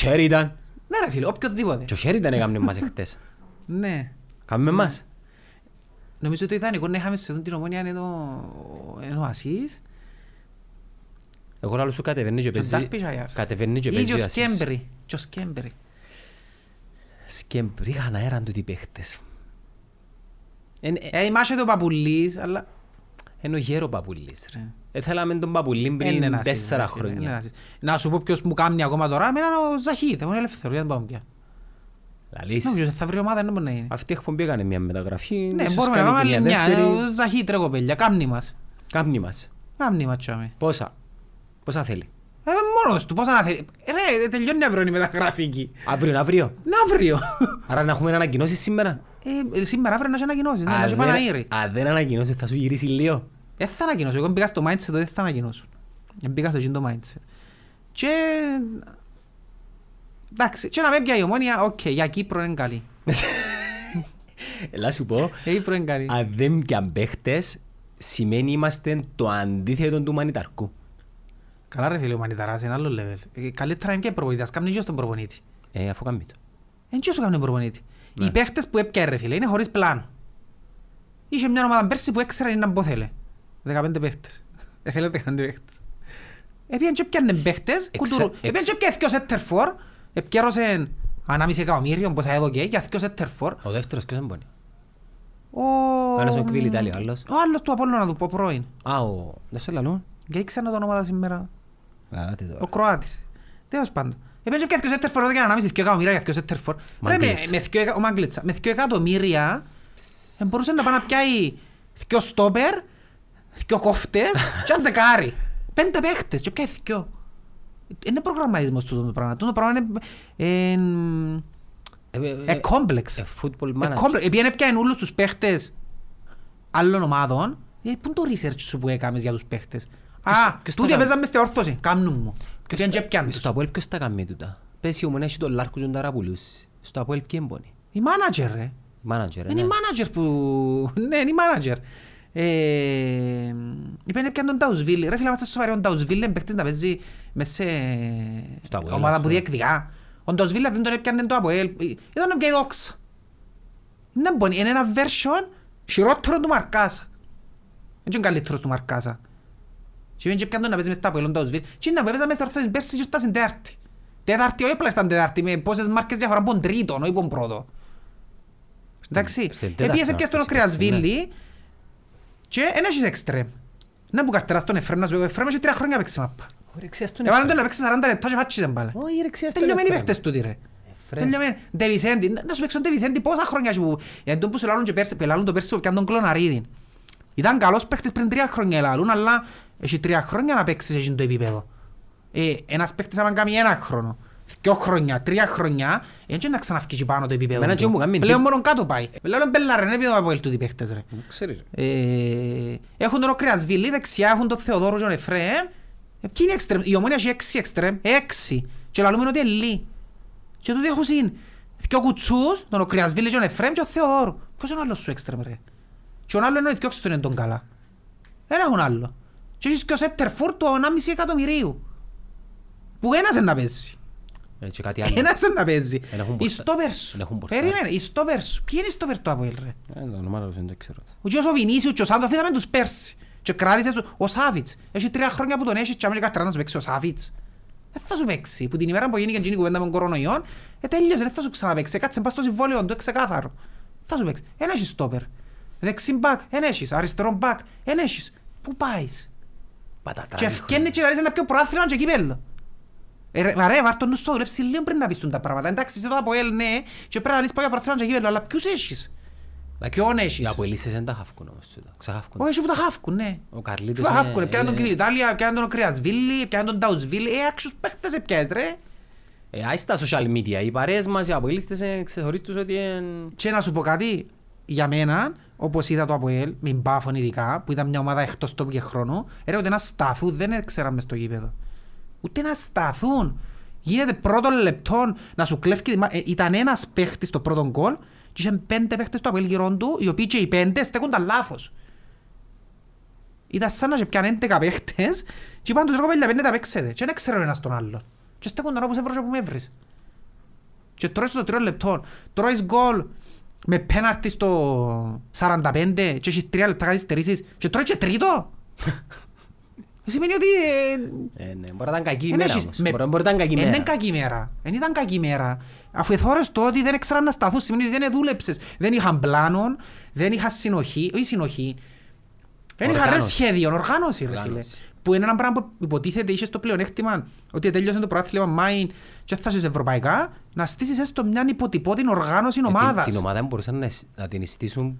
Speaker 2: Sheridan.
Speaker 1: Ναι ρε φίλε, οποιοδήποτε.
Speaker 2: Και ο Sheridan έκαμε μας εχθές.
Speaker 1: Ναι.
Speaker 2: Κάμε μας.
Speaker 1: Νομίζω το ιδανικό να είχαμε σε αυτόν την ομόνια είναι το είναι ο Ασίς
Speaker 2: Εγώ λάλλω σου κατεβαίνει και
Speaker 1: και ο
Speaker 2: παίζει.
Speaker 1: Ντάρπεσσαρ.
Speaker 2: Κατεβαίνει και
Speaker 1: Ή
Speaker 2: παίζει
Speaker 1: και
Speaker 2: ο
Speaker 1: ο
Speaker 2: Ασίς.
Speaker 1: Σκέμπρι. Και ο Σκέμπρι.
Speaker 2: Σκέμπρι, είχαν αέραν τούτοι οι παίχτες. Εν- ε-
Speaker 1: Ε, Μάσε το Παπουλής, αλλά...
Speaker 2: Εν ο γέρο Παπουλής. ρε.
Speaker 1: Ναι.
Speaker 2: Ε, θέλαμε τον Παπουλή
Speaker 1: ε, Είναι
Speaker 2: πριν
Speaker 1: ένας
Speaker 2: τέσσερα
Speaker 1: Ασίς, ρε φίλε, είναι
Speaker 2: χρόνια.
Speaker 1: ένας Ασίς. Να σου πω ποιος μου κάνει ακόμα τώρα, εμένα είναι ο Ζαχίτ, εγώ είναι ελευθερία, δεν πάω πια.
Speaker 2: Λαλείς.
Speaker 1: Νομίζω θα βρει ομάδα, δεν μπορεί να είναι.
Speaker 2: Αυτή η εκπομπή έκανε μια μεταγραφή.
Speaker 1: Ναι,
Speaker 2: ίσως
Speaker 1: μπορούμε να
Speaker 2: κάνει
Speaker 1: κάνουμε
Speaker 2: και
Speaker 1: άλλη μια.
Speaker 2: δεύτερη.
Speaker 1: ε, Ζαχή τρε κοπέλια, κάμνη μας.
Speaker 2: Κάμνη μας.
Speaker 1: Κάμνη μας τσάμε.
Speaker 2: Πόσα. Πόσα θέλει.
Speaker 1: Ε, μόνος του, πόσα να θέλει. Ε, Ρε, τελειώνει αύριο η μεταγραφική.
Speaker 2: Αύριο, αύριο.
Speaker 1: Να αύριο.
Speaker 2: Άρα να έχουμε ανακοινώσει σήμερα.
Speaker 1: Ε, σήμερα αύριο να σε ανακοινώσεις, ναι, να σε
Speaker 2: Αν
Speaker 1: πάνε
Speaker 2: δεν-
Speaker 1: αήρη.
Speaker 2: Αν δεν ανακοινώσεις, θα σου γυρίσει λίγο.
Speaker 1: Ε, θα ανακοινώσω, εγώ μπήκα στο mindset, δεν θα ανακοινώσω. Ε, Μπήκα στο εκείνο το mindset. Και... Εντάξει, και να με πια η ομόνια, οκ, για Κύπρο είναι καλή.
Speaker 2: Ελά σου πω.
Speaker 1: Ε, Κύπρο είναι καλή.
Speaker 2: Αν δεν πιαν παίχτες, σημαίνει είμαστε το αντίθετο του μανιταρκού.
Speaker 1: Καλά ρε φίλε, ο Μανιταράς είναι άλλο level. Ε, Καλύτερα είναι και προπονητής, κάμνη και στον προπονήτη.
Speaker 2: Ε, αφού κάνουμε το.
Speaker 1: Εν τόσο κάνουν προπονήτη.
Speaker 2: Ναι.
Speaker 1: Οι παίχτες που έπιανε ρε φίλε είναι χωρίς πλάνο. Είχε μια ομάδα πέρσι που έξεραν να μπω θέλε. 15 παίχτες.
Speaker 2: Ε,
Speaker 1: Έθελε 15 παίχτες. Επίαν και έπιανε παίχτες.
Speaker 2: Εξα-
Speaker 1: κουντουρού.
Speaker 2: εξ-
Speaker 1: Επίαν και έπιανε δυο σέτερ φορ. Επιέρωσε ανάμιση εκατομμύριο πόσα έδωκε για δυο σέτερ φορ.
Speaker 2: Ο δεύτερος ποιος δεν μπορεί.
Speaker 1: Ο...
Speaker 2: Ένας ο Κβίλ Ιταλία, ο άλλος.
Speaker 1: Ο άλλος του Απόλλωνα του, ο πρώην.
Speaker 2: Α, ο... Δεν στο λαλούν.
Speaker 1: Γιατί ξανά το όνομα τα σήμερα.
Speaker 2: Α, τι
Speaker 1: Ο
Speaker 2: τώρα.
Speaker 1: Κροάτης. Τέλος πάντων. Επέντε και δυο σέτερ φορ, έδωκε ανάμιση δυο εκατομμύρια για δυο σέτερ φορ. Ρε, με,
Speaker 2: Μαγκλίτσα.
Speaker 1: με δυο εκα- ο Μαγκλίτσα. Με δυο εκατομμύρια ε, μπορούσε να πάει να πιάει δυο στόπερ, δυο κοφτές και ένα δεκάρι. Πέντε παίχτες και πιάει δυο. Είναι προγραμματισμός τούτο το πράγμα. Τούτο το πράγμα είναι... ε,
Speaker 2: Ε, ε,
Speaker 1: ε,
Speaker 2: ε,
Speaker 1: complex.
Speaker 2: ε, football
Speaker 1: Ε,
Speaker 2: manager.
Speaker 1: complex. Επειδή έπιανε όλους τους παίχτες άλλων ομάδων, ε, πού είναι το research σου που έκαμες για τους παίχτες. Α,
Speaker 2: ποιος τα
Speaker 1: τούτοι
Speaker 2: κάνει?
Speaker 1: έπαιζαν μες στην όρθωση. Κάμνουν μου.
Speaker 2: Ποιος
Speaker 1: Πιάνε
Speaker 2: τα-
Speaker 1: και πιάνε τους.
Speaker 2: Στο Αποέλ ποιος τα κάνει τούτα. Πες η ομονία έχει τον Λάρκο και τον Ταραπουλούς. Στο Αποέλ ποιοι εμπονεί.
Speaker 1: Η manager, ρε.
Speaker 2: Η manager, ε,
Speaker 1: Είναι
Speaker 2: ναι.
Speaker 1: η manager που... Ναι, είναι η manager. Ε, Είπαν έπιαν τον Ταουσβίλη. Ρε φίλε, είμαστε σοβαροί. Ο Ταουσβίλη είναι παίχτης να παίζει μέσα σε
Speaker 2: Στο Αποέλ, ας
Speaker 1: ομάδα που
Speaker 2: πούμε.
Speaker 1: διεκδικά. Ο Ταουσβίλη δεν τον έπιανε το Αποέλ. Ήταν να πιάει δόξα. Είναι μπονι- Είναι ένα version χειρότερο του Μαρκάσα. Δεν είναι καλύτερος του Μαρκάσα. Και πήγαινε και πιάνε τον να παίζει μες στα Αποέλ, ο Ταουσβίλη. Και είναι που έπαιζα μες στα ορθώσεις πέρσι και ήρθα στην τέταρτη. Τέταρτη, όχι απλά ήρθαν τέταρτη, με πόσες μάρκες διαφορά από τον τρίτον, όχι από τον πρώτο. Εντάξει,
Speaker 2: στην τέταρτη
Speaker 1: επίεσε πια στον
Speaker 2: ορθώση,
Speaker 1: Κρυασβίλη και δεν έχεις εξτρέμ. Να που καρτεράς τον Εφραίμ, να σου πει, ο Εφραίμ έχει τρία χρόνια παίξει μάπα.
Speaker 2: Ωρεξία στον
Speaker 1: Έβαλαν τον
Speaker 2: Εφραίμ.
Speaker 1: να παίξει 40 λεπτά και φάτσισε μπάλα.
Speaker 2: Όχι, ρεξιά στον
Speaker 1: Τελειωμένοι
Speaker 2: Εφραίμ.
Speaker 1: παίχτες τούτοι ρε.
Speaker 2: Εφραίμ.
Speaker 1: Τελειωμένοι. Ντε Βισέντη, να να σου παίξει ο Ντε Βισέντη πόσα χρόνια έχει που... Γιατί τον που σου λαλούν και πέρσι, που λαλούν το πέρσι που πιάνε τον Κλωναρίδη. Ήταν καλός παίχτης πριν τρία χρόνια λαλούν, αλλά έχει τρία χρόνια να παίξεις εκείνο το επίπεδο. Ε, ένας παίχτης άμα κάνει ένα χρόνο, δυο χρόνια, τρία χρόνια, έτσι να ξαναφκίσει πάνω το επίπεδο
Speaker 2: Εμένα
Speaker 1: του.
Speaker 2: και μου κάνει
Speaker 1: Πλέον
Speaker 2: εντύπ-
Speaker 1: μόνο κάτω πάει. Πλέον είναι μπελάρε, είναι επίπεδο από ελτούτοι παίχτες ρε.
Speaker 2: Ξέρεις.
Speaker 1: Ε, έχουν τον Κρεασβίλη, δεξιά έχουν τον Θεοδόρο και τον Εφραίμ. Ε, Ποιοι είναι εξτρέμ, η ομόνια έχει έξι εξτρέμ, έξι. Και λαλούμε ότι είναι λί. Και τούτοι έχουν συν δυο κουτσούς, τον Κρεασβίλη και τον Εφραίμ και τον Θεοδόρο. Ποιος είναι ο άλλος σου εξτρέμ ρε. Και ο άλλος είναι ο δυο είναι τον καλά. Δεν έχουν άλλο. Και έχεις και ο Σέτερφορ του 1,5 εκατομμυρίου. Που ένας είναι να παίζει.
Speaker 2: Ε, και κάτι άλλο.
Speaker 1: Ένας είναι να παίζει.
Speaker 2: Εν έχουν
Speaker 1: Η
Speaker 2: πορτα-
Speaker 1: στόπερ σου.
Speaker 2: εν έχουν πορτάρι.
Speaker 1: Περίμενε, η στόπερ σου. Ποιοι είναι οι στόπερ του Αποέλ ρε.
Speaker 2: Ε, το όνομα τους δεν ξέρω.
Speaker 1: Ο κύριος ο Βινίσιου και ο Σάντο αφήσαμε τους πέρσι. Και κράτησες τους. Ο Σάβιτς. Έχει τρία χρόνια που τον έχει και άμα και καρτερά να σου παίξει ο Σάβιτς. Δεν θα σου παίξει. Που την ημέρα που γίνηκε εκείνη η κουβέντα με τον κορονοϊό, ε, τέλειωσε, δεν θα σου ξαναπαίξει. Ε, Κάτσε πας στο συμβόλαιο του, εξεκάθαρο. Θα σου παίξει. Ένα έχεις στόπερ. Δεξί μπακ, ένα έχεις. Αριστερό μπακ, ένα έχεις. Πού πάεις. Και ευκένει και να λες ένα πιο προάθλημα και κύπελλο. Ε, ρε, μα ρε, βάρ' το νου σου, δουλέψει λίγο πριν να πεις τούν τα πράγματα. Εντάξει, είσαι το Αποέλ, ναι, και πρέπει να λύσεις πάει για προάθλημα και κύπελλο, αλλά ποιους έχεις. ποιον έχεις.
Speaker 2: Για απολύσεις δεν τα χαύκουν όμως τούτα. Ξαχαύκουν.
Speaker 1: Όχι, που τα χάφκουν, ναι.
Speaker 2: Ο Καρλίτος
Speaker 1: Σου τα χάφκουνε,
Speaker 2: είναι-
Speaker 1: πιάνε τον
Speaker 2: είναι-
Speaker 1: Κυριτάλια, πιάνε τον Κρυασβίλη, πιάνε τον Νταουτσβίλη, ε, άξιους παίχτες ε, πιάες, ρε.
Speaker 2: Ε, άι στα social media, οι παρέες μας, οι απολύστες, ε, ξεχωρίζεις τους ότι εν-
Speaker 1: Και να σου πω κάτι, για μένα, όπως είδα το Αποέλ, με την Πάφων ειδικά, που ήταν μια ομάδα εκτός τόπου και χρόνου, ρε, ούτε να σταθούν, δεν έξεραμε στο γήπεδο. Ούτε να σταθούν. Γίνεται πρώτων λεπτών να σου κλέφει. μα, ε, ήταν ένας παίχτης στο πρώτο γκολ και είχε πέντε παίχτες στο Αποέλ γύρω του, οι οποίοι και οι πέντε στέκονταν λάθος. Ήταν σαν να σε πιάνε 11 παίχτες και είπαν τους ρε κοπέλια πέντε τα παίξετε και δεν ξέρουν ένας τον άλλον. Και στέκονταν όπως έβρωσε που με έβρεις. Και τρώεις στο τριών λεπτών. Τρώεις γκολ με πέναρτι στο 45 και έχεις τρία λεπτά καθυστερήσεις και τρώεις και τρίτο. Σημαίνει ότι ε,
Speaker 2: Ε, ναι, μπορεί να ήταν κακή η
Speaker 1: εν
Speaker 2: μέρα
Speaker 1: έχεις-
Speaker 2: όμως.
Speaker 1: με-
Speaker 2: Μπορεί μπορεί να ήταν κακή η
Speaker 1: εν
Speaker 2: μέρα.
Speaker 1: είναι κακή μέρα. Εν ήταν κακή μέρα. Αφού εθώρες το ότι δεν ήξεραν να σταθούν, σημαίνει ότι δεν δούλεψες. Δεν είχαν πλάνο, δεν είχαν συνοχή, όχι συνοχή. Δεν είχαν ρε
Speaker 2: Οργάνωση.
Speaker 1: σχέδιο, οργάνωση ρε φίλε.
Speaker 2: Οργάνωση.
Speaker 1: Που είναι ένα πράγμα που υποτίθεται είχες το πλεονέκτημα ότι τέλειωσε το πρωτάθλημα Μάιν και έφτασες ευρωπαϊκά να στήσεις έστω μια υποτυπώδη οργάνωση
Speaker 2: Ε, την-
Speaker 1: ομάδας.
Speaker 2: Την ομάδα μπορούσαν να εσ- να την στήσουν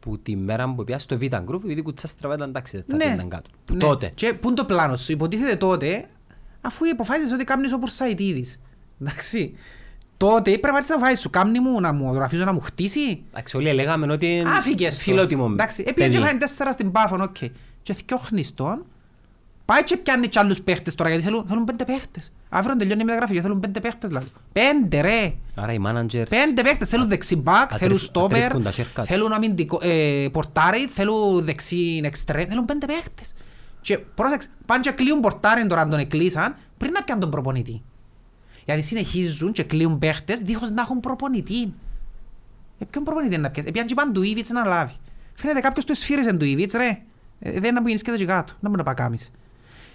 Speaker 2: που τη μέρα που πιάσει το Β' Group, επειδή κουτσάς στραβά ήταν εντάξει, θα πήγαιναν κάτω. Που
Speaker 1: Ναι.
Speaker 2: Τότε.
Speaker 1: Και πού είναι το πλάνο σου, υποτίθεται τότε, αφού αποφάσισες ότι κάμνεις ο Πουρσαϊτίδης. Εντάξει. Τότε πρέπει να έρθεις να αποφάσεις σου, κάμνη μου, να μου το αφήσω να μου χτίσει.
Speaker 2: Εντάξει, όλοι λέγαμε ότι είναι
Speaker 1: Άφηκες το.
Speaker 2: φιλότιμο
Speaker 1: Εντάξει, έπιανε και
Speaker 2: παιδί.
Speaker 1: φάνε τέσσερα στην Πάφον, οκ. Και θκιόχνεις τον. Πάει και πιάνει κι άλλους παίχτες τώρα, γιατί θέλουν, θέλουν πέντε παίχτες. Αύριο τελειώνει η μεταγραφή και θέλουν πέντε παίχτες. λαλώ. Πέντε ρε!
Speaker 2: Άρα οι managers...
Speaker 1: Πέντε παίχτες, θέλουν δεξί μπακ,
Speaker 2: ατρέφ-
Speaker 1: θέλουν στόπερ,
Speaker 2: ατρέφκουν τα χέρια τους.
Speaker 1: θέλουν αμυντικό, ε, πορτάρι, θέλουν δεξί εξτρέμ, θέλουν πέντε παίχτες. Και πρόσεξε, πάνε και κλείουν πορτάρι τώρα αν τον εκλείσαν, πριν να πιάνουν τον προπονητή. Γιατί συνεχίζουν και κλείουν παίχτες δίχως να έχουν προπονητή. Ε, ποιον προπονητή είναι να πιάσει, επειδή αν πάνε του Ήβιτς να λάβει. Φαίνεται κάποιος του εσφύριζε του Ήβιτς, ρε. Ε, δεν είναι να πηγαίνεις και εδώ και κάτω, να μπορεί να πακάμεις.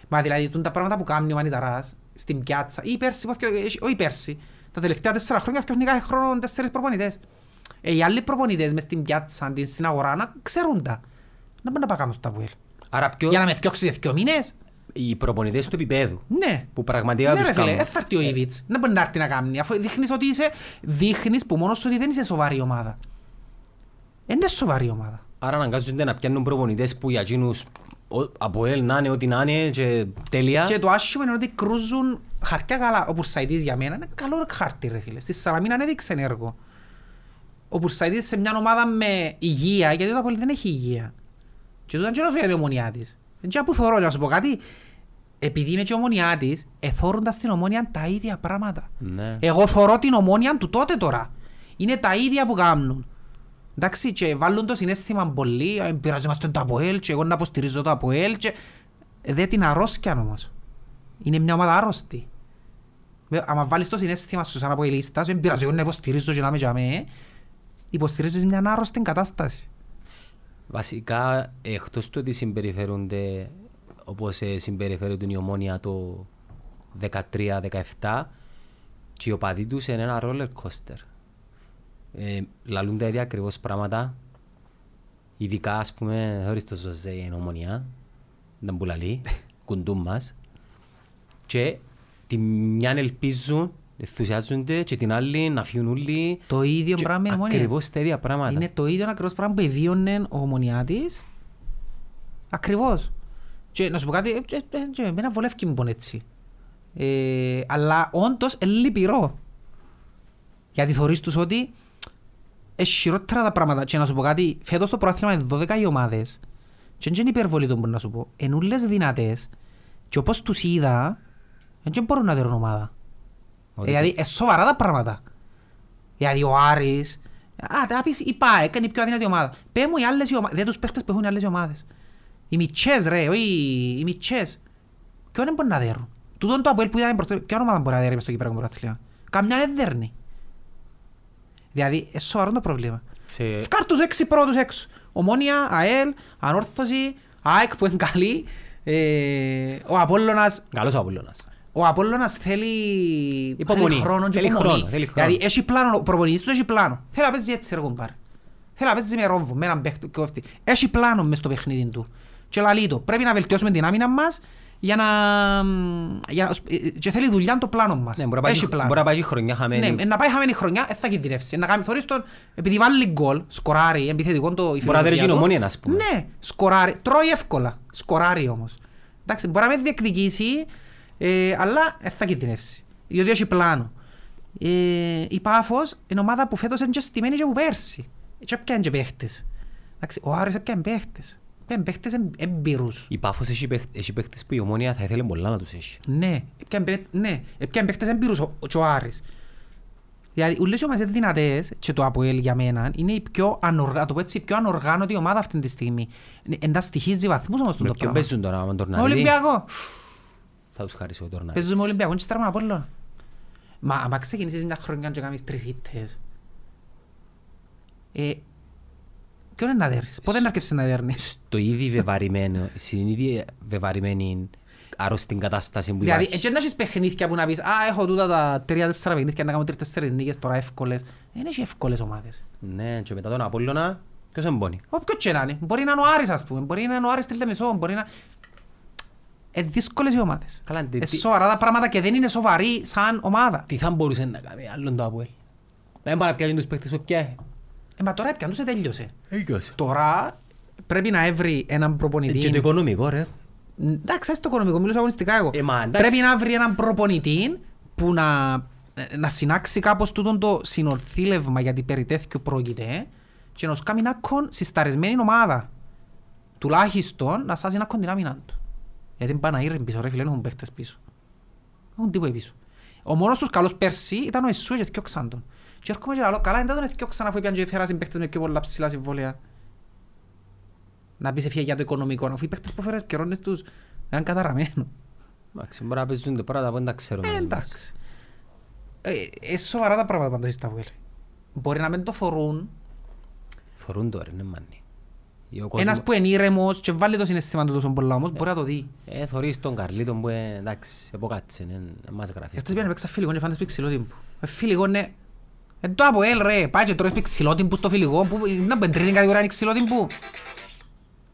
Speaker 1: Μα δηλαδή τούν τα πράγματα που κάνει ο Μανιταράς στην πιάτσα ή πέρσι, που έφτιαξε- έχει- όχι πέρσι, τα τελευταία τέσσερα χρόνια έφτιαχνει κάθε χρόνο τέσσερις προπονητές. Ε, οι άλλοι προπονητές μες στην πιάτσα, την- στην αγορά, να ξέρουν τα. Να μπορεί να πακάμουν στο Αποέλ.
Speaker 2: Άρα ποιο...
Speaker 1: Για να με θκιώξεις σε δυο μήνες,
Speaker 2: Οι προπονητές του επίπεδου.
Speaker 1: ναι.
Speaker 2: Που πραγματικά
Speaker 1: Ναι,
Speaker 2: τους
Speaker 1: ρε φίλε,
Speaker 2: κάνουν. Ε,
Speaker 1: δεν θα έρθει ο Ιβιτς. Δεν μπορεί να έρθει να κάνει. Αφού δείχνεις ότι είσαι, δείχνεις που μόνος σου ότι δεν είσαι σοβαρή ομάδα. Ε, Είναι σοβαρή ομάδα.
Speaker 2: Άρα αναγκάζονται να πιάνουν προπονητές που για εκείνους ο- από ελ να είναι ό,τι να είναι και τέλεια.
Speaker 1: Και το άσχημο είναι ότι κρούζουν χαρτιά καλά. Ο Πουρσαϊτής για μένα είναι καλό χάρτη ρε φίλε. Στη Σαλαμίνα ανέδειξε έργο. Ο Πουρσαϊτής σε μια ομάδα με υγεία, γιατί το Απόλλη δεν έχει υγεία. Και τούτο είναι και για την ομονιά της. Δεν ξέρω που θωρώ, να σου πω κάτι. Επειδή είμαι και ομονιά της, εθώρουν τα στην ομόνια τα ίδια πράγματα.
Speaker 2: Ναι.
Speaker 1: Εγώ θωρώ την ομόνια του τότε τώρα. Είναι τα ίδια που κάνουν. Εντάξει, και βάλουν το συνέστημα πολύ, «Ε, πειράζει μας το Αποέλ και εγώ να αποστηρίζω το Αποέλ και... Δεν την αρρώσκιαν όμως. Είναι μια ομάδα άρρωστη. Με- Άμα βάλεις το συνέστημα σου σαν αποελίστα, σου «Ε, πειράζει εγώ να υποστηρίζω και να είμαι για μέ, υποστηρίζεις μια άρρωστη κατάσταση.
Speaker 2: Βασικά, εκτός του ότι συμπεριφέρονται όπως ε, συμπεριφέρονται η ομόνια το 13-17, και οι οπαδοί τους είναι ένα roller coaster. Ε, λαλούν τα ίδια ακριβώς πράγματα. Ειδικά, ας πούμε, χωρίς το Ζωζέ είναι ομονιά, δεν που λαλεί, κουντούν μας. Και τη μια ελπίζουν, ενθουσιάζονται και την άλλη να φύγουν όλοι.
Speaker 1: Το ίδιο
Speaker 2: Και
Speaker 1: πράγμα είναι η ομόνια.
Speaker 2: Ακριβώς τα ίδια πράγματα.
Speaker 1: Είναι το ίδιο ακριβώς πράγμα που εβίωνε ο Ομονιάτης. Ακριβώς. Και να σου πω κάτι, ε, ε, ε, και εμένα βολεύει μου πον έτσι. Ε, αλλά όντως ε, λυπηρό. Γιατί θωρείς τους ότι ε, χειρότερα τα πράγματα. Και να σου πω κάτι, φέτος το πρόθυμα είναι 12 οι ομάδες. Και δεν είναι υπερβολή το που να σου πω. Είναι όλες δυνατές. Και όπως τους είδα, δεν μπορούν να δέρουν ομάδα.
Speaker 2: Ότι-
Speaker 1: Δηλαδή, ε, σοβαρά τα πράγματα. Δηλαδή, ο Άρης... Α, θα πεις η ΠΑΕΚ είναι η πιο αδύνατη ομάδα. Πες μου οι άλλες οι ομάδες, δεν τους παίχτες που έχουν οι άλλες οι ομάδες. Οι μητσές ρε, όχι οι μητσές. Ποιον δεν μπορεί να δέρουν. Τούτον το Αποέλ που είδαμε πρωτέ, ποια ομάδα μπορεί να δέρει μες στο Κυπριακό Πρωτάθλημα. Καμιά δεν δέρνει. Δηλαδή, ε, σοβαρό το πρόβλημα.
Speaker 2: σε-
Speaker 1: Φκάρ τους έξι πρώτους έξω. Ομόνια, ΑΕΛ, Ανόρθωση, ΑΕΚ που είναι καλή, ε, ο Απόλλωνας
Speaker 2: Καλός ο Απόλλωνας.
Speaker 1: ο Απόλλωνας θέλει,
Speaker 2: Υπομονή.
Speaker 1: θέλει χρόνο και
Speaker 2: Θέλει
Speaker 1: υπομονή.
Speaker 2: χρόνο, θέλει χρόνο.
Speaker 1: δηλαδή έχει πλάνο, ο προπονητής του έχει πλάνο. Θέλει να παίζει έτσι ρε κομπάρε. Θέλει να παίζει με ρόμβο, με έναν παίχτη και αυτή. Έχει πλάνο μες στο παιχνίδι του. Και λαλεί το, πρέπει να βελτιώσουμε την άμυνα μας για να... Για να και θέλει δουλειά το πλάνο μας.
Speaker 2: Ναι, μπορεί να πάει-
Speaker 1: έχει πλάνο.
Speaker 2: μπορεί να πάει και χρονιά χαμένη.
Speaker 1: Ναι, να πάει χαμένη χρονιά, δεν θα κινδυνεύσει. Να κάνει θωρείς τον, επειδή βάλει γκολ, σκοράρει, επιθετικό το η
Speaker 2: Μπορεί να δεν
Speaker 1: φιλοσοφία
Speaker 2: γίνει
Speaker 1: του.
Speaker 2: ομόνια, ας πούμε.
Speaker 1: Ναι, σκοράρει, τρώει εύκολα, σκοράρει όμως. Εντάξει, μπορεί να με διεκδικήσει, ε, αλλά δεν θα κινδυνεύσει, γιατί έχει πλάνο. Ε, η Πάφος είναι ομάδα που φέτος είναι και στημένη και που πέρσι. Και έπιανε και παίχτες. Εντάξει, ο Άρης έπιανε παίχτες. Έπιανε παίχτες εμ- εμπειρούς.
Speaker 2: Η Πάφος έχει παίχ- έχει παίχτες που η Ομόνια θα ήθελε πολλά να τους έχει.
Speaker 1: Ναι, έπιαν παί- ναι, έπιαν παίχτες εμπειρούς ο, ο- και ο Άρης. Δηλαδή, ούλες οι ομάδες δυνατές και το ΑΠΟΕΛ για μένα είναι η πιο, ανοργα... το πω έτσι, η πιο ανοργάνωτη ομάδα αυτή τη στιγμή. Ε, Εν τα στοιχίζει βαθμούς όμως
Speaker 2: Με
Speaker 1: το
Speaker 2: ποιον
Speaker 1: πράγμα.
Speaker 2: παίζουν τώρα, άμα τον
Speaker 1: Με
Speaker 2: Αρναλή,
Speaker 1: Ολυμπιακό.
Speaker 2: Θα τους χαρίσει ο Τορνάδης.
Speaker 1: Παίζουν με Ολυμπιακό, είναι στράμμα από όλων. Μα άμα ξεκινήσεις μια χρονιά και κάνεις τρεις ήττες. Ε, ποιον είναι να δέρεις, πότε να αρκεψεις να δέρνεις.
Speaker 2: Στο ήδη βεβαρημένο, στην ήδη βεβαρημένη άρρωστη κατάσταση που
Speaker 1: Δηλαδή,
Speaker 2: υπάρχει.
Speaker 1: έτσι να έχεις παιχνίδια που να πεις «Α, έχω τούτα τα τρία-τέσσερα παιχνίδια να κάνω τρεις-τέσσερις νίκες τώρα εύκολες». Ε, Δεν έχει εύκολες ομάδες.
Speaker 2: Ναι, και μετά τον Απόλλωνα, ποιος εμπώνει.
Speaker 1: Όποιο και να είναι. Μπορεί να είναι ο Άρης, ας πούμε. Μπορεί να είναι ο Άρης στη Λεμεσό. Μπορεί να... Ε, δύσκολες οι ομάδες.
Speaker 2: Καλά, τι-
Speaker 1: ε,
Speaker 2: τι-
Speaker 1: σοβαρά τα πράγματα και δεν είναι σοβαροί σαν ομάδα.
Speaker 2: Τι θα μπορούσε να κάνει άλλον το Αποέλ. Να μην παραπιάζει τους παίχτες που πιάει.
Speaker 1: Ε, μα τώρα έπιαν τους ε, Ε, τέλειωσε. Τώρα πρέπει να έβρει έναν προπονητή.
Speaker 2: Ε, Και το οικονομικό ρε.
Speaker 1: Εντάξει, ας το οικονομικό, μιλούσα αγωνιστικά εγώ.
Speaker 2: Ε, μα, εντάξει.
Speaker 1: Πρέπει να βρει έναν προπονητή που να, ε, να συνάξει κάπως τούτον το συνορθήλευμα γιατί περί τέτοιου πρόκειται και να σου κάνει να κον συσταρισμένη ομάδα. Τουλάχιστον να σάζει να κον την άμυνα του. Γιατί είναι Παναήρεν πίσω, ρε φίλε, δεν έχουν παίχτες πίσω. Δεν Έχουν τίποτα πίσω. Ο μόνος τους καλός πέρσι ήταν ο Εσού και θκιόξαν τον. Και έρχομαι και λέω, καλά, εντά τον θκιόξαν αφού έπιαν και φέρασαν παίχτες με πιο πολλά ψηλά συμβόλαια. Να πεις ευχαριστώ για το οικονομικό, αφού οι παίχτες που φέρες καιρώνες τους ήταν καταραμένο.
Speaker 2: Εντάξει, μπορεί να παίζουν τα πράγματα που δεν τα ξέρουμε.
Speaker 1: Ε,
Speaker 2: εμείς.
Speaker 1: εντάξει. Ε, ε, σοβαρά τα πράγματα πάντως στα Βουέλ. Μπορεί να μην το θωρούν.
Speaker 2: Θωρούν το ρε, ναι μάνι. Ή ο κόσμος-
Speaker 1: Ένας που είναι ήρεμος και βάλει το συναισθήμα του τόσο πολλά όμως μπορεί να το δει.
Speaker 2: Ε, θωρείς τον Καρλίτον που ε, εντάξει, από κάτσε, ναι, να μας
Speaker 1: Γι'
Speaker 2: γράφεις.
Speaker 1: αυτός πήγαινε παίξα φιλικό και φάντας πει ξυλότυμπο. Ε, Φιλικό ναι. Ε, το Αποέλ ρε, πάει και τρώεις πει ξυλότυμπο στο φιλικό. Που, να μπεν τρίτη κατηγορία είναι ξυλότυμπο.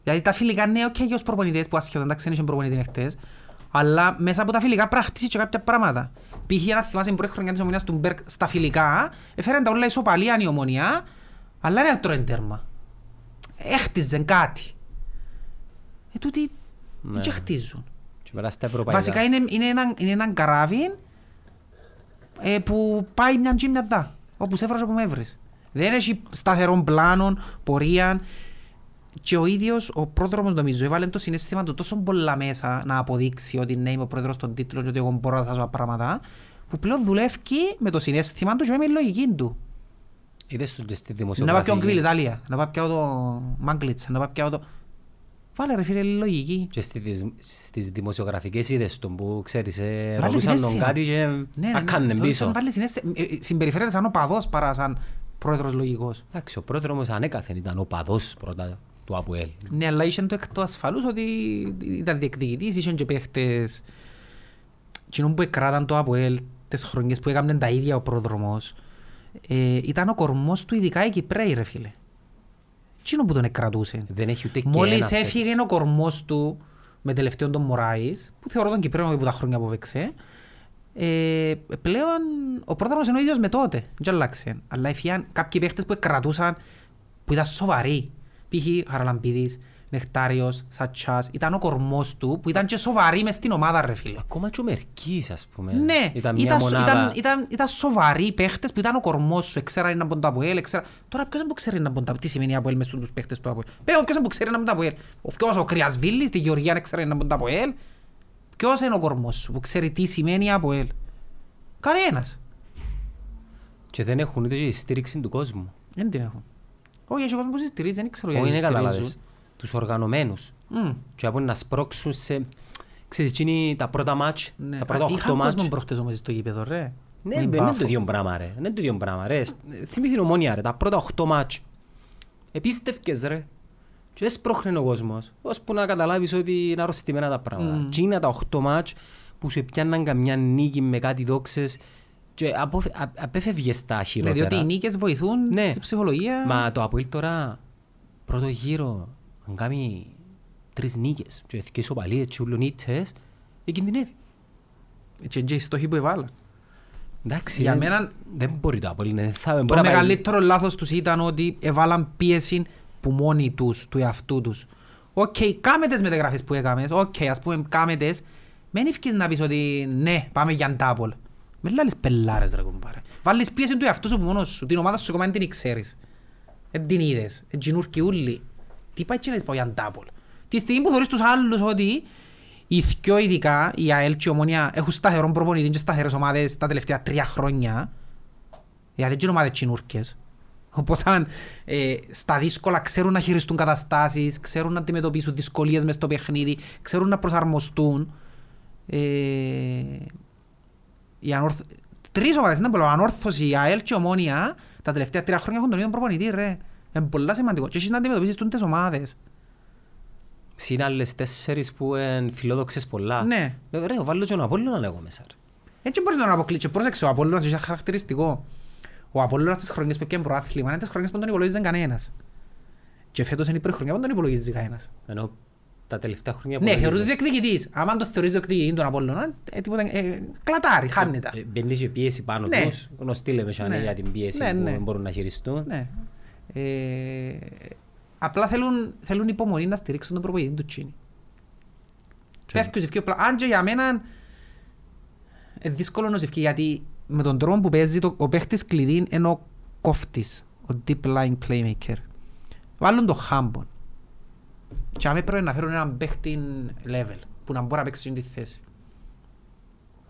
Speaker 1: Γιατί τα φιλικά ναι, οκ, και ως προπονητές που ασχεδόν τα ξένοι προπονητή είναι χτες. Αλλά μέσα από τα φιλικά πράχτησε και κάποια πράγματα. Π.χ. να θυμάσαι την πρώτη χρονιά της ομονίας του Μπέρκ στα φιλικά, έφεραν τα όλα ισοπαλία η ομονία, αλλά δεν έτρωε τέρμα. Έχτιζαν κάτι. Ε, τούτοι δεν και χτίζουν.
Speaker 2: Και μετά στα ευρωπαϊκά.
Speaker 1: Βασικά είναι, είναι, ένα, είναι ένα καράβι ε, που πάει μια τζι μια δά. Όπου σε έφερες όπου με έβρες. Δεν έχει σταθερών πλάνων, πορεία. Και ο ίδιος, ο πρόδρομος νομίζω, έβαλε το συνέστημα του τόσο πολλά μέσα να αποδείξει ότι ναι είμαι ο πρόεδρος των τίτλων και ότι εγώ μπορώ να σας πράγματα που πλέον δουλεύει με το συνέστημα του και με τη λογική του.
Speaker 2: Είδες τους και στη
Speaker 1: Να πάει
Speaker 2: δημοσιογραφία.
Speaker 1: πιάω Γκβιλ Ιταλία, να πάει πιάω το Μάγκλιτς, να πάει πιάω το... Βάλε ρε φίλε λογική.
Speaker 2: Και στη δυσ- στις δημοσιογραφικές είδες τον που ξέρεις, ε,
Speaker 1: Βάλε
Speaker 2: ρωτούσαν τον
Speaker 1: συνέστημα.
Speaker 2: κάτι και
Speaker 1: Ναι,
Speaker 2: να
Speaker 1: ναι,
Speaker 2: κάνουν
Speaker 1: ναι.
Speaker 2: πίσω.
Speaker 1: Τον Βάλει συνέστημα. Ε, ε, Συμπεριφέρεται σαν οπαδός παρά σαν πρόεδρος λογικός.
Speaker 2: Εντάξει, ο πρόεδρος όμως ανέκαθεν ήταν ο παδός πρώτα του ΑΠΟΕΛ.
Speaker 1: Ναι, αλλά είχε το εκτός ασφαλούς ότι ήταν διεκδικητής, είχε και παίχτες. Κοινούν που εκράταν το ΑΠΟΕΛ τις χρονιές που έκαναν τα ίδια ο πρόδρομος. Ε, ήταν ο κορμός του ειδικά οι Κυπρέοι ρε φίλε. Κοινούν που τον εκρατούσε.
Speaker 2: Δεν έχει ούτε και
Speaker 1: Μόλις
Speaker 2: ένα
Speaker 1: έφυγε ο κορμός του με τελευταίον τον Μωράης, που θεωρώ τον Κυπρέο από τα χρόνια που παίξε, ε, πλέον ο πρόδρομος είναι ο ίδιος με τότε, δεν αλλάξε. Αλλά έφυγαν κάποιοι παίχτες που κρατούσαν, που ήταν σοβαροί. Π.χ. Χαραλαμπίδης, Νεκτάριος, Σατσάς, ήταν ο κορμός του που ήταν και σοβαροί μες στην ομάδα ρε φίλε.
Speaker 2: Ακόμα και ο Μερκής, ας πούμε.
Speaker 1: Ναι,
Speaker 2: ήταν
Speaker 1: ήταν,
Speaker 2: μια
Speaker 1: σο-
Speaker 2: μονάδα.
Speaker 1: ήταν, ήταν, ήταν σοβαροί παίχτες που ήταν ο κορμός σου, ξέραν να μπουν τα Αποέλ, ξέραν... Τώρα ποιος δεν που ξέρει να μπουν τα τι σημαίνει Αποέλ μες στους παίχτες του Αποέλ. Πέω ποιος δεν που ξέρει να μπουν τα Αποέλ. Ο ποιος ο Κρυασβίλης, τη Γεωργία δεν ξέρει να μπουν τα Αποέλ. Ποιος είναι ο κορμός σου που ξέρει τι σημαίνει Αποέλ. Κανένας.
Speaker 2: Και δεν έχουν ούτε και η στήριξη του κόσμου.
Speaker 1: Δεν την έχω. Όχι, έχει κόσμος που συστηρίζει, δεν ξέρω
Speaker 2: Όχι,
Speaker 1: γιατί
Speaker 2: είναι
Speaker 1: συστηρίζουν.
Speaker 2: καταλάβες. Τους οργανωμένους.
Speaker 1: Μμ,
Speaker 2: Και από να σπρώξουν σε... Ξέρεις, εκείνοι τα πρώτα μάτς,
Speaker 1: ναι.
Speaker 2: τα πρώτα
Speaker 1: Α, είχαν
Speaker 2: οχτώ
Speaker 1: κόσμο
Speaker 2: μάτς.
Speaker 1: προχτές όμως στο γήπεδο, ρε.
Speaker 2: Ναι,
Speaker 1: Με
Speaker 2: δεν είναι
Speaker 1: μπάφο.
Speaker 2: το ίδιο πράγμα ρε. Δεν είναι το ίδιο πράγμα ρε. Σ- Θυμήθη η ομόνια ρε, τα πρώτα οχτώ μάτς. Επίστευκες ρε. Και έσπροχνε ο κόσμος. Ώσπου να καταλάβεις ότι είναι αρρωστημένα τα πράγματα.
Speaker 1: Μμμ.
Speaker 2: Τι είναι τα οχτώ μάτς που σου πιάνναν καμιά νίκη με κάτι δόξες και αποφε- α- απέφευγες τα
Speaker 1: Ναι,
Speaker 2: χειρότερα.
Speaker 1: διότι οι νίκες βοηθούν
Speaker 2: Ναι.
Speaker 1: στη ψυχολογία.
Speaker 2: Μα το Αποήλ τώρα, πρώτο γύρο, αν κάνει τρεις νίκες και εθικές οπαλίες και ούλων ήττες, ε, κινδυνεύει.
Speaker 1: Και και οι στόχοι που έβαλα.
Speaker 2: Εντάξει,
Speaker 1: Για
Speaker 2: δεν,
Speaker 1: μένα-
Speaker 2: δεν μπορεί το Αποήλ, ναι, θα μπορεί
Speaker 1: Το
Speaker 2: να πάει-
Speaker 1: μεγαλύτερο λάθος τους ήταν ότι έβαλαν πίεση που μόνοι τους, του εαυτού τους. Οκ, κάμε τις μεταγραφές που έκαμες, οκ, ας πούμε κάμε τις. Μην ευκείς να πεις ότι ναι, πάμε για ντάπολ. Μην λάλλεις πελάρες ρε κομπάρε. Βάλεις πίεση του εαυτού σου που μόνος σου, την ομάδα σου κομμάτι την ξέρεις. Δεν την είδες, δεν τζινούρκοι ούλοι. Τι πάει και να λες πάω για ντάπολ. Τη στιγμή που θεωρείς τους άλλους ότι οι δυο ειδικά, η ΑΕΛ και η Ομόνια έχουν σταθερόν προπονητή και σταθερές ομάδες τα τελευταία τρία χρόνια. Δηλαδή δεν είναι ομάδες τσινούρκες. Οπότε ε, στα δύσκολα ξέρουν να χειριστούν καταστάσεις, ξέρουν να αντιμετωπίσουν δυσκολίες μες στο παιχνίδι, ξέρουν να προσαρμοστούν. Ε, η ανόρθ... Τρεις ομάδες είναι πολλά. Ανόρθωσης, η ΑΕΛ και η Ομόνια τα τελευταία τρία χρόνια έχουν τον ίδιο προπονητή ρε. Είναι πολλά σημαντικό. Και έχεις να αντιμετωπίσεις τούντες ομάδες.
Speaker 2: Συν άλλες τέσσερις που είναι φιλόδοξες πολλά.
Speaker 1: Ναι.
Speaker 2: Ε, Ρε, βάλω και τον Απόλλωνα εγώ μέσα. ρε.
Speaker 1: Έτσι μπορείς να τον αποκλείσεις. Και Πρόσεξε, ο Απόλλωνας είχε χαρακτηριστικό. Ο Απόλλωνας τις χρονιές που έπιανε προάθλημα είναι τις χρονιές που δεν τον υπολογίζει κανένας. Και φέτος είναι η πρώτη χρονιά που δεν τον υπολογίζει κανένας.
Speaker 2: Ενώ τα τελευταία χρόνια...
Speaker 1: Ναι,
Speaker 2: που-
Speaker 1: θεωρείται διεκδικητής. Άμα το θεωρείς διεκδικητή τον Απόλλωνα, ε, τίποτα, ε, κλατάρει, χάνεται.
Speaker 2: Ε, Μπαίνεις και πίεση πάνω
Speaker 1: Ναι.
Speaker 2: τους, γνωστή λέμε σαν
Speaker 1: Ναι.
Speaker 2: για την πίεση
Speaker 1: Ναι,
Speaker 2: που
Speaker 1: ναι.
Speaker 2: δεν μπορούν να χειριστούν.
Speaker 1: Ναι. Ε, απλά θέλουν, θέλουν υπομονή να στηρίξουν τον προπονητή του Τσίνη. Πέρκει ο Ζευκή, απλά- αν και για μένα ε, δύσκολο είναι ο Ζευκή, γιατί με τον τρόπο που παίζει το, ο παίχτης κλειδί είναι ο κόφτης, ο deep line playmaker. Βάλουν το χάμπον. Και άμε πρέπει να φέρουν έναν παίχτη level που να μπορεί να παίξει τη θέση.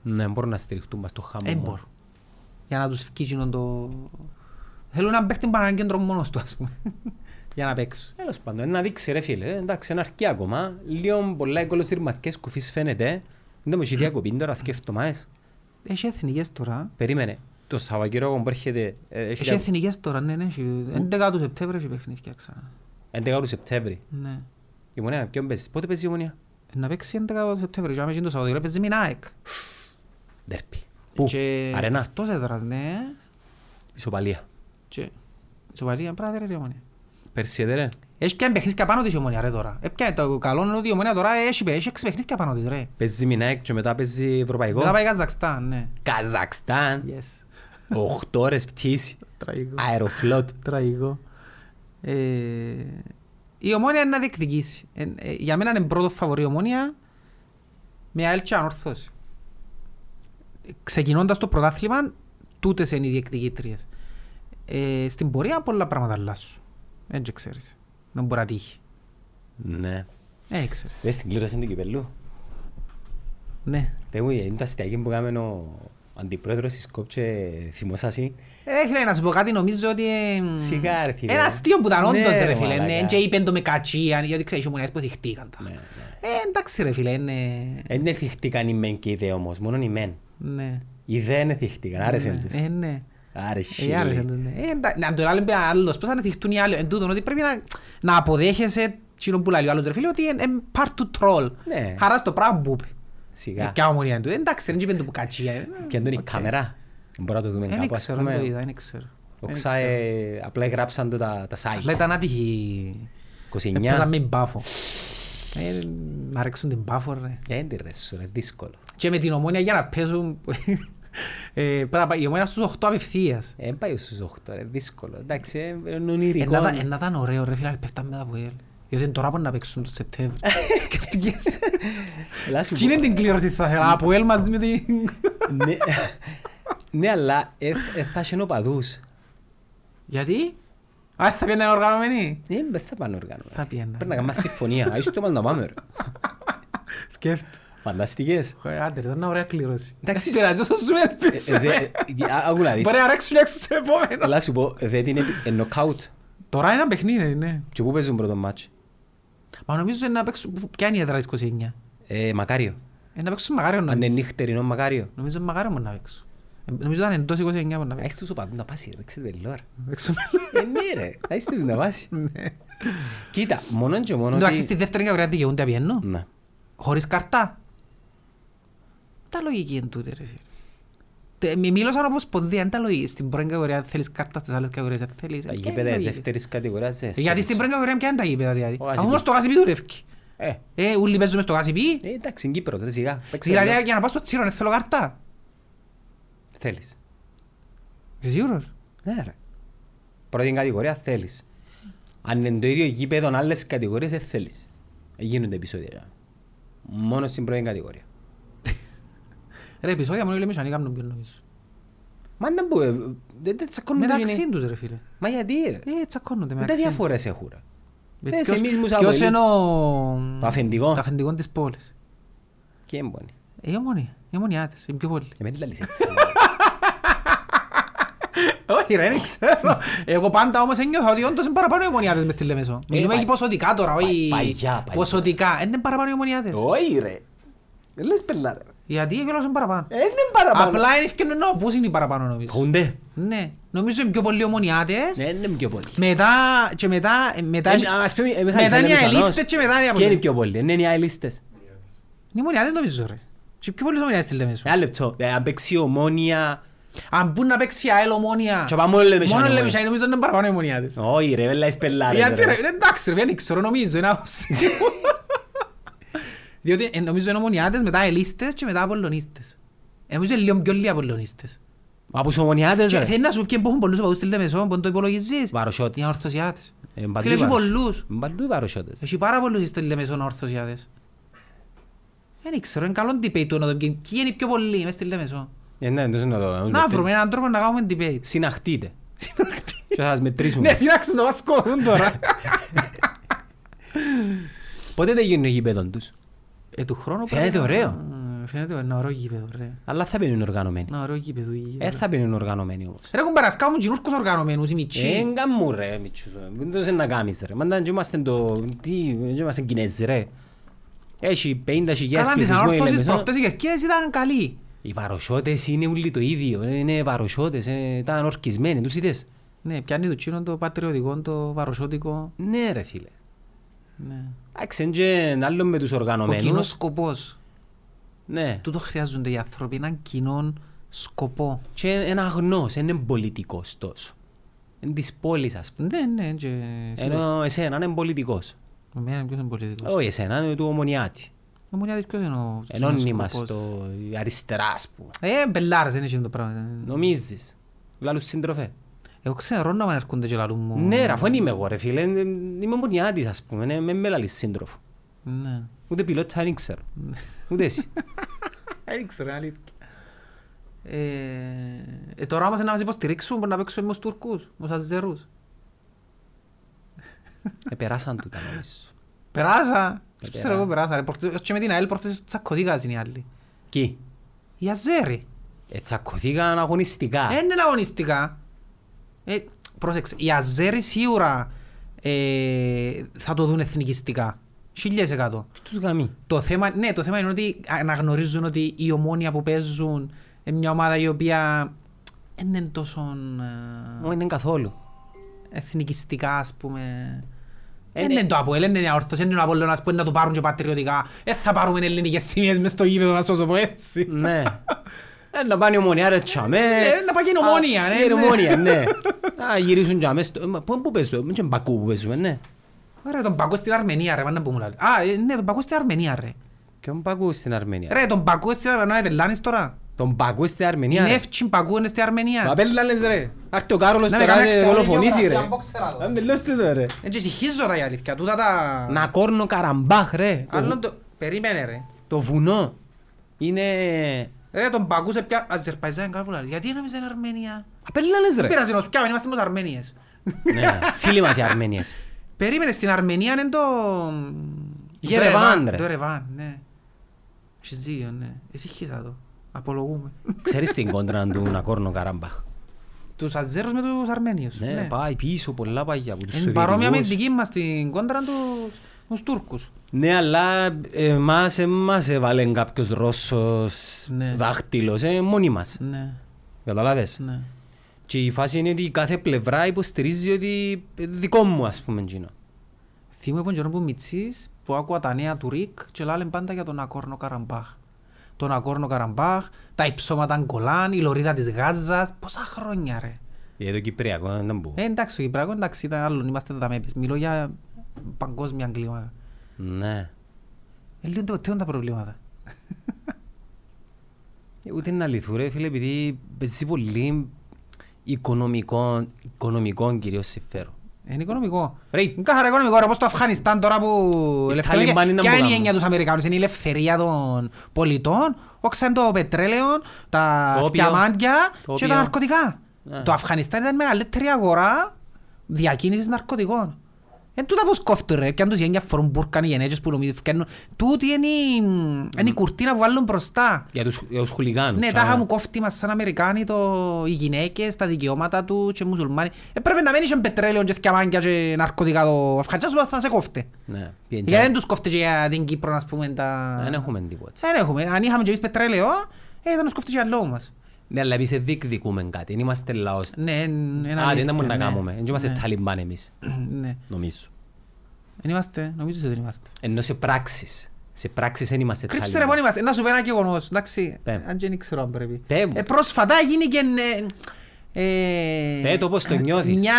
Speaker 2: Ναι, μπορούν να στηριχτούν μας το χάμο.
Speaker 1: Δεν
Speaker 2: μόνο.
Speaker 1: μπορώ. Για να τους φκεί γίνον το... Θέλω έναν παίχτη που να είναι κέντρο μόνος του, ας πούμε. Για να παίξω.
Speaker 2: Τέλος πάντων, να δείξει ρε φίλε, εντάξει, είναι αρκεί ακόμα. Λίγο πολλά εγκολοστηρματικές κουφείς φαίνεται. Δεν μου έχει διακοπή τώρα, θα σκεφτομάες.
Speaker 1: Έχει εθνικές τώρα.
Speaker 2: Περίμενε, το Σαββακύριακο που έρχεται, ε, έχει
Speaker 1: Έχει
Speaker 2: δια-
Speaker 1: εθνικές τώρα, ναι, ναι. έχει- 11 του Σεπτέμβρη έχει παιχνίδια ξανά.
Speaker 2: 11 του Σεπτέμβρη.
Speaker 1: Ναι. Ε,
Speaker 2: Η Μονέα, ποιον παίζεις, πότε παίζει η Μονέα.
Speaker 1: Να παίξει 11 του Σεπτέμβρη, και άμα γίνει το Σαββατοκύριακο παίζει με την ΑΕΚ.
Speaker 2: Δέρπι. Πού,
Speaker 1: Και
Speaker 2: αρένα,
Speaker 1: εκτός έδρας, ναι.
Speaker 2: ισοπαλία.
Speaker 1: Και ισοπαλία, πράγμα δεν είναι η Ομόνια.
Speaker 2: Πέρσι έδερε.
Speaker 1: Έχει και παιχνίδια πάνω της η Ομόνια, ρε, τώρα. Έπιανε το καλό είναι ότι η Ομόνια τώρα έχει- έχει έξι παιχνίδια πάνω της, ρε.
Speaker 2: Παίζει Μινάικ και μετά παίζει Ευρωπαϊκό.
Speaker 1: Μετά πάει Καζακστάν, ναι.
Speaker 2: Καζακστάν,
Speaker 1: Yes.
Speaker 2: 8 ώρες πτήση,
Speaker 1: Τραγικό.
Speaker 2: αεροφλότ.
Speaker 1: Τραγικό. Ε, η ομόνια είναι να διεκδικήσει. Ε, ε, για μένα είναι πρώτο φαβορή η ομόνια με ΑΕΛ και ανόρθωση. Ξεκινώντας το πρωτάθλημα, τούτες είναι οι διεκδικήτριες. Ε, στην πορεία πολλά πράγματα αλλάσουν. Δεν και ξέρεις. Δεν μπορεί να τύχει.
Speaker 2: Ναι.
Speaker 1: Δεν ξέρεις.
Speaker 2: Δεν συγκλήρωσε το κυπελού.
Speaker 1: Ναι.
Speaker 2: Πες μου, είναι το αστιακή που κάμεν ο αντιπρόεδρος της ΚΟΠ και θυμόσαι εσύ.
Speaker 1: Ε, φίλε, να σου πω κάτι, νομίζω ότι... ε,
Speaker 2: Σιγά, ρε φίλε.
Speaker 1: Ένα αστείο που ήταν
Speaker 2: Ναι,
Speaker 1: όντως,
Speaker 2: ρε,
Speaker 1: ρε φίλε.
Speaker 2: μαλάκα.
Speaker 1: Ναι, και είπεν το με κατσία, γιατί ξέρεις, οι ομονιάς που θυχτήκαν τα.
Speaker 2: Ναι, Ε, ναι.
Speaker 1: Ε, εντάξει ρε φίλε, είναι...
Speaker 2: Δεν εθιχτήκαν οι μεν και οι δε όμως, μόνο οι μεν.
Speaker 1: Ναι.
Speaker 2: Οι δε δεν εθιχτήκαν, άρεσε
Speaker 1: Ναι,
Speaker 2: τους.
Speaker 1: Ε, ναι.
Speaker 2: Άρεσε.
Speaker 1: Ε, άρεσε τους, ναι. Ε, εντά- ναι, Αν τον άλλο πει άλλος, πώς θα αναθυχτούν οι άλλοι. Εν τούτον, ότι πρέπει να, να αποδέχεσαι τσινόν που λέει ο άλλος ρε φίλε, ότι είναι part του troll.
Speaker 2: Ναι.
Speaker 1: Χαράς στο πράγμα που είπε.
Speaker 2: Σιγά.
Speaker 1: Ποια ομονία του. Ε, Εντάξει, δεν είπε που κατσία. ε.
Speaker 2: Και αν δεν είναι η
Speaker 1: Οκ.
Speaker 2: κάμερα, μπορούμε να το δούμε
Speaker 1: Ε, Δεν
Speaker 2: κάπου, ας
Speaker 1: ξέρω, δεν το είδα,
Speaker 2: πούμε.
Speaker 1: δεν ξέρω.
Speaker 2: Ο
Speaker 1: Δεν
Speaker 2: Ξα,
Speaker 1: ξέρω.
Speaker 2: ε, απλά γράψαν το τα τα
Speaker 1: Αλλά
Speaker 2: site.
Speaker 1: ήταν άτυχη.
Speaker 2: 29.
Speaker 1: Έπαιζαν με μπάφο. Ε, Να ρέξουν την μπάφο ρε.
Speaker 2: Δεν Ε, τη ρε σου, ρε, δύσκολο.
Speaker 1: Και με την ομόνια για να παίζουν... ε, πρέπει να πάει- Η ομόνια στους 8 απευθείας.
Speaker 2: Ε, πάει στους 8 ρε, δύσκολο. Εντάξει, ε, είναι
Speaker 1: Ε,
Speaker 2: ονειρικό.
Speaker 1: να ήταν- ε, να ήταν ωραίο ρε φίλε, αλλά πέφταμε μετά από ελ. Διότι είναι τώρα που να παίξουν το Σεπτέμβριο. Σκεφτικές.
Speaker 2: Ελά, σου
Speaker 1: Τι είναι
Speaker 2: πω.
Speaker 1: Ε, την κλήρωση θα ήθελα, από ελ μαζί με την...
Speaker 2: Ναι. Ναι, αλλά ε, ε, θα είσαι οπαδούς.
Speaker 1: Γιατί? Α, θα πιέναν οργανωμένοι.
Speaker 2: Ε, Δεν θα πάνε οργάνω.
Speaker 1: Θα πιέναν.
Speaker 2: Πρέπει να κάνουμε συμφωνία. Άισε το μάλλον να πάμε. ρε.
Speaker 1: Σκέφτω.
Speaker 2: Φανταστικές.
Speaker 1: Ε, Άντε ρε, ήταν μια ωραία κλήρωση.
Speaker 2: Εντάξει.
Speaker 1: Τεράζει όσο σου
Speaker 2: Ε, ε,
Speaker 1: έλπισε.
Speaker 2: δε-
Speaker 1: ρε.
Speaker 2: ε, α- Άκου να δεις.
Speaker 1: Μπορεί να ρέξουν έξω στο επόμενο.
Speaker 2: Αλλά σου πω, δεν την νοκάουτ.
Speaker 1: Τώρα είναι ένα παιχνίδι, ναι.
Speaker 2: Και πού παίζουν πρώτο μάτς.
Speaker 1: Μα νομίζω είναι να παίξουν... Ποια είναι η έδρα της 29. Είναι
Speaker 2: Ε, Μακάριο.
Speaker 1: να παίξουν μακάριον
Speaker 2: Αν είναι
Speaker 1: νομίζω.
Speaker 2: νύχτερινό Μακάριο.
Speaker 1: Νομίζω μακάριον μπορεί να παίξουν. Ε, Νομίζω ήταν εντός 29 μπορεί να
Speaker 2: Άισε
Speaker 1: παίξουν.
Speaker 2: τους οπαδούς να πάσει, ρε, παίξετε βελό, ρε.
Speaker 1: Παίξουν.
Speaker 2: Ε, ναι ρε, άισε τους να πάσει. Κοίτα, μόνον και μόνον
Speaker 1: Ναι. Εντάξει,
Speaker 2: ότι...
Speaker 1: στη δεύτερη κατηγορία δικαιούνται απ' ενώ.
Speaker 2: Ναι.
Speaker 1: Χωρίς καρτά. τα λογική εν τούτη, ρε φίλε. Τε- μι- Μίλωσαν από σπονδία, είναι τα λογική. Στην πρώτη κατηγορία θέλεις κάρτας, στις άλλες κατηγορίες δεν θέλεις.
Speaker 2: Τα
Speaker 1: Ε, ποια
Speaker 2: γήπεδα
Speaker 1: είναι η
Speaker 2: της
Speaker 1: λογική?
Speaker 2: δεύτερης κατηγορίας. δεν
Speaker 1: Γιατί στην
Speaker 2: στέκουν.
Speaker 1: πρώτη κατηγορία ποια είναι τα γήπεδα, δηλαδή.
Speaker 2: Ο
Speaker 1: Αφού
Speaker 2: Γασιπί.
Speaker 1: μόνος το Γασιπί δουλεύει.
Speaker 2: Ε,
Speaker 1: Ε, όλοι παίζουμε στο Γασιπί.
Speaker 2: ε, εντάξει, είναι Κύπρος, ρε, σιγά. Παίξε
Speaker 1: Δηλαδή
Speaker 2: λίγο.
Speaker 1: για να πάω στο Τσίρο, δεν θέλω κάρτα.
Speaker 2: Θέλεις.
Speaker 1: Είσαι σίγουρος.
Speaker 2: Ναι, ρε. Πρώτη κατηγορία θέλεις. Αν είναι το ίδιο γήπεδο, άλλες κατηγορίες δεν θέλεις. Ε, Γίνονται επεισόδια. Μόνο στην πρώτη κατηγορία.
Speaker 1: Ρε, επεισόδια μόνο οι Λεμεσανοί κάνουν πιο νομίζω.
Speaker 2: Μα δεν μπορεί, ε, δεν δεν τσακώνουν το
Speaker 1: Μεταξύ
Speaker 2: γενι-
Speaker 1: τους ρε φίλε.
Speaker 2: Μα γιατί ρε.
Speaker 1: Ε, τσακώνονται
Speaker 2: Ούτε
Speaker 1: μεταξύ τους.
Speaker 2: διαφορές έχουν. ρε.
Speaker 1: Ε,
Speaker 2: Δες,
Speaker 1: ποιος-
Speaker 2: εμείς μου
Speaker 1: Ποιος
Speaker 2: Σαββέλη.
Speaker 1: είναι ο...
Speaker 2: Το αφεντικό.
Speaker 1: Το αφεντικό της πόλης.
Speaker 2: Και Ε, έμπονη.
Speaker 1: Ε, η ομονία. Η ομονιά της. Είναι πιο πολύ.
Speaker 2: Εμένα λαλείς έτσι.
Speaker 1: Όχι ρε, δεν ξέρω. Ε, Εγώ πάντα όμως ένιωθα ότι όντως είναι παραπάνω οι ομονιάδες μες στη Λεμεσό. Μιλούμε
Speaker 2: Ε, πα-
Speaker 1: εκεί ποσοτικά τώρα, όχι
Speaker 2: πα- παλιά, παλιά.
Speaker 1: ποσοτικά. Ε, Είναι παραπάνω οι ομονιάδες.
Speaker 2: Όχι ρε. Δεν λες πελά ρε.
Speaker 1: Γιατί κιόλας είναι παραπάνω.
Speaker 2: Είναι
Speaker 1: Ε, Απλά είναι ευκαινό νόμο. Πώς είναι οι παραπάνω νομίζω.
Speaker 2: Φοβούνται.
Speaker 1: Ναι. Νομίζω είναι πιο πολλοί ομονιάδες.
Speaker 2: Ναι, είναι πιο πολύ.
Speaker 1: Μετά και μετά... ε, μετά-
Speaker 2: Ε, ας πούμε, ε, Μιχάλη,
Speaker 1: Μετά
Speaker 2: θέλει
Speaker 1: είναι οι
Speaker 2: Μεσανός.
Speaker 1: αελίστες και μετά είναι οι
Speaker 2: Ποιοι είναι
Speaker 1: απολύτες.
Speaker 2: πιο πολύ. Είναι οι αελίστες.
Speaker 1: Είναι οι ομονιάδες δεν νομίζω ρε. Και πιο πολλοί ομονιάδες στη Λεμεσό.
Speaker 2: Ένα λεπτό. Ε, Αν παίξει η ομόνια.
Speaker 1: Αν μπουν να παίξει ΑΕΛ ομόνια.
Speaker 2: Και πάμε όλοι Λεμεσανοί,
Speaker 1: Μόνο
Speaker 2: ομόνια.
Speaker 1: Λεμεσανοί, νομίζω είναι παραπάνω οι ομονιάδες.
Speaker 2: Όχι ρε, δεν λες πελά ρε.
Speaker 1: Γιατί
Speaker 2: ρε.
Speaker 1: Ε, ρε, εντάξει ρε, δεν ξέρω, νομίζω, είναι άποψη. Διότι ε, νομίζω είναι ομονιάδες, μετά ελίστες και μετά απολλωνίστες. Ε, Νομίζω είναι λίγο πιο λίγοι απολλωνίστες.
Speaker 2: Μα που σου ομονιάδες
Speaker 1: Και
Speaker 2: ρε.
Speaker 1: θέλει να σου πει ποιοι που έχουν πολλούς οπαδούς στη Λεμεσό, που το υπολογίζεις.
Speaker 2: Βαροσιώτης.
Speaker 1: Είναι ορθωσιάτες.
Speaker 2: Ε, μπαντού
Speaker 1: Φίλε, έχει
Speaker 2: βαρος-
Speaker 1: πολλούς.
Speaker 2: Μπαντού οι βαροσιώτες.
Speaker 1: Έχει πάρα πολλούς στη Λεμεσό ορθωσιάτες. Δεν ξέρω, είναι καλό debate του να το πει. Ποιοι είναι οι πιο πολλοί μες στη Λεμεσό.
Speaker 2: Ε, ναι, δεν είναι εδώ,
Speaker 1: Να
Speaker 2: είναι
Speaker 1: βρούμε έναν τρόπο να κάνουμε debate.
Speaker 2: Συναχτείτε.
Speaker 1: Συνακτή.
Speaker 2: Και θα σας μετρήσουμε.
Speaker 1: Ναι, συνάξεις να μας σκοτούν τώρα.
Speaker 2: Πότε δεν γίνουν γήπεδο τους.
Speaker 1: Ε, του χρόνου
Speaker 2: Φαίνεται
Speaker 1: πρέπει να-
Speaker 2: ωραίο.
Speaker 1: Ε, Φαίνεται ένα ωραίο γήπεδο, ρε.
Speaker 2: Αλλά θα πίνουν οργανωμένοι.
Speaker 1: Ένα ωραίο γήπεδο. η γήπεδο.
Speaker 2: Ε, θα πίνουν οργανωμένοι όμως.
Speaker 1: Ρε κουμπάρας, κάνουν κοινούρκους οργανωμένους οι
Speaker 2: Ε,
Speaker 1: μητσί.
Speaker 2: γκάμου ρε, μητσούς. Δεν το σε να κάνεις ρε. Μα δεν είμαστε το... Τι, δεν είμαστε Κινέζοι ρε. Έχει 50 χιλιάς
Speaker 1: Κάναν τις
Speaker 2: πληθυσμό η
Speaker 1: ανόρθωσεις
Speaker 2: Λεμεσό.
Speaker 1: προχτές οι Κερκίδες ήταν καλοί.
Speaker 2: Οι βαροσιώτες είναι όλοι το ίδιο. ε, Είναι βαροσιώτες, ε, ήταν ορκισμένοι. Τους είδες.
Speaker 1: Ναι, πιάνει το τσίνο, το πατριωτικό, το βαροσιώτικο.
Speaker 2: Ναι ρε φίλε.
Speaker 1: Ναι.
Speaker 2: Εντάξει, είναι και ένα άλλο με τους
Speaker 1: Ο κοινός
Speaker 2: οργανωμένους.
Speaker 1: σκοπός.
Speaker 2: Ναι.
Speaker 1: Τούτο χρειάζονται οι άνθρωποι, έναν κοινό σκοπό.
Speaker 2: Και είναι αγνός, είναι πολιτικός τόσο. Είναι της πόλης ας πούμε.
Speaker 1: Ναι, ναι, και... σίγουρα.
Speaker 2: Ενώ εσένα είναι πολιτικός.
Speaker 1: Εμένα ποιος είναι πολιτικός.
Speaker 2: Όχι εσένα, είναι του ομονιάτη.
Speaker 1: Ο Μονιάδης ποιος είναι ο κοινός
Speaker 2: Ενώνυμα
Speaker 1: σκοπός.
Speaker 2: στο η αριστερά ας πούμε.
Speaker 1: Ε, μπελάρες είναι εκείνο το πράγμα.
Speaker 2: Νομίζεις. Λάλους συντροφές.
Speaker 1: Εγώ ξέρω να μην έρχονται και λαλούν μου.
Speaker 2: Ναι ρε, αφού δεν είμαι εγώ ρε φίλε. ε, Είμαι ομονιάτης ας πούμε. ε, Με με λαλείς σύντροφο.
Speaker 1: Ναι.
Speaker 2: Ούτε πιλότα δεν ξέρω. Ούτε εσύ.
Speaker 1: Δεν ξέρω, αλήθεια. Ε, τώρα όμως να μας υποστηρίξουν μπορεί να παίξουν με τους Τουρκούς, με τους Αζερούς.
Speaker 2: Ε, Περάσαν τούτα νομίζω.
Speaker 1: Περάσα.
Speaker 2: Ε,
Speaker 1: Ξέρω εγώ περάσα. ρε. Προχτές- ως Και με την ΑΕΛ προχτές τσακωθήκας είναι οι άλλοι.
Speaker 2: Κι.
Speaker 1: Οι Αζέροι.
Speaker 2: Ε, τσακωθήκαν αγωνιστικά.
Speaker 1: Ε, Είναι αγωνιστικά. Ε, Πρόσεξε, οι Αζέροι σίγουρα ε, θα το δουν εθνικιστικά. Χιλιές εκατό.
Speaker 2: Τους γαμί.
Speaker 1: Το θέμα, ναι, το θέμα είναι ότι αναγνωρίζουν ότι η ομόνια που παίζουν είναι μια ομάδα η οποία δεν είναι τόσο ε,
Speaker 2: Μα είναι καθόλου.
Speaker 1: εθνικιστικά, ας πούμε. Δεν
Speaker 2: Ε,
Speaker 1: είναι το ΑΠΟΕΛ, δεν είναι αόρθος, δεν ναι, είναι ο Απόλλωνας που είναι να το πάρουν και πατριωτικά. Δεν θα πάρουμε ελληνικές σημείες μες στο γήπεδο, να σας το πω έτσι.
Speaker 2: Ναι. Ε, να πάνε ομονιά ρε τσαμέ.
Speaker 1: Ε, να πάει και η Ομόνια,
Speaker 2: Α,
Speaker 1: ναι,
Speaker 2: και η
Speaker 1: ναι.
Speaker 2: ομόνια, ναι. Α, γυρίσουν τσαμέ. στο- Μα, Πού πού παίζουμε, μην και μπακού που παίζουμε, ναι.
Speaker 1: Ρε, τον Πακό στην Αρμενία, ρε, πάνε που μου λάλλει. Α, ε, ναι, τον Πακό στην Αρμενία, ρε.
Speaker 2: Και τον Πακού στην Αρμενία.
Speaker 1: Ρε, τον Πακό στην Αρμενία, να με πελάνεις τώρα.
Speaker 2: Τον Πακού στην
Speaker 1: Η
Speaker 2: Αρμενία. ρε.
Speaker 1: Νεύτσι Πακού είναι στην
Speaker 2: Μα
Speaker 1: Αρμενία.
Speaker 2: πέλαλες ρε. Άρτε ο Κάρολος
Speaker 1: Να
Speaker 2: τώρα
Speaker 1: με κάνει
Speaker 2: να
Speaker 1: ξανά
Speaker 2: δολοφονήσει ρε.
Speaker 1: βιογραφία, boxer,
Speaker 2: Να μιλώσετε το ρε.
Speaker 1: Δεν τσιχίζω Ε, τα η αλήθεια, τούτα τα...
Speaker 2: Να κόρνο καραμπάχ ρε. Το-
Speaker 1: Άλλον το... Περίμενε, ρε.
Speaker 2: Το βουνό. Είναι...
Speaker 1: Ρε τον Πακού σε πια Αζερπαϊζάν κάπου λαλείς. Γιατί να μην στην Αρμενία.
Speaker 2: Απέλαλες
Speaker 1: Δεν
Speaker 2: ρε.
Speaker 1: πειράζει να σου πιάμε, είμαστε με τους Αρμένιες.
Speaker 2: Ναι, Φίλοι μας οι Αρμένιες.
Speaker 1: Περίμενε στην Αρμενία είναι το...
Speaker 2: Είχε
Speaker 1: το
Speaker 2: ρεβάν,
Speaker 1: Ρεβάν,
Speaker 2: ρε.
Speaker 1: Το Ρεβάν, ναι. Έχεις δίκιο, ναι. Εσύ χείρα το. Απολογούμε.
Speaker 2: Ξέρεις την κόντρα του να κόρνο καραμπάχ.
Speaker 1: Τους Αζέρους με τους Αρμένιους.
Speaker 2: Ναι, πάει πίσω πολλά παγιά από τους
Speaker 1: Είναι Ε, παρόμοια με την
Speaker 2: Σοβιετικούς.
Speaker 1: δική μας την κόντρα του... τους Τούρκους.
Speaker 2: Ναι, αλλά εμάς, εμάς έβαλε κάποιος Ρώσος
Speaker 1: Ναι.
Speaker 2: δάχτυλος, ε, μόνοι μας.
Speaker 1: Ναι,
Speaker 2: Καταλάβες.
Speaker 1: ναι.
Speaker 2: Και η φάση είναι ότι κάθε πλευρά υποστηρίζει ότι ε, δικό μου, ας πούμε, εκείνο.
Speaker 1: Θυμούμαι τον καιρό που μητσής που άκουα τα νέα του Ρικ και λάλε πάντα για τον Ακόρνο Καραμπάχ. τον Ακόρνο Καραμπάχ, τα υψώματα Αγκολάν, η Λωρίδα της Γάζας. Πόσα χρόνια ρε.
Speaker 2: Για το Κυπριακό να τα μπω.
Speaker 1: Ε, εντάξει, το Κυπριακός εντάξει ήταν άλλον, είμαστε δαμέπες. Μιλώ για παγκόσμια κλίμακα.
Speaker 2: Ναι.
Speaker 1: Ε, λύνονται ποτέ τα προβλήματα.
Speaker 2: Ε, Ούτε να λυθούν ρε φίλε επειδή παίζει πολύ οικονομικών, οικονομικών κυρίως συμφέρον.
Speaker 1: Ε, Είναι οικονομικό.
Speaker 2: Ρε,
Speaker 1: Είναι καθαρά οικονομικό ρε, όπως το Αφγανιστάν τώρα που
Speaker 2: Οι
Speaker 1: ελευθερία.
Speaker 2: Ταλιμπάν είναι να
Speaker 1: Ποια είναι η
Speaker 2: μπουν.
Speaker 1: έννοια τους Αμερικάνους, είναι η ελευθερία των πολιτών, όξαν το πετρέλαιο, τα
Speaker 2: Το όπιο.
Speaker 1: φτιαμάντια
Speaker 2: Το
Speaker 1: και
Speaker 2: όπιο.
Speaker 1: τα ναρκωτικά.
Speaker 2: Ε.
Speaker 1: Το Αφγανιστάν ήταν η μεγαλύτερη αγορά διακίνησης ναρκωτικών. Εν τούτα πως κόφτουν ρε, πιαν τους γένεια φορούν μπουρκαν οι γενέτες που νομίζουν φκαίνουν. Τούτη είναι η- είναι η κουρτίνα που βάλουν μπροστά.
Speaker 2: για τους, για τους χουλιγάνους.
Speaker 1: Ναι,
Speaker 2: Α,
Speaker 1: τα είχαμε κόφτη μας σαν Αμερικάνοι, το, οι γυναίκες, τα δικαιώματα τους και οι μουσουλμάνοι. Ε, πρέπει να μένεις και πετρέλαιο και θκιαμάνκια και ναρκωτικά το Αφγανιστάν, σου θα σε κόφτε.
Speaker 2: Ναι,
Speaker 1: Γιατί δεν
Speaker 2: πιεντζά.
Speaker 1: τους κόφτε και για την Κύπρο, ας πούμε, τα...
Speaker 2: Δεν έχουμε τίποτα.
Speaker 1: Δεν έχουμε. Αν είχαμε και εμείς πετρέλαιο, ε, θα μας κόφτε και για λόγο μας.
Speaker 2: Ναι, αλλά εμείς δεν διεκδικούμε κάτι. Δεν είμαστε λαός.
Speaker 1: Ναι, εν- εν
Speaker 2: Άντε,
Speaker 1: αλήθεια,
Speaker 2: δεν μπορούμε
Speaker 1: ναι.
Speaker 2: να κάνουμε. Δεν είμαστε
Speaker 1: Ναι.
Speaker 2: Ταλιμπάν εμείς,
Speaker 1: Ναι.
Speaker 2: νομίζω.
Speaker 1: Δεν είμαστε, νομίζω ότι δεν είμαστε.
Speaker 2: Ενώ σε πράξεις. Σε πράξεις δεν είμαστε
Speaker 1: Κρύψε ρε
Speaker 2: Ταλιμπάν.
Speaker 1: πόν είμαστε, να σου πω ένα γεγονός, εντάξει,
Speaker 2: Πέ.
Speaker 1: αν και δεν ξέρω αν πρέπει.
Speaker 2: Πέ μου.
Speaker 1: Ε, πρόσφατα έγινε και... ε, ε,
Speaker 2: Πέ το πώς το νιώθεις.
Speaker 1: Μια,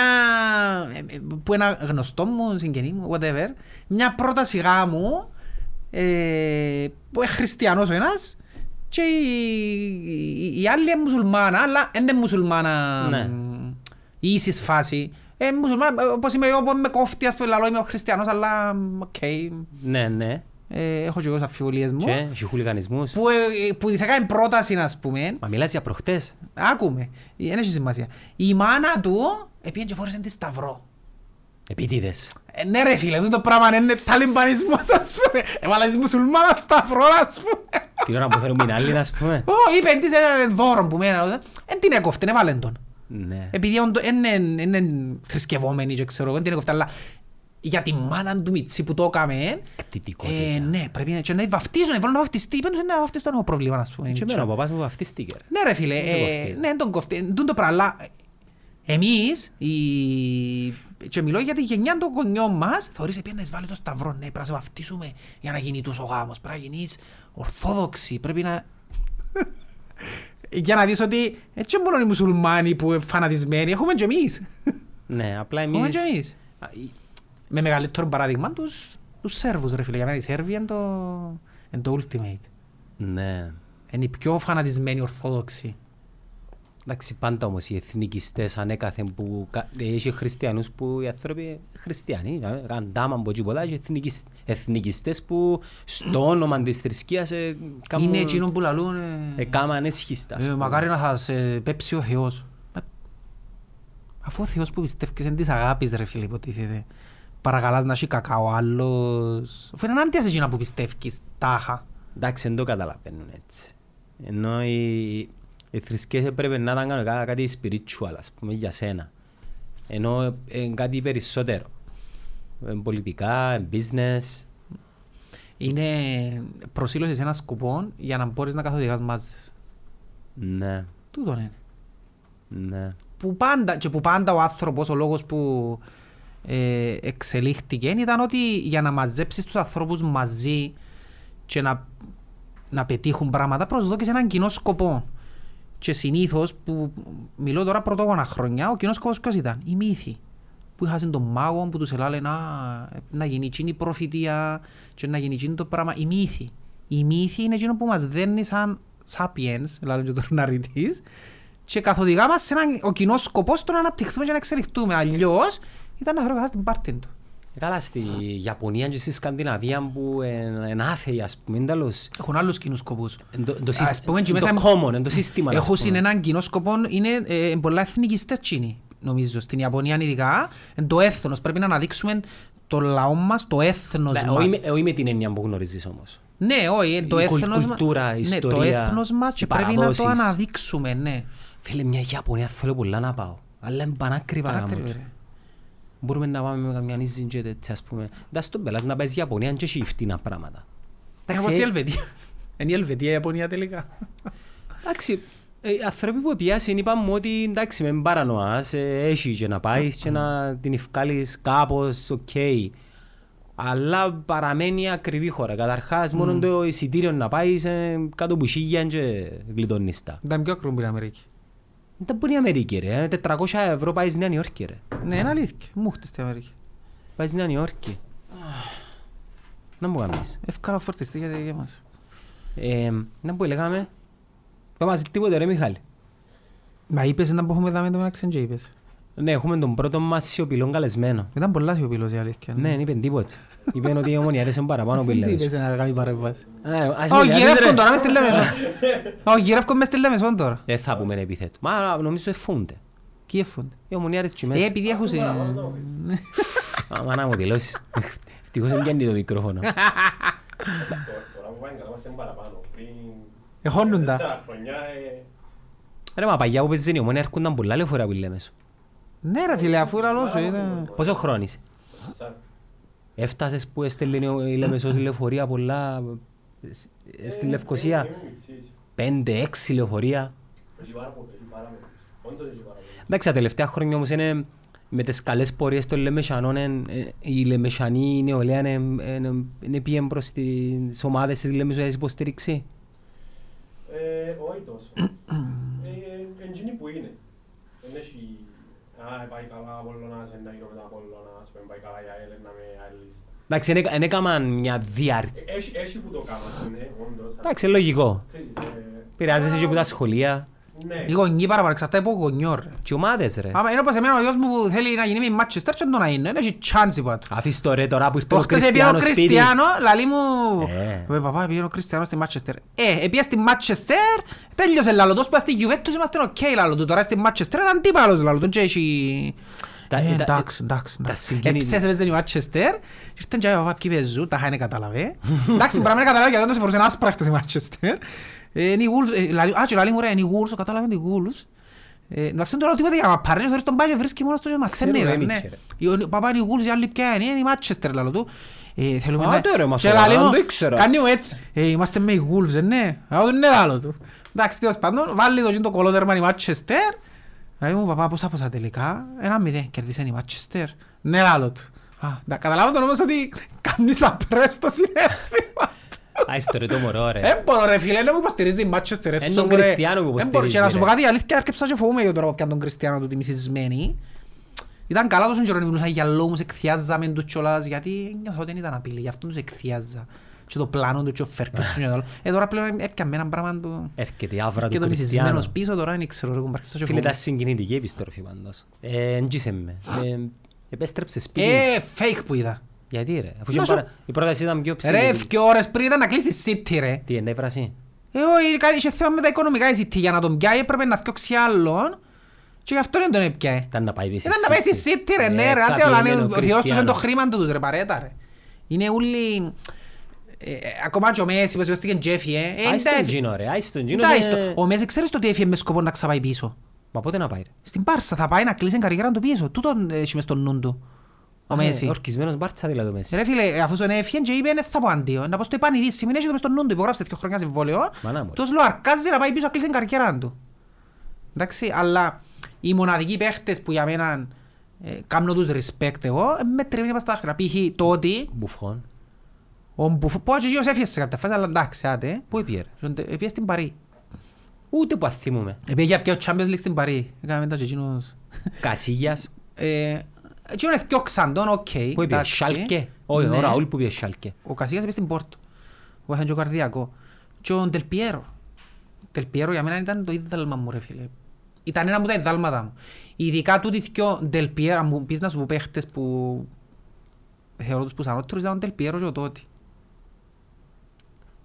Speaker 1: ε, ε, που ένα γνωστό μου, συγγενή μου, whatever, μια πρόταση γάμου, ε, που είναι χριστιανός ο ένας, και η, η- η άλλη είναι μουσουλμάνα, αλλά δεν είναι μουσουλμάνα
Speaker 2: Ναι.
Speaker 1: μ, η ίσης φάση. Ε, μουσουλμάνα, ε, όπως είμαι εγώ, που είμαι κόφτη, ας πούμε, λαλό, είμαι ο χριστιανός, αλλά, μ, οκ,
Speaker 2: Ναι, ναι.
Speaker 1: ε, έχω και εγώ τις αμφιβολίες μου
Speaker 2: Και έχει χουλιγανισμούς.
Speaker 1: που, ε, που της έκανε πρόταση, ας πούμε,
Speaker 2: Μα μιλάς για προχτές.
Speaker 1: άκουμε, ε, δεν έχει σημασία. Η μάνα του επήγαινε και φόρεσε τη σταυρό.
Speaker 2: Επίτηδες.
Speaker 1: Ε, ναι ρε φίλε, αυτό το πράγμα είναι ταλιμπανισμός, ας πούμε. Έβαλα της μουσουλμάνας σταυρός, ας πούμε.
Speaker 2: Την ώρα που θέλουμε την άλλη, ας πούμε.
Speaker 1: Ω, είπε της ένα δώρο που μένα. ε, Εν την έκοφτε, έβαλε τον.
Speaker 2: Ναι.
Speaker 1: Επειδή είναι θρησκευόμενη και ξέρω, εγώ, εν την έκοφτε, αλλά για τη μάνα του Μιτσί που το έκαμε, ε,
Speaker 2: Κτητικότητα.
Speaker 1: ναι, πρέπει να, και να βαφτίζουν, να βαφτιστεί, είπαν τους, «Ναι, να βαφτιστώ, δεν έχω πρόβλημα, ας πούμε.
Speaker 2: Και εμένα ο παπάς μου βαφτίστηκε. ρε.
Speaker 1: Ναι ρε φίλε,
Speaker 2: Δεν το κοφτεί.
Speaker 1: ε, ναι τον κοφτεί, Εν τούτο πράγμα, αλλά εμείς, οι... και μιλώ για τη γενιά των γονιών μας, θεωρείς επειδή να εισβάλλει το σταυρό, ναι, πρέπει να σε βαφτίσουμε για να γίνει τους ο γάμος, πρέπει να γίνεις ορθόδοξη, πρέπει να... για να δεις ότι έτσι μόνο οι μουσουλμάνοι που είναι φανατισμένοι, έχουμε και εμείς.
Speaker 2: Ναι, απλά
Speaker 1: Έχουμε
Speaker 2: εμείς...
Speaker 1: και εμείς.
Speaker 2: Α, η-
Speaker 1: Με μεγαλύτερο παράδειγμα τους, τους Σέρβους ρε φίλε, για μένα οι Σέρβοι είναι το, είναι το ultimate.
Speaker 2: Ναι.
Speaker 1: Είναι οι πιο φανατισμένοι ορθόδοξοι.
Speaker 2: Εντάξει, πάντα όμως οι εθνικιστές ανέκαθεν που κα- ε, έχει χριστιανούς που οι άνθρωποι χριστιανοί, ε, καντάμα από εκεί πολλά και εθνικισ- εθνικιστές που στο όνομα της θρησκείας ε, κάμουν-
Speaker 1: Είναι εκείνο που λαλούν... ε,
Speaker 2: ε, κάμαν έσχιστα. ας
Speaker 1: Ε,
Speaker 2: πούμε.
Speaker 1: μακάρι να σας ε, πέψει ο Θεός. Μα- Αφού ο Θεός που πιστεύεις είναι της αγάπης ρε φίλε υποτίθεται. Παρακαλάς να έχει κακά ο άλλος. Αφού είναι ενάντια σε εκείνα που πιστεύεις τάχα.
Speaker 2: Εντάξει, δεν το καταλαβαίνουν έτσι. Ενώ οι, οι θρησκείες έπρεπε να ήταν κάνω κά- κάτι spiritual, ας πούμε, για σένα. Ενώ ε, ε, κάτι περισσότερο. Ε, πολιτικά, ε, business.
Speaker 1: Είναι προσήλωση σε ένα σκοπό για να μπορείς να καθοδηγάς μάζες.
Speaker 2: Ναι,
Speaker 1: Τούτον είναι.
Speaker 2: ναι.
Speaker 1: Που πάντα, και που πάντα ο άνθρωπος, ο λόγος που ε, εξελίχθηκε ήταν ότι για να μαζέψεις τους ανθρώπους μαζί και να, να πετύχουν πράγματα προσδόκεις έναν κοινό σκοπό. Και συνήθως, που μιλώ τώρα πρωτόγωνα χρόνια, ο κοινός σκοπός ποιος ήταν, η μύθη. Που είχαν τον μάγο που τους έλεγαν να, να γίνει εκείνη η προφητεία και να γίνει εκείνο το πράγμα, η μύθη. Η μύθη είναι εκείνο που μας δένει σαν sapiens, λάλλον και τον αρνητής, και καθοδηγά μας σε έναν ο κοινός σκοπός στο να αναπτυχθούμε και να εξελιχθούμε. Αλλιώς ήταν να χρωγάς την πάρτη του.
Speaker 2: Ε, Καλά, στη Ιαπωνία και στη Σκανδιναβία που εν- εν άθεοι, ας πούμε, είναι τέλος.
Speaker 1: Έχουν άλλους κοινούς σκοπούς.
Speaker 2: Εν το- εν το
Speaker 1: Ας
Speaker 2: σύσ-
Speaker 1: πούμε,
Speaker 2: εν
Speaker 1: και
Speaker 2: το
Speaker 1: μέσα-
Speaker 2: common, εν το σύστημα. ας
Speaker 1: Έχουν
Speaker 2: πούμε.
Speaker 1: συνενάν κοινό σκοπό, είναι ε, ε, πολλά εθνικιστές τσίνοι, νομίζω, στην Ιαπωνία ειδικά, εν το έθνος. Πρέπει να αναδείξουμε το λαό μας, το έθνος
Speaker 2: Ναι,
Speaker 1: μας.
Speaker 2: όχι με- Όχι με την έννοια που γνωρίζεις όμως.
Speaker 1: Ναι, όχι, εν το
Speaker 2: Η
Speaker 1: έθνος μας.
Speaker 2: κουλτούρα, η
Speaker 1: ναι, το
Speaker 2: ιστορία,
Speaker 1: έθνος μας και
Speaker 2: οι
Speaker 1: πρέπει να το
Speaker 2: παραδόσεις.
Speaker 1: αναδείξουμε, ναι.
Speaker 2: Φίλε, μια Ιαπωνία θέλω πολλά να πάω. Αλλά είναι πανάκριβα. γάμο
Speaker 1: Παράκριβε,
Speaker 2: του.
Speaker 1: ρε.
Speaker 2: Μπορούμε να πάμε με καμιά νίζιν και τέτοια, ας πούμε. Δάς τον πελάτη να πάει στη Ιαπωνία, αν και έχει φτηνά πράγματα.
Speaker 1: Είναι
Speaker 2: Εντάξει,
Speaker 1: όπως η
Speaker 2: ε,
Speaker 1: Ελβετία. Είναι η Ελβετία η Ιαπωνία τελικά.
Speaker 2: Εντάξει, ε, οι άνθρωποι που πιάσουν είπαν μου ότι εντάξει, με παρανοάς, ε, έχει και να πάεις και να την ευκάλεις κάπως, οκ. Αλλά παραμένει ακριβή χώρα. Καταρχάς, μόνο το εισιτήριο να πάεις σε κάτω που σίγια και γλιτώνεις τα.
Speaker 1: Ήταν πιο ακρούν που η Αμερική.
Speaker 2: Δεν μπορεί η Αμερική ρε. 400 ευρώ πάει στη Νέα Νιόρκη ρε.
Speaker 1: Ναι, είναι αλήθεια. Μου χτες στην Αμερική.
Speaker 2: Πάει στη Νέα Νιόρκη. Να μου κάνεις.
Speaker 1: Εύκολα φορτιστή γιατί για μας.
Speaker 2: Ε, να μου λέγαμε. Δεν μας τίποτε ρε Μιχάλη.
Speaker 1: Μα είπες να έχουμε δάμε το μεταξύ και είπες.
Speaker 2: Ναι, έχουμε τον πρώτο μας σιωπηλόν καλεσμένο.
Speaker 1: Ήταν πολλά σιωπηλός η αλήθεια.
Speaker 2: Ναι, δεν είπε τίποτα. Είπε ότι η ομονία άρεσε παραπάνω που
Speaker 1: Τι
Speaker 2: έλεγε.
Speaker 1: είπες να κάνει παρεμβάση.
Speaker 2: Ε, ας μην
Speaker 1: Όχι,
Speaker 2: λέει,
Speaker 1: γυρεύκον
Speaker 2: ρε.
Speaker 1: τώρα, μες στη Λέμεσον. Όχι, γυρεύκον μες στη Λέμεσον τώρα.
Speaker 2: Δεν Ε, θα πούμε επίθετο. Μα νομίζω εφούνται.
Speaker 1: Κι εφούνται.
Speaker 2: Η ομονία άρεσε και
Speaker 1: Ε,
Speaker 2: μέσα.
Speaker 1: επειδή έχουν... Ναι.
Speaker 2: Άμα να μου δηλώσεις. Ευτυχώς δεν πιάνει το μικρόφωνο.
Speaker 5: Τώρα που πάει καλά, είμαστε παραπάνω. Πριν
Speaker 1: Εχώνουν Ε, τα.
Speaker 5: τέσσερα χρονιά, ε,
Speaker 2: Ρε μα παγιά που παίζεις η ομονία έρχονταν πολλά λεωφορεία που λέμε σου.
Speaker 1: Ναι ρε φίλε, αφού ήταν όσο ήταν...
Speaker 2: Πόσο χρόνος είσαι.
Speaker 5: τέσσερα.
Speaker 2: Έφτασες που έστελνε η Λεμεσός λεωφορεία πολλά ε, στη Λευκοσία.
Speaker 5: Ε, ήμουν μητσής.
Speaker 2: Πέντε, έξι λεωφορεία.
Speaker 5: Έχει πάρα πολύ, έχει πάρα πολύ. Όντως έχει πάρα πολύ.
Speaker 2: Εντάξει, τα τελευταία χρόνια όμως είναι με τις καλές πορείες των Λεμεσανών, εν- ε, η Λεμεσανή νεολαία είναι- είναι- είναι πήγαινε προς τις ομάδες της Λεμεσού για υποστήριξη.
Speaker 5: Ε, όχι τόσο. Ε, ε, Εντζήνη που είναι. Δεν έχει... Α, ε, πάει καλά Απολλωνάς, ένα γύρω μετά Απολλωνάς, που δεν πάει καλά η ΑΕΛ, ένα με άλλη λίστα.
Speaker 2: Εντάξει, δεν έκα- δεν έκαναν μια διάρκεια.
Speaker 5: Ε, Έχει, έχει που το κάνουν, ναι, όντως.
Speaker 2: Εντάξει, λογικό.
Speaker 5: Ξέρεις, ε,
Speaker 2: Πειράζεσαι και από τα σχολεία.
Speaker 5: Ναι,
Speaker 1: Η γονική παραπάνω, εξαρτάται από γονιό ρε.
Speaker 2: Και ομάδες ρε.
Speaker 1: Άμα είναι όπως εμένα ο γιος μου που θέλει να γίνει με Manchester και να το να είναι, έχει chance πάντου.
Speaker 2: Αφήστε το ρε τώρα που ήρθε ο
Speaker 1: Όχτες έπιανε ο
Speaker 2: Κριστιανός σπίτι.
Speaker 1: Κριστιανό, λαλεί μου,
Speaker 2: Ε.
Speaker 1: «Βε, παπά έπιανε ο Κριστιανός στη Μάτσεστερ. Ε, έπιανε στη Μάτσεστερ, τέλειωσε λαλό, τόσο στη Γιουβέντους είμαστε οκ λαλό του, τώρα στη Μάτσεστερ είναι αντίπαλος λαλό του και έχει...
Speaker 2: Τα-
Speaker 1: Ε,
Speaker 2: τα-
Speaker 1: Εντάξει, εντάξει,
Speaker 2: τα
Speaker 1: εντάξει.
Speaker 2: συγκινεί.
Speaker 1: Εψέσε μέσα η Μάτσεστερ, ήρθαν και παπά ποιοι παίζουν, τα χάνε κατάλαβε. Εντάξει, μπορεί να μην καταλάβει γιατί δεν σε φορούσε ένα άσπρα χτες η Μάτσεστερ. Ε, Είναι η Wolves, ε, λαλεί- α, και λαλεί μου ρε, είναι η Wolves, κατάλαβε είναι η Wolves. Ε, Εντάξει, τώρα τίποτα για να παρνείς, θωρείς τον πάει και βρίσκει μόνος τους και μαθαίνει.
Speaker 2: Ξέρω,
Speaker 1: τα,
Speaker 2: δεν
Speaker 1: ναι.
Speaker 2: ήξερε.
Speaker 1: Η- ο- Παπά είναι η Wolves, η άλλη ποια είναι, είναι η Manchester λαλό του. Ε, θέλουμε
Speaker 2: Α,
Speaker 1: να...
Speaker 2: το ρε, μας
Speaker 1: Και
Speaker 2: ωραία,
Speaker 1: λαλεί
Speaker 2: δεν
Speaker 1: μου,
Speaker 2: το ήξερα.
Speaker 1: Κάνει μου έτσι. Ε, είμαστε με οι Wolves, ε, ναι. Αλλά δεν είναι λαλό του. Εντάξει, τέλος πάντων, βάλει το γίνει το κολόδερμα η Manchester. Δηλαδή μου, παπά, πόσα πόσα τελικά. Ένα μηδέν, κερδίσαν η Manchester. Ναι, λαλό του. Α, τα- Καταλάβατε όμως ότι κάνεις απρές το συνέστημα.
Speaker 2: Άιστε ρε το μωρό ρε.
Speaker 1: Δεν Ε, μπορώ ρε φίλε, να μου υποστηρίζει η Μάτσεστερ.
Speaker 2: Είναι τον Κριστιανό που υποστηρίζει,
Speaker 1: Ε, Και να σου πω
Speaker 2: ρε.
Speaker 1: κάτι, η αλήθεια έρκεψα και φοβούμαι για τώρα που πιάνε τον Κριστιανό του τη μισισμένη. Ήταν καλά τόσο καιρό να μιλούσα για λόγους, εκθιάζαμε τους κιόλας, γιατί νιώθω ότι δεν ήταν απειλή, γι' αυτό τους εκθιάζα. Και το πλάνο του και ο Φέρκεσον και το άλλο. Ε, τώρα πλέον έπιαμε έναν πράγμα που...
Speaker 2: Έρχεται η άβρα
Speaker 1: Και
Speaker 2: Ε, του
Speaker 1: το μισισμένος
Speaker 2: Κριστιανό.
Speaker 1: πίσω τώρα, δεν ξέρω, ρε, κουμπάρκεψα
Speaker 2: Φίλε,
Speaker 1: και φοβούμαι.
Speaker 2: ήταν συγκινητική επιστροφή πάντως. Ε, Εντζήσε με. Ε, Επέστρεψε σπίτι.
Speaker 1: Ε, fake που είδα.
Speaker 2: Γιατί ρε, αφού
Speaker 1: Να
Speaker 2: είχε
Speaker 1: σου-
Speaker 2: πάρα- η πρόταση ήταν πιο
Speaker 1: Ρε,
Speaker 2: ψηλή.
Speaker 1: δυο ώρες πριν ήταν να κλείσει η City ρε.
Speaker 2: Τι ενέπραση.
Speaker 1: Ε, όχι, κάτι- είχε θέμα με τα οικονομικά η City, για να τον πιάει έπρεπε να θκιώξει άλλον και γι' αυτό δεν τον έπιαε.
Speaker 2: Ήταν να πάει ε, πίσω.
Speaker 1: Ήταν να πάει στη City ρε, ναι ρε, άντε όλα, ναι, ο Θεός τους είναι το χρήμα του τους ρε, παρέτα ρε. Είναι όλοι... ε, ε, Ακόμα και ο Μέση που σηκώστηκε Τζέφι, ε. ε.
Speaker 2: Άις τον
Speaker 1: εντάξει.
Speaker 2: Τζίνο ρε, άις τον Τζίνο.
Speaker 1: Εντάξει,
Speaker 2: είναι-
Speaker 1: το- Ο Μέση ξέρεις το ότι έφυγε με σκοπό να ξαπάει πίσω.
Speaker 2: Μα πότε να πάει ρε.
Speaker 1: Στην Πάρσα θα πάει να κλείσει την καριέρα του πίσω. Τούτον έχει μες στο νου του. Ο
Speaker 2: Α,
Speaker 1: Μέση.
Speaker 2: ε, Ορκισμένος μπάρτσα δηλαδή ο Μέση.
Speaker 1: Ρε φίλε, αφού τον έφυγε και είπε «Ε, θα πω αντίο. Να πω στο επανειδή, σημαίνει έχει το μες στο νου του. Υπογράψε δύο χρόνια συμβόλαιο.
Speaker 2: Μανά μου, ρε.
Speaker 1: Τους λέω αρκάζει να πάει πίσω να κλείσει την καριέρα του. Εντάξει, αλλά οι μοναδικοί παίχτες που για μένα ε, κάνω τους respect εγώ, ε, με τρεμίνει πας τα άχρα. Π.χ. το ότι
Speaker 2: Μπουφόν.
Speaker 1: ο Μπουφ... Πω και ο Γιος έφυγε σε κάποια φάση, αλλά εντάξει, άντε.
Speaker 2: Πού έπιε ρε.
Speaker 1: Επίσης στην Παρή.
Speaker 2: Ούτε που αθήμουμε.
Speaker 1: Επίσης για πια ο Champions League στην Παρή. Έκαμε τα και εκείνους...
Speaker 2: Κασίγιας.
Speaker 1: Ε, εκείνον εθκιόξαν τον, οκ.
Speaker 2: Πού έπιε.
Speaker 1: εντάξει.
Speaker 2: Σάλκε. Όχι,
Speaker 1: Ναι.
Speaker 2: ο Ραούλ που έπιε Σάλκε.
Speaker 1: Ο Κασίγας είπε στην Πόρτο. Ο Έχαν και ο Καρδιακό. Και ο Τελπιέρο. Τελπιέρο για μένα ήταν το ίδαλμα μου ρε φίλε. Ήταν ένα από τα ιδάλματα μου. Ειδικά τούτοι δυο Τελπιέρο, αν μου πεις να σου πω παίχτες που θεωρώ τους πουσανότερους ήταν ο Τελπιέρο και ο Τότι.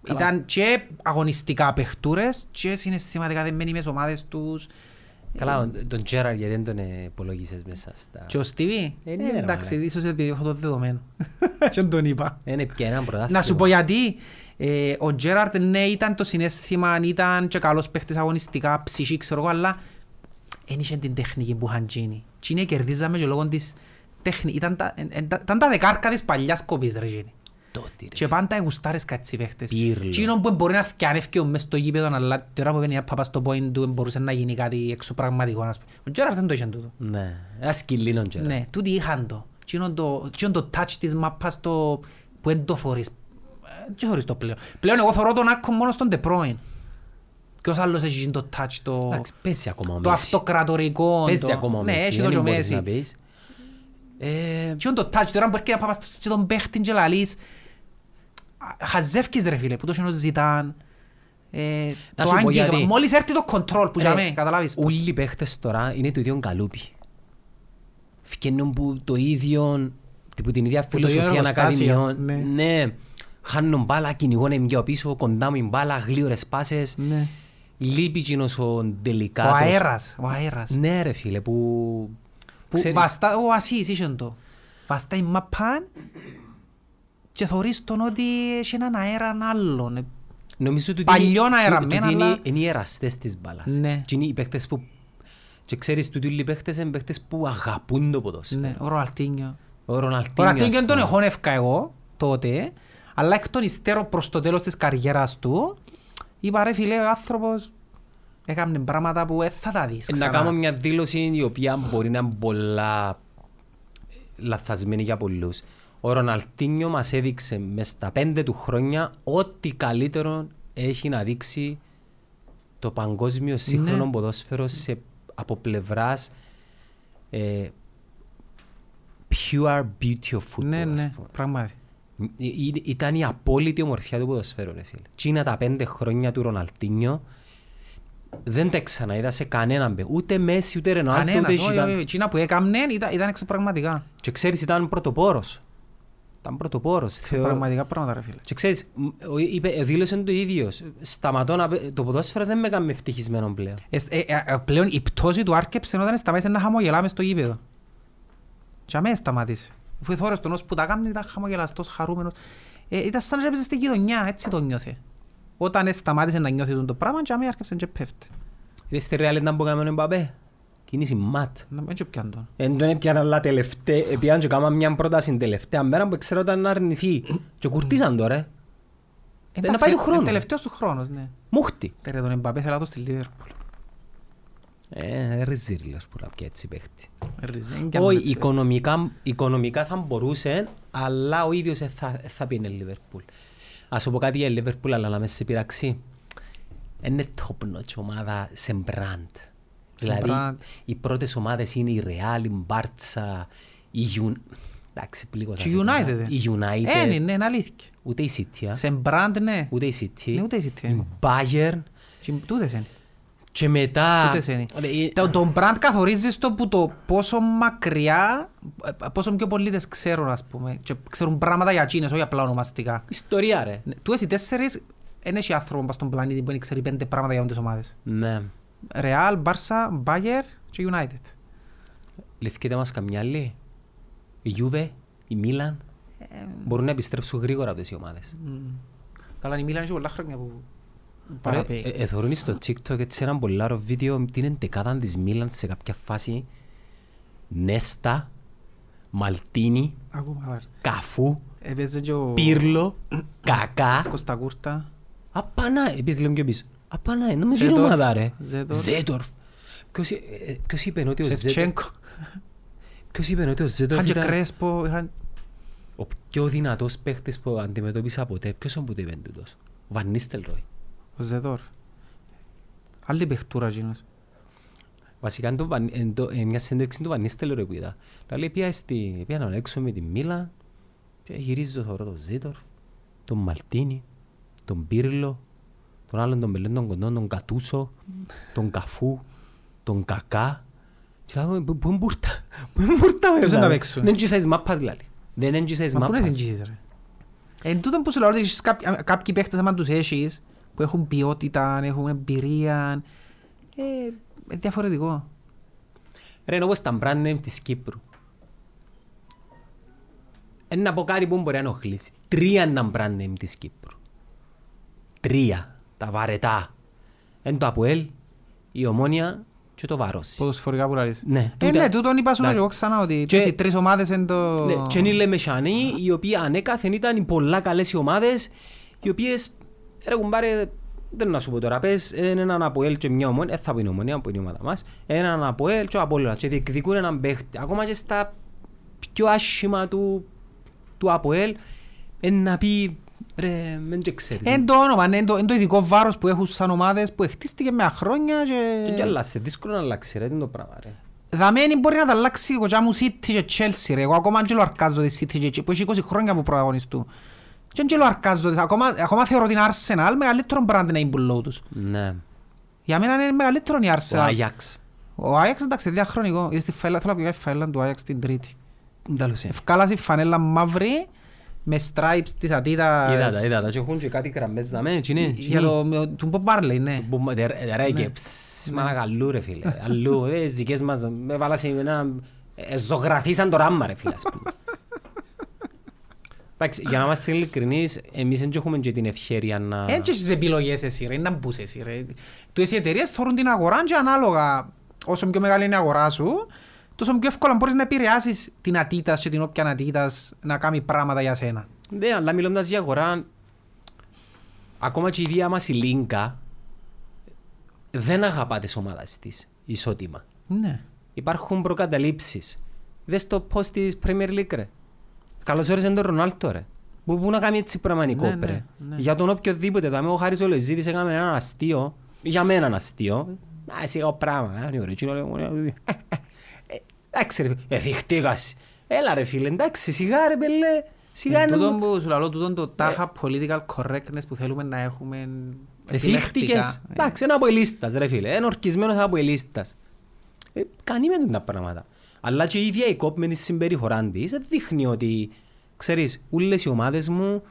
Speaker 2: Καλά.
Speaker 1: Ήταν και αγωνιστικά παιχτούρες και συναισθηματικά δεμένοι μες τις ομάδες τους. Ε.
Speaker 2: Καλά, ο- τον Τζέραρ γιατί δεν τον ε, υπολόγισες μέσα στα...
Speaker 1: Και ο Στίβι,
Speaker 2: Ε, ναι, ρε,
Speaker 1: εντάξει,
Speaker 2: μαλάκα.
Speaker 1: ίσως επειδή έχω το δεδομένο. Και δεν τον είπα.
Speaker 2: Δεν έπιε έναν πρωτάθλημα.
Speaker 1: Να σου πω γιατί. Ε, ο Τζέραρτ ναι ήταν το συνέστημα, ήταν και καλός παίχτης αγωνιστικά, ψυχή ξέρω εγώ, αλλά δεν είχε την τεχνική που είχαν γίνει. Τι είναι κερδίζαμε και λόγω της τέχνη. Ήταν τα, εν- εν- τα- ήταν τα δεκάρκα της παλιάς κοπής ρε γίνει.
Speaker 2: Τότε ρε.
Speaker 1: Και πάντα εγουστάρες κάτσι παίχτες.
Speaker 2: Πύρλο.
Speaker 1: Εκείνο που μπορεί να θκιανεύκει ο μες στο γήπεδο, αλλά την ώρα που έβαινε η άπαπα στο point του, μπορούσε να γίνει κάτι εξωπραγματικό. ας πούμε. Ο Τζέραρτ δεν το είχε τούτο.
Speaker 2: Ναι. Ένα σκυλίνο Τζέραρ.
Speaker 1: Ναι, τούτοι είχαν το. Τσίνον το, τσίνον το touch της μάπας το, που δεν το φορείς. Ε, Τι φορείς το πλέον. Πλέον εγώ θωρώ τον Άκο μόνο στον De Bruyne. Ποιος άλλος έχει το touch το,
Speaker 2: Εντάξει, πέσει ακόμα ο
Speaker 1: το
Speaker 2: Μέση.
Speaker 1: αυτοκρατορικό.
Speaker 2: Πέσει
Speaker 1: το-
Speaker 2: ακόμα ο
Speaker 1: Ναι,
Speaker 2: Μέση,
Speaker 1: έχει
Speaker 2: δεν
Speaker 1: το και ο
Speaker 2: μπορείς να
Speaker 1: Μέση.
Speaker 2: πεις. Ε,
Speaker 1: Τι είναι το touch τώρα που έρχεται να πάμε σε τον παίχτη και λαλείς α, Χαζεύκεις ρε φίλε που το σύνος ζητάν ε,
Speaker 2: Να
Speaker 1: Το
Speaker 2: σου πω
Speaker 1: άγγιγμα,
Speaker 2: γιατί. Ε,
Speaker 1: μόλις έρθει το control που
Speaker 2: ρε,
Speaker 1: για μέ, καταλάβεις το.
Speaker 2: Όλοι οι παίχτες τώρα είναι του ίδιου καλούπι. Φκαίνουν που το ίδιο, που την ίδια
Speaker 1: το ίδιο
Speaker 2: φιλοσοφία να κάνει
Speaker 1: εργοστάσιο,
Speaker 2: μειών.
Speaker 1: ναι.
Speaker 2: Ναι. Χάνουν μπάλα, κυνηγώνε πιο πίσω, κοντά μου η μπάλα, γλίωρες πάσες.
Speaker 1: Ναι.
Speaker 2: Λείπει εκείνος ο
Speaker 1: Ο
Speaker 2: τελικά.
Speaker 1: αέρας, ο αέρας
Speaker 2: Ναι ρε φίλε, που...
Speaker 1: Που βαστά, ο Ασίς είχε το Βαστά η μαπάν και θωρείς τον ότι έχει έναν αέραν άλλον Ε,
Speaker 2: Νομίζω ότι
Speaker 1: Παλιόν αεραμένα,
Speaker 2: τούτοι είναι-
Speaker 1: αλλά-
Speaker 2: Είναι οι εραστές της μπάλας.
Speaker 1: Ναι.
Speaker 2: Και είναι οι παίχτες που... Και ξέρεις, τούτοι οι παίχτες είναι παίχτες που αγαπούν το ποδόσφαιρο.
Speaker 1: ναι, Ο Ρολτίνιο
Speaker 2: Ο ναι.
Speaker 1: Ο
Speaker 2: Ροναλτίνιο, ας
Speaker 1: Ρολτίνιο τον
Speaker 2: πούμε.
Speaker 1: εχώνευκα εγώ τότε Αλλά εκ των υστέρων προς το τέλος της καριέρας του Είπα ρε φίλε ο άνθρωπος Έκαμε πράγματα που δεν θα τα δεις
Speaker 2: Ε, Να
Speaker 1: ξανά.
Speaker 2: κάνω μια δήλωση η οποία μπορεί να είναι πολλά λαθασμένη για πολλούς. Ο Ροναλτίνιο μας έδειξε μες στα πέντε του χρόνια ό,τι καλύτερο έχει να δείξει το παγκόσμιο σύγχρονο
Speaker 1: Ναι.
Speaker 2: ποδόσφαιρο σε, από πλευράς ε, pure beauty of football.
Speaker 1: Ναι,
Speaker 2: ας
Speaker 1: ναι,
Speaker 2: πούμε.
Speaker 1: πράγματι.
Speaker 2: Ή- ή- Ε, Ήταν η απόλυτη ομορφιά του ποδοσφαίρου, ρε φίλε. Τι είναι τα πέντε χρόνια του Ροναλτίνιο, δεν τα ξαναείδα σε κανέναν παίκτη. Ούτε Μέση, ούτε Ρενάλτο, ούτε
Speaker 1: Κανένας, όχι, όχι,
Speaker 2: ήταν...
Speaker 1: εκείνα που έκαμνε ήταν, ήταν εξωπραγματικά.
Speaker 2: Και ξέρεις, ήταν πρωτοπόρος. Ήταν πρωτοπόρος. Θεωρώ...
Speaker 1: Πραγματικά πράγματα ρε φίλε.
Speaker 2: Και ξέρεις, μ, ο- είπε, ε, δήλωσε το ίδιος. Σταματώ να... παί- Το ποδόσφαιρο δεν με έκανε ευτυχισμένο πλέον.
Speaker 1: Ε, ε, ε, πλέον η πτώση του άρκεψε όταν σταμάτησε να χαμογελάμε στο γήπεδο. Και αμέσως σταμάτησε. Αφού εθώρες τον ως που τα κάμνε ήταν χαμογελαστός, χαρούμενος. Ε, ήταν σαν να έπαιζε στη γειτονιά, έτσι το νιώθε. Όταν ε, σταμάτησε να νιώθει τον το πράγμα, και αμέσως άρκεψε και πέφτει.
Speaker 2: Είδες στη Real ήταν που έκαμε ο Μπαπέ. Κίνηση ματ.
Speaker 1: Να μην και πιάνε τον.
Speaker 2: Εν τον έπιανα αλλά τελευταία, έπιαν και κάμα μια πρόταση την τελευταία μέρα που ξέρω ήταν να αρνηθεί. Και κουρτίζαν τώρα. ε.
Speaker 1: Εντάξει,
Speaker 2: πάει του
Speaker 1: ε,
Speaker 2: χρόνου.
Speaker 1: Τελευταίος του χρόνος, ναι.
Speaker 2: Μούχτη.
Speaker 1: Τερε τον Εμπαπέ, θέλω να το στη Λίβερπουλ.
Speaker 2: Ε, ριζίρλερ που να πιέτσει έτσι παίχτη.
Speaker 1: Ριζέν και
Speaker 2: Όχι,
Speaker 1: Αμνέτσι, ε.
Speaker 2: οικονομικά, οικονομικά θα μπορούσε, αλλά ο ίδιος ε, θα, ε, θα πήγαινε Λίβερπουλ. Ας σου πω κάτι για Λίβερπουλ, αλλά να με σε πειραξεί. Είναι top notch ομάδα σε μπραντ. Δηλαδή,
Speaker 1: brand.
Speaker 2: οι πρώτες ομάδες είναι η Real, η Μπάρτσα, η Ιουν... Εντάξει, πλήγωσα.
Speaker 1: Και
Speaker 2: σε
Speaker 1: United.
Speaker 2: τώρα. Η United.
Speaker 1: Ε, ναι, ναι, είναι αλήθεια.
Speaker 2: Ούτε η City. α.
Speaker 1: Σε μπραντ, ναι.
Speaker 2: Ούτε η City.
Speaker 1: Ναι, ούτε η
Speaker 2: Η
Speaker 1: City, ε.
Speaker 2: Bayern.
Speaker 1: Και Τούτες είναι.
Speaker 2: Και μετά...
Speaker 1: Τούτες είναι.
Speaker 2: Ε, ε,
Speaker 1: Το- Τον brand καθορίζεις το που το πόσο μακριά, ε, πόσο πιο πολίτες ξέρουν ας πούμε. Και ξέρουν πράγματα για εκείνες, όχι απλά ονομαστικά.
Speaker 2: Ιστορία, ρε.
Speaker 1: Ναι, Του εσύ τέσσερις, δεν έχει άνθρωπο πας στον πλανήτη που δεν ξέρει πέντε πράγματα για όλες τις ομάδες.
Speaker 2: Ναι.
Speaker 1: Real, Barca, Bayer και United.
Speaker 2: Λευκείτε μας καμιά άλλη. Η Juve, η Μίλαν. Μπορούν να επιστρέψουν γρήγορα αυτές οι ομάδες.
Speaker 1: Καλά, η Μίλαν έχει πολλά χρόνια που
Speaker 2: Ρε,
Speaker 1: παραπέει.
Speaker 2: ε, Εθωρούν στο TikTok έτσι έναν πολλάρο βίντεο με την εντεκάδα της Μίλαν σε κάποια φάση. Νέστα, Μαλτίνι,
Speaker 1: Ακόμα, ρε.
Speaker 2: Καφού,
Speaker 1: Έπαιζε και ο
Speaker 2: Πύρλο, Κακά.
Speaker 1: Κωνστακούρτα.
Speaker 2: Απανά, επίσης λέμε πιο πίσω. Απανά, ενώ με γύρω
Speaker 1: Ζέτορφ.
Speaker 2: ομάδα ρε.
Speaker 1: Ζέτορφ.
Speaker 2: Ζέτορφ. Ποιος, ε, ε, ποιος είπε ότι ο Ζέτορφ,
Speaker 1: Σετσένκο.
Speaker 2: ποιος είπε ότι ο Ζέτορφ
Speaker 1: Είχαν και
Speaker 2: ήταν
Speaker 1: Κρέσπο, είχαν...
Speaker 2: ο πιο δυνατός παίχτης που αντιμετώπισα ποτέ. Ποιος τον που το είπε τούτος. Ο Βαν Νίστελροι.
Speaker 1: Ο Ζεδόρ. Άλλη παιχτούρα γίνος.
Speaker 2: Βασικά είναι το, Βαν- εν το, ε, μια συνέντευξη του Βαν Νίστελροι που είδα. Δηλαδή πια στη, πια να έξω με τη Μίλα και γυρίζω θωρώ τον Ζέτορφ, τον Μαλτίνι, τον Πύρλο, τον άλλον τον Μελέν τον Κοντών, τον Κατούσο, τον Καφού, τον Κακά. Και λέω, πού πού είναι μπούρτα, πού είναι μπούρτα.
Speaker 1: Ποιος είναι
Speaker 2: βέβαια.
Speaker 1: να παίξουν.
Speaker 2: δηλαδή? Δεν τσίσαεις μάπας λάλη. Δεν τσίσαεις
Speaker 1: Μα πού να
Speaker 2: μάπας.
Speaker 1: συντήσεις ρε. Ε, Εν τούτον που σου λέω ότι έχεις κάποιοι, α, κάποιοι παίχτες άμα τους έχεις που έχουν ποιότητα, έχουν εμπειρία. Ε, ε, διαφορετικό.
Speaker 2: Ρε, είναι όπως τα brand name της Κύπρου. Ένα να πω κάτι που μπορεί να ενοχλήσει. Τρία είναι τα brand name της Κύπρου. Τρία. Τα βαρετά. Είναι το Αποέλ, η Ομόνια και το Βαρόσι.
Speaker 1: Ποδοσφορικά που λαλείς.
Speaker 2: Ναι.
Speaker 1: Ε,
Speaker 2: Τούτα-
Speaker 1: ναι, τούτον είπα σου
Speaker 2: Εντάξει.
Speaker 1: εγώ ξανά ότι
Speaker 2: Και-
Speaker 1: τόσοι τρεις ομάδες είναι το...
Speaker 2: Ναι, και είναι οι Λεμεσανοί, οι οποίοι ανέκαθεν ήταν οι πολλά καλές οι ομάδες, οι οποίες, ρε κουμπάρε, δεν να σου πω τώρα, πες έναν Αποέλ και μια ομόνια, ε, θα πω είναι ομόνια, που είναι η ομάδα μας, έναν Αποέλ και ο Απόλλωνας και διεκδικούν έναν παίχτη, ακόμα και στα πιο άσχημα του, του ΑΠΟΕΛ ε, να πει ρε, δεν και ξέρεις.
Speaker 1: Εν το όνομα, ναι, εν το, εν το ειδικό βάρος που έχουν σαν ομάδες που χτίστηκε με χρόνια
Speaker 2: Και κι
Speaker 1: και...
Speaker 2: αλλάσαι, δύσκολο να αλλάξει ρε, τι είναι το πράγμα ρε.
Speaker 1: Δαμένη μπορεί να τα αλλάξει η κοτσιά μου City και Chelsea ρε. Εγώ ακόμα δεν αρκάζω τη City και που έχει 20 χρόνια που πρωταγωνιστούν. Και δεν αρκάζω της. Ακόμα, ακόμα θεωρώ την Arsenal μεγαλύτερο brand name που λέω τους.
Speaker 2: Ναι,
Speaker 1: Για μένα είναι μεγαλύτερο η
Speaker 2: ο
Speaker 1: Arsenal.
Speaker 2: Άγιαξ.
Speaker 1: Ο Ajax εντάξει διαχρονικό. Είδες τη φαίλα, θέλω να πήγα η φαίλα του Ajax την τρίτη.
Speaker 2: Εντάλλωσε.
Speaker 1: Ευκάλασε η φανέλα μαύρη με stripes της Adidas.
Speaker 2: Είδα τα, είδα τα, και έχουν και κάτι γραμμές να μένει, είναι.
Speaker 1: Για το, με- του Bob Marley, ναι.
Speaker 2: Μπούμε, τε- ρε, Ρε και ψ, μαλάκα, αλλού ρε φίλε, αλλού, ε, τις δικές μας, με βάλα σε ένα, ε, ζωγραφίσαν το ράμα ρε φίλε, ας πούμε. Εντάξει, για να είμαστε ειλικρινείς, εμείς δεν έχουμε και την ευχαίρεια να...
Speaker 1: Έτσι στις επιλογές εσύ ρε, να μπούς εσύ ρε. Τους οι εταιρείες θεωρούν την αγορά και ανάλογα όσο πιο μεγάλη είναι η αγορά σου, τόσο πιο εύκολα μπορείς να επηρεάσεις την ατήτας και την όποια ατήτας να κάνει πράγματα για σένα.
Speaker 2: Ναι, αλλά μιλώντας για αγορά, ακόμα και η ίδια μας η Λίγκα δεν αγαπά τις ομάδες της ισότιμα.
Speaker 1: Ναι.
Speaker 2: Υπάρχουν προκαταλήψεις. Δες το πώς της Premier League ρε. Καλώς όρισες τον Ρονάλτο ρε. Που, που να κάνει έτσι πραγματικό
Speaker 1: Ναι, ναι,
Speaker 2: ρε.
Speaker 1: ναι.
Speaker 2: Για τον οποιοδήποτε. Δηλαδή ο Χάρης Ολοζήτης έκαμε έναν αστείο. Για μένα ένα αστείο. Α, εσύ εγώ πράγμα. Ε, ρε, τσίνο, λέω, ε, ε, εντάξει ρε, εθιχτήκας. Έλα ρε φίλε, εντάξει, σιγά ρε πελέ. Σιγά
Speaker 1: Σιγά Ε.
Speaker 2: είναι...
Speaker 1: τούτον που σου λαλώ, τούτον το τάχα political correctness που θέλουμε να έχουμε Ε,
Speaker 2: Εθίχτηκες. Ε, Εντάξει, ένα αποελίστας ρε φίλε. Ένα ορκισμένος αποελίστας. Ε, Κάνει με τα πράγματα. Αλλά και η ίδια η κόπ με τη συμπεριφορά της ε, δείχνει ότι, ξέρεις, όλες οι ομάδες μου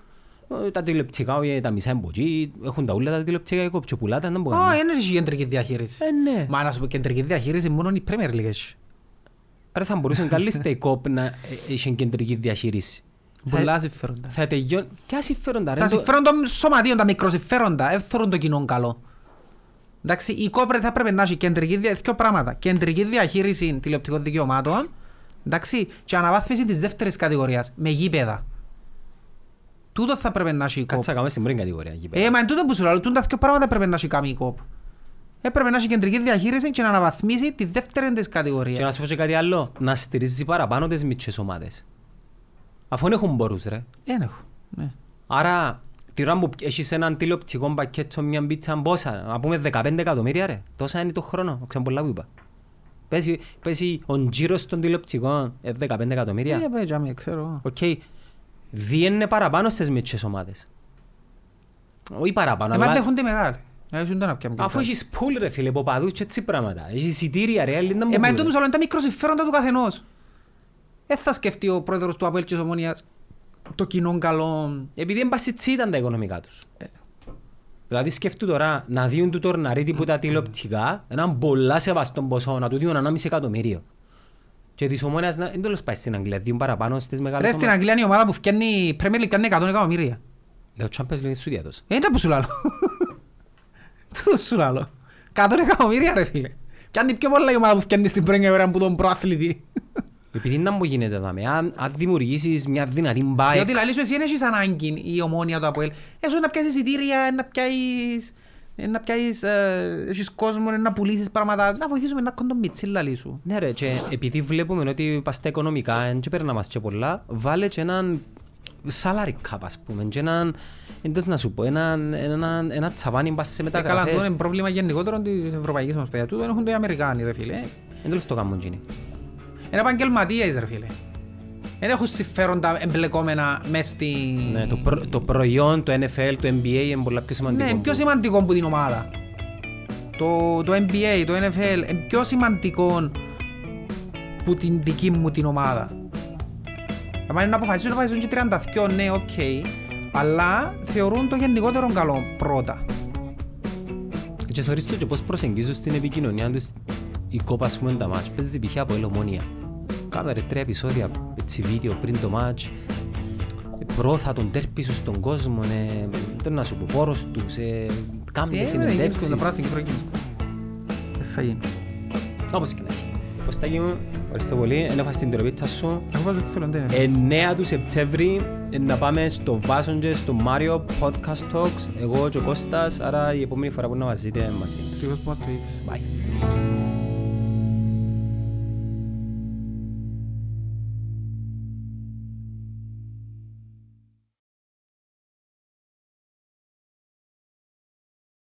Speaker 2: ε, τα τηλεοπτικά, ε, τα μισά εμποτζή, έχουν τα όλα τα τηλεοπτικά η κόπ και πουλάτα, δεν μπορούν.
Speaker 1: Ω, είναι κεντρική διαχείριση.
Speaker 2: Ε, ναι.
Speaker 1: Μα να σου πω κεντρική διαχείριση μόνο η Premier League έχει.
Speaker 2: Ρε, θα μπορούσε καλύτερα η κόπ να ε, έχει κεντρική διαχείριση. Θα-
Speaker 1: Πολλά συμφέροντα.
Speaker 2: Θα τελειώνει. Ποια συμφέροντα, ρε.
Speaker 1: Τα
Speaker 2: το-
Speaker 1: συμφέροντα των σωματείων, τα μικροσυμφέροντα, δεν θεωρούν το κοινό καλό. Εντάξει, η κόπρε θα πρέπει να έχει κεντρική, δια... δύο πράγματα. κεντρική διαχείριση τηλεοπτικών δικαιωμάτων εντάξει, και αναβάθμιση της δεύτερης κατηγορίας με γήπεδα. Τούτο θα πρέπει να έχει η κόπ.
Speaker 2: Κάτσα κάμε στην πρώτη κατηγορία. εκεί πέρα.
Speaker 1: Ε, μα εν τούτο που σου λέω, τούτα δύο πράγματα πρέπει να έχει κάνει η κόπ. Έπρεπε να έχει κεντρική διαχείριση και να αναβαθμίσει τη δεύτερη της
Speaker 2: Και
Speaker 1: κατηγορία.
Speaker 2: να σου πω και κάτι άλλο, να στηρίζει παραπάνω τις μικρές ομάδες. Αφού δεν έχουν μπορούς ρε.
Speaker 1: Δεν έχω. Ναι.
Speaker 2: Άρα, τη ώρα που έχεις έναν τηλεοπτικό πακέτο, μια πίτσα, πόσα, να πούμε 15 εκατομμύρια ρε. Τόσα είναι το χρόνο, ξέρω πολλά που είπα. Πέσει, πέσει ο γύρος των τηλεοπτικών, ε, 15
Speaker 1: Ε,
Speaker 2: εκατομμύρια.
Speaker 1: παι, τζάμι, ξέρω. εγώ.
Speaker 2: Οκ. Διένε παραπάνω στις μικρές ομάδες. Όχι παραπάνω,
Speaker 1: Ε, μα
Speaker 2: αλλά-
Speaker 1: δέχονται μεγάλοι. Ε, δεν τα να πιάνουν και
Speaker 2: Αφού
Speaker 1: μεγάλοι.
Speaker 2: έχεις πουλ ρε φίλε, ποπαδούς και έτσι πράγματα. Έχεις εισιτήρια ρε, άλλοι δεν
Speaker 1: Ε,
Speaker 2: μπορούν,
Speaker 1: μα
Speaker 2: ρε.
Speaker 1: εντούτοις όλα είναι τα μικροσυμφέροντα του καθενός. Δεν θα σκεφτεί ο πρόεδρος του Αποέλ της Ομόνιας το κοινό καλό.
Speaker 2: Επειδή δεν πάση τσι ήταν τα οικονομικά τους.
Speaker 1: Ε.
Speaker 2: Δηλαδή σκεφτού τώρα να δίνουν του τορναρίτη που τα τηλεοπτικά έναν πολλά σεβαστό ποσό να του δίνουν 1,5 εκατομμύριο. Και της ομόνιας να... Δεν τέλος πάει στην Αγγλία, δίνουν παραπάνω στις μεγάλες
Speaker 1: Ρε στην Αγγλία είναι η ομάδα που φτιάχνει η Premier League πιάνει 100 εκατομμύρια.
Speaker 2: Δεν ο Champions League σου διάτος.
Speaker 1: Ε, είναι που σου λάλλω. Τούτο σου λάλλω. 100 εκατομμύρια ρε φίλε. Πιάνει πιο πολλά η ομάδα που φτιάχνεις στην Premier League που τον προαθλητή.
Speaker 2: Επειδή να μου γίνεται δάμε, αν, αν δημιουργήσεις μια δυνατή μπάικ...
Speaker 1: Διότι λαλείς σου εσύ δεν έχεις ανάγκη η Ομόνια του Αποέλ. Έσου να πιάσεις εισιτήρια, να πιάσεις... ε, Να πιάσεις... ε, Έχεις κόσμο, να πουλήσεις πράγματα. Να βοηθήσουμε να κοντομίτσι λαλείς σου.
Speaker 2: Ναι ρε, και επειδή βλέπουμε ότι πας τα οικονομικά, εν και περνά μας και πολλά, βάλε και έναν salary cap ας πούμε, και έναν, εντός να σου πω, έναν, έναν, ένα τσαβάνι πας σε
Speaker 1: Ε, Καλά,
Speaker 2: μεταγραφές.
Speaker 1: αυτό είναι πρόβλημα γενικότερο της ευρωπαϊκής μας παιδιάς. Τούτο έχουν το οι Αμερικάνοι, ρε φίλε.
Speaker 2: Εν τέλος το κάνουν γίνει.
Speaker 1: Είναι επαγγελματίες, ρε φίλε. Δεν έχουν συμφέροντα εμπλεκόμενα μες στη...
Speaker 2: Ναι, το, προ, το προϊόν, το NFL, το NBA είναι πολλά πιο σημαντικό.
Speaker 1: Ναι, είναι πιο
Speaker 2: που-
Speaker 1: σημαντικό που την ομάδα. Το, το NBA, το NFL, είναι πιο σημαντικό που την δική μου την ομάδα. Αν είναι να αποφασίσουν, να αποφασίσουν και 32, ναι, οκ. Αλλά θεωρούν το γενικότερο καλό πρώτα.
Speaker 2: Και θεωρείς το και πώς προσεγγίζουν στην επικοινωνία τους η κόπα, ας πούμε, τα μάτς. Παίζει π.χ. από ελομόνια. Κάμε ρε τρία επεισόδια, έτσι βίντεο πριν το μάτς. Ε, Πρόθα τον τέρπι σου στον κόσμο, ε, δεν να σου πω πόρος τους, ε,
Speaker 1: Τι
Speaker 2: κάμνε
Speaker 1: είναι, δεν γίνεται να
Speaker 2: συνεντεύξεις.
Speaker 1: πράσινη και προκίνηση. Δεν θα γίνει.
Speaker 2: Όπως και να έχει. Κωστάκι μου, ευχαριστώ πολύ, έναφα την τροπίτσα σου.
Speaker 1: Εγώ βάζω τι θέλω, δεν είναι.
Speaker 2: 9 του Σεπτέμβρη ε, να πάμε στο Βάσον και στο Μάριο Podcast Talks εγώ και ο Κώστας άρα η επόμενη φορά που να μας δείτε μαζί
Speaker 1: Ακριβώς που μας το είπες.
Speaker 2: Bye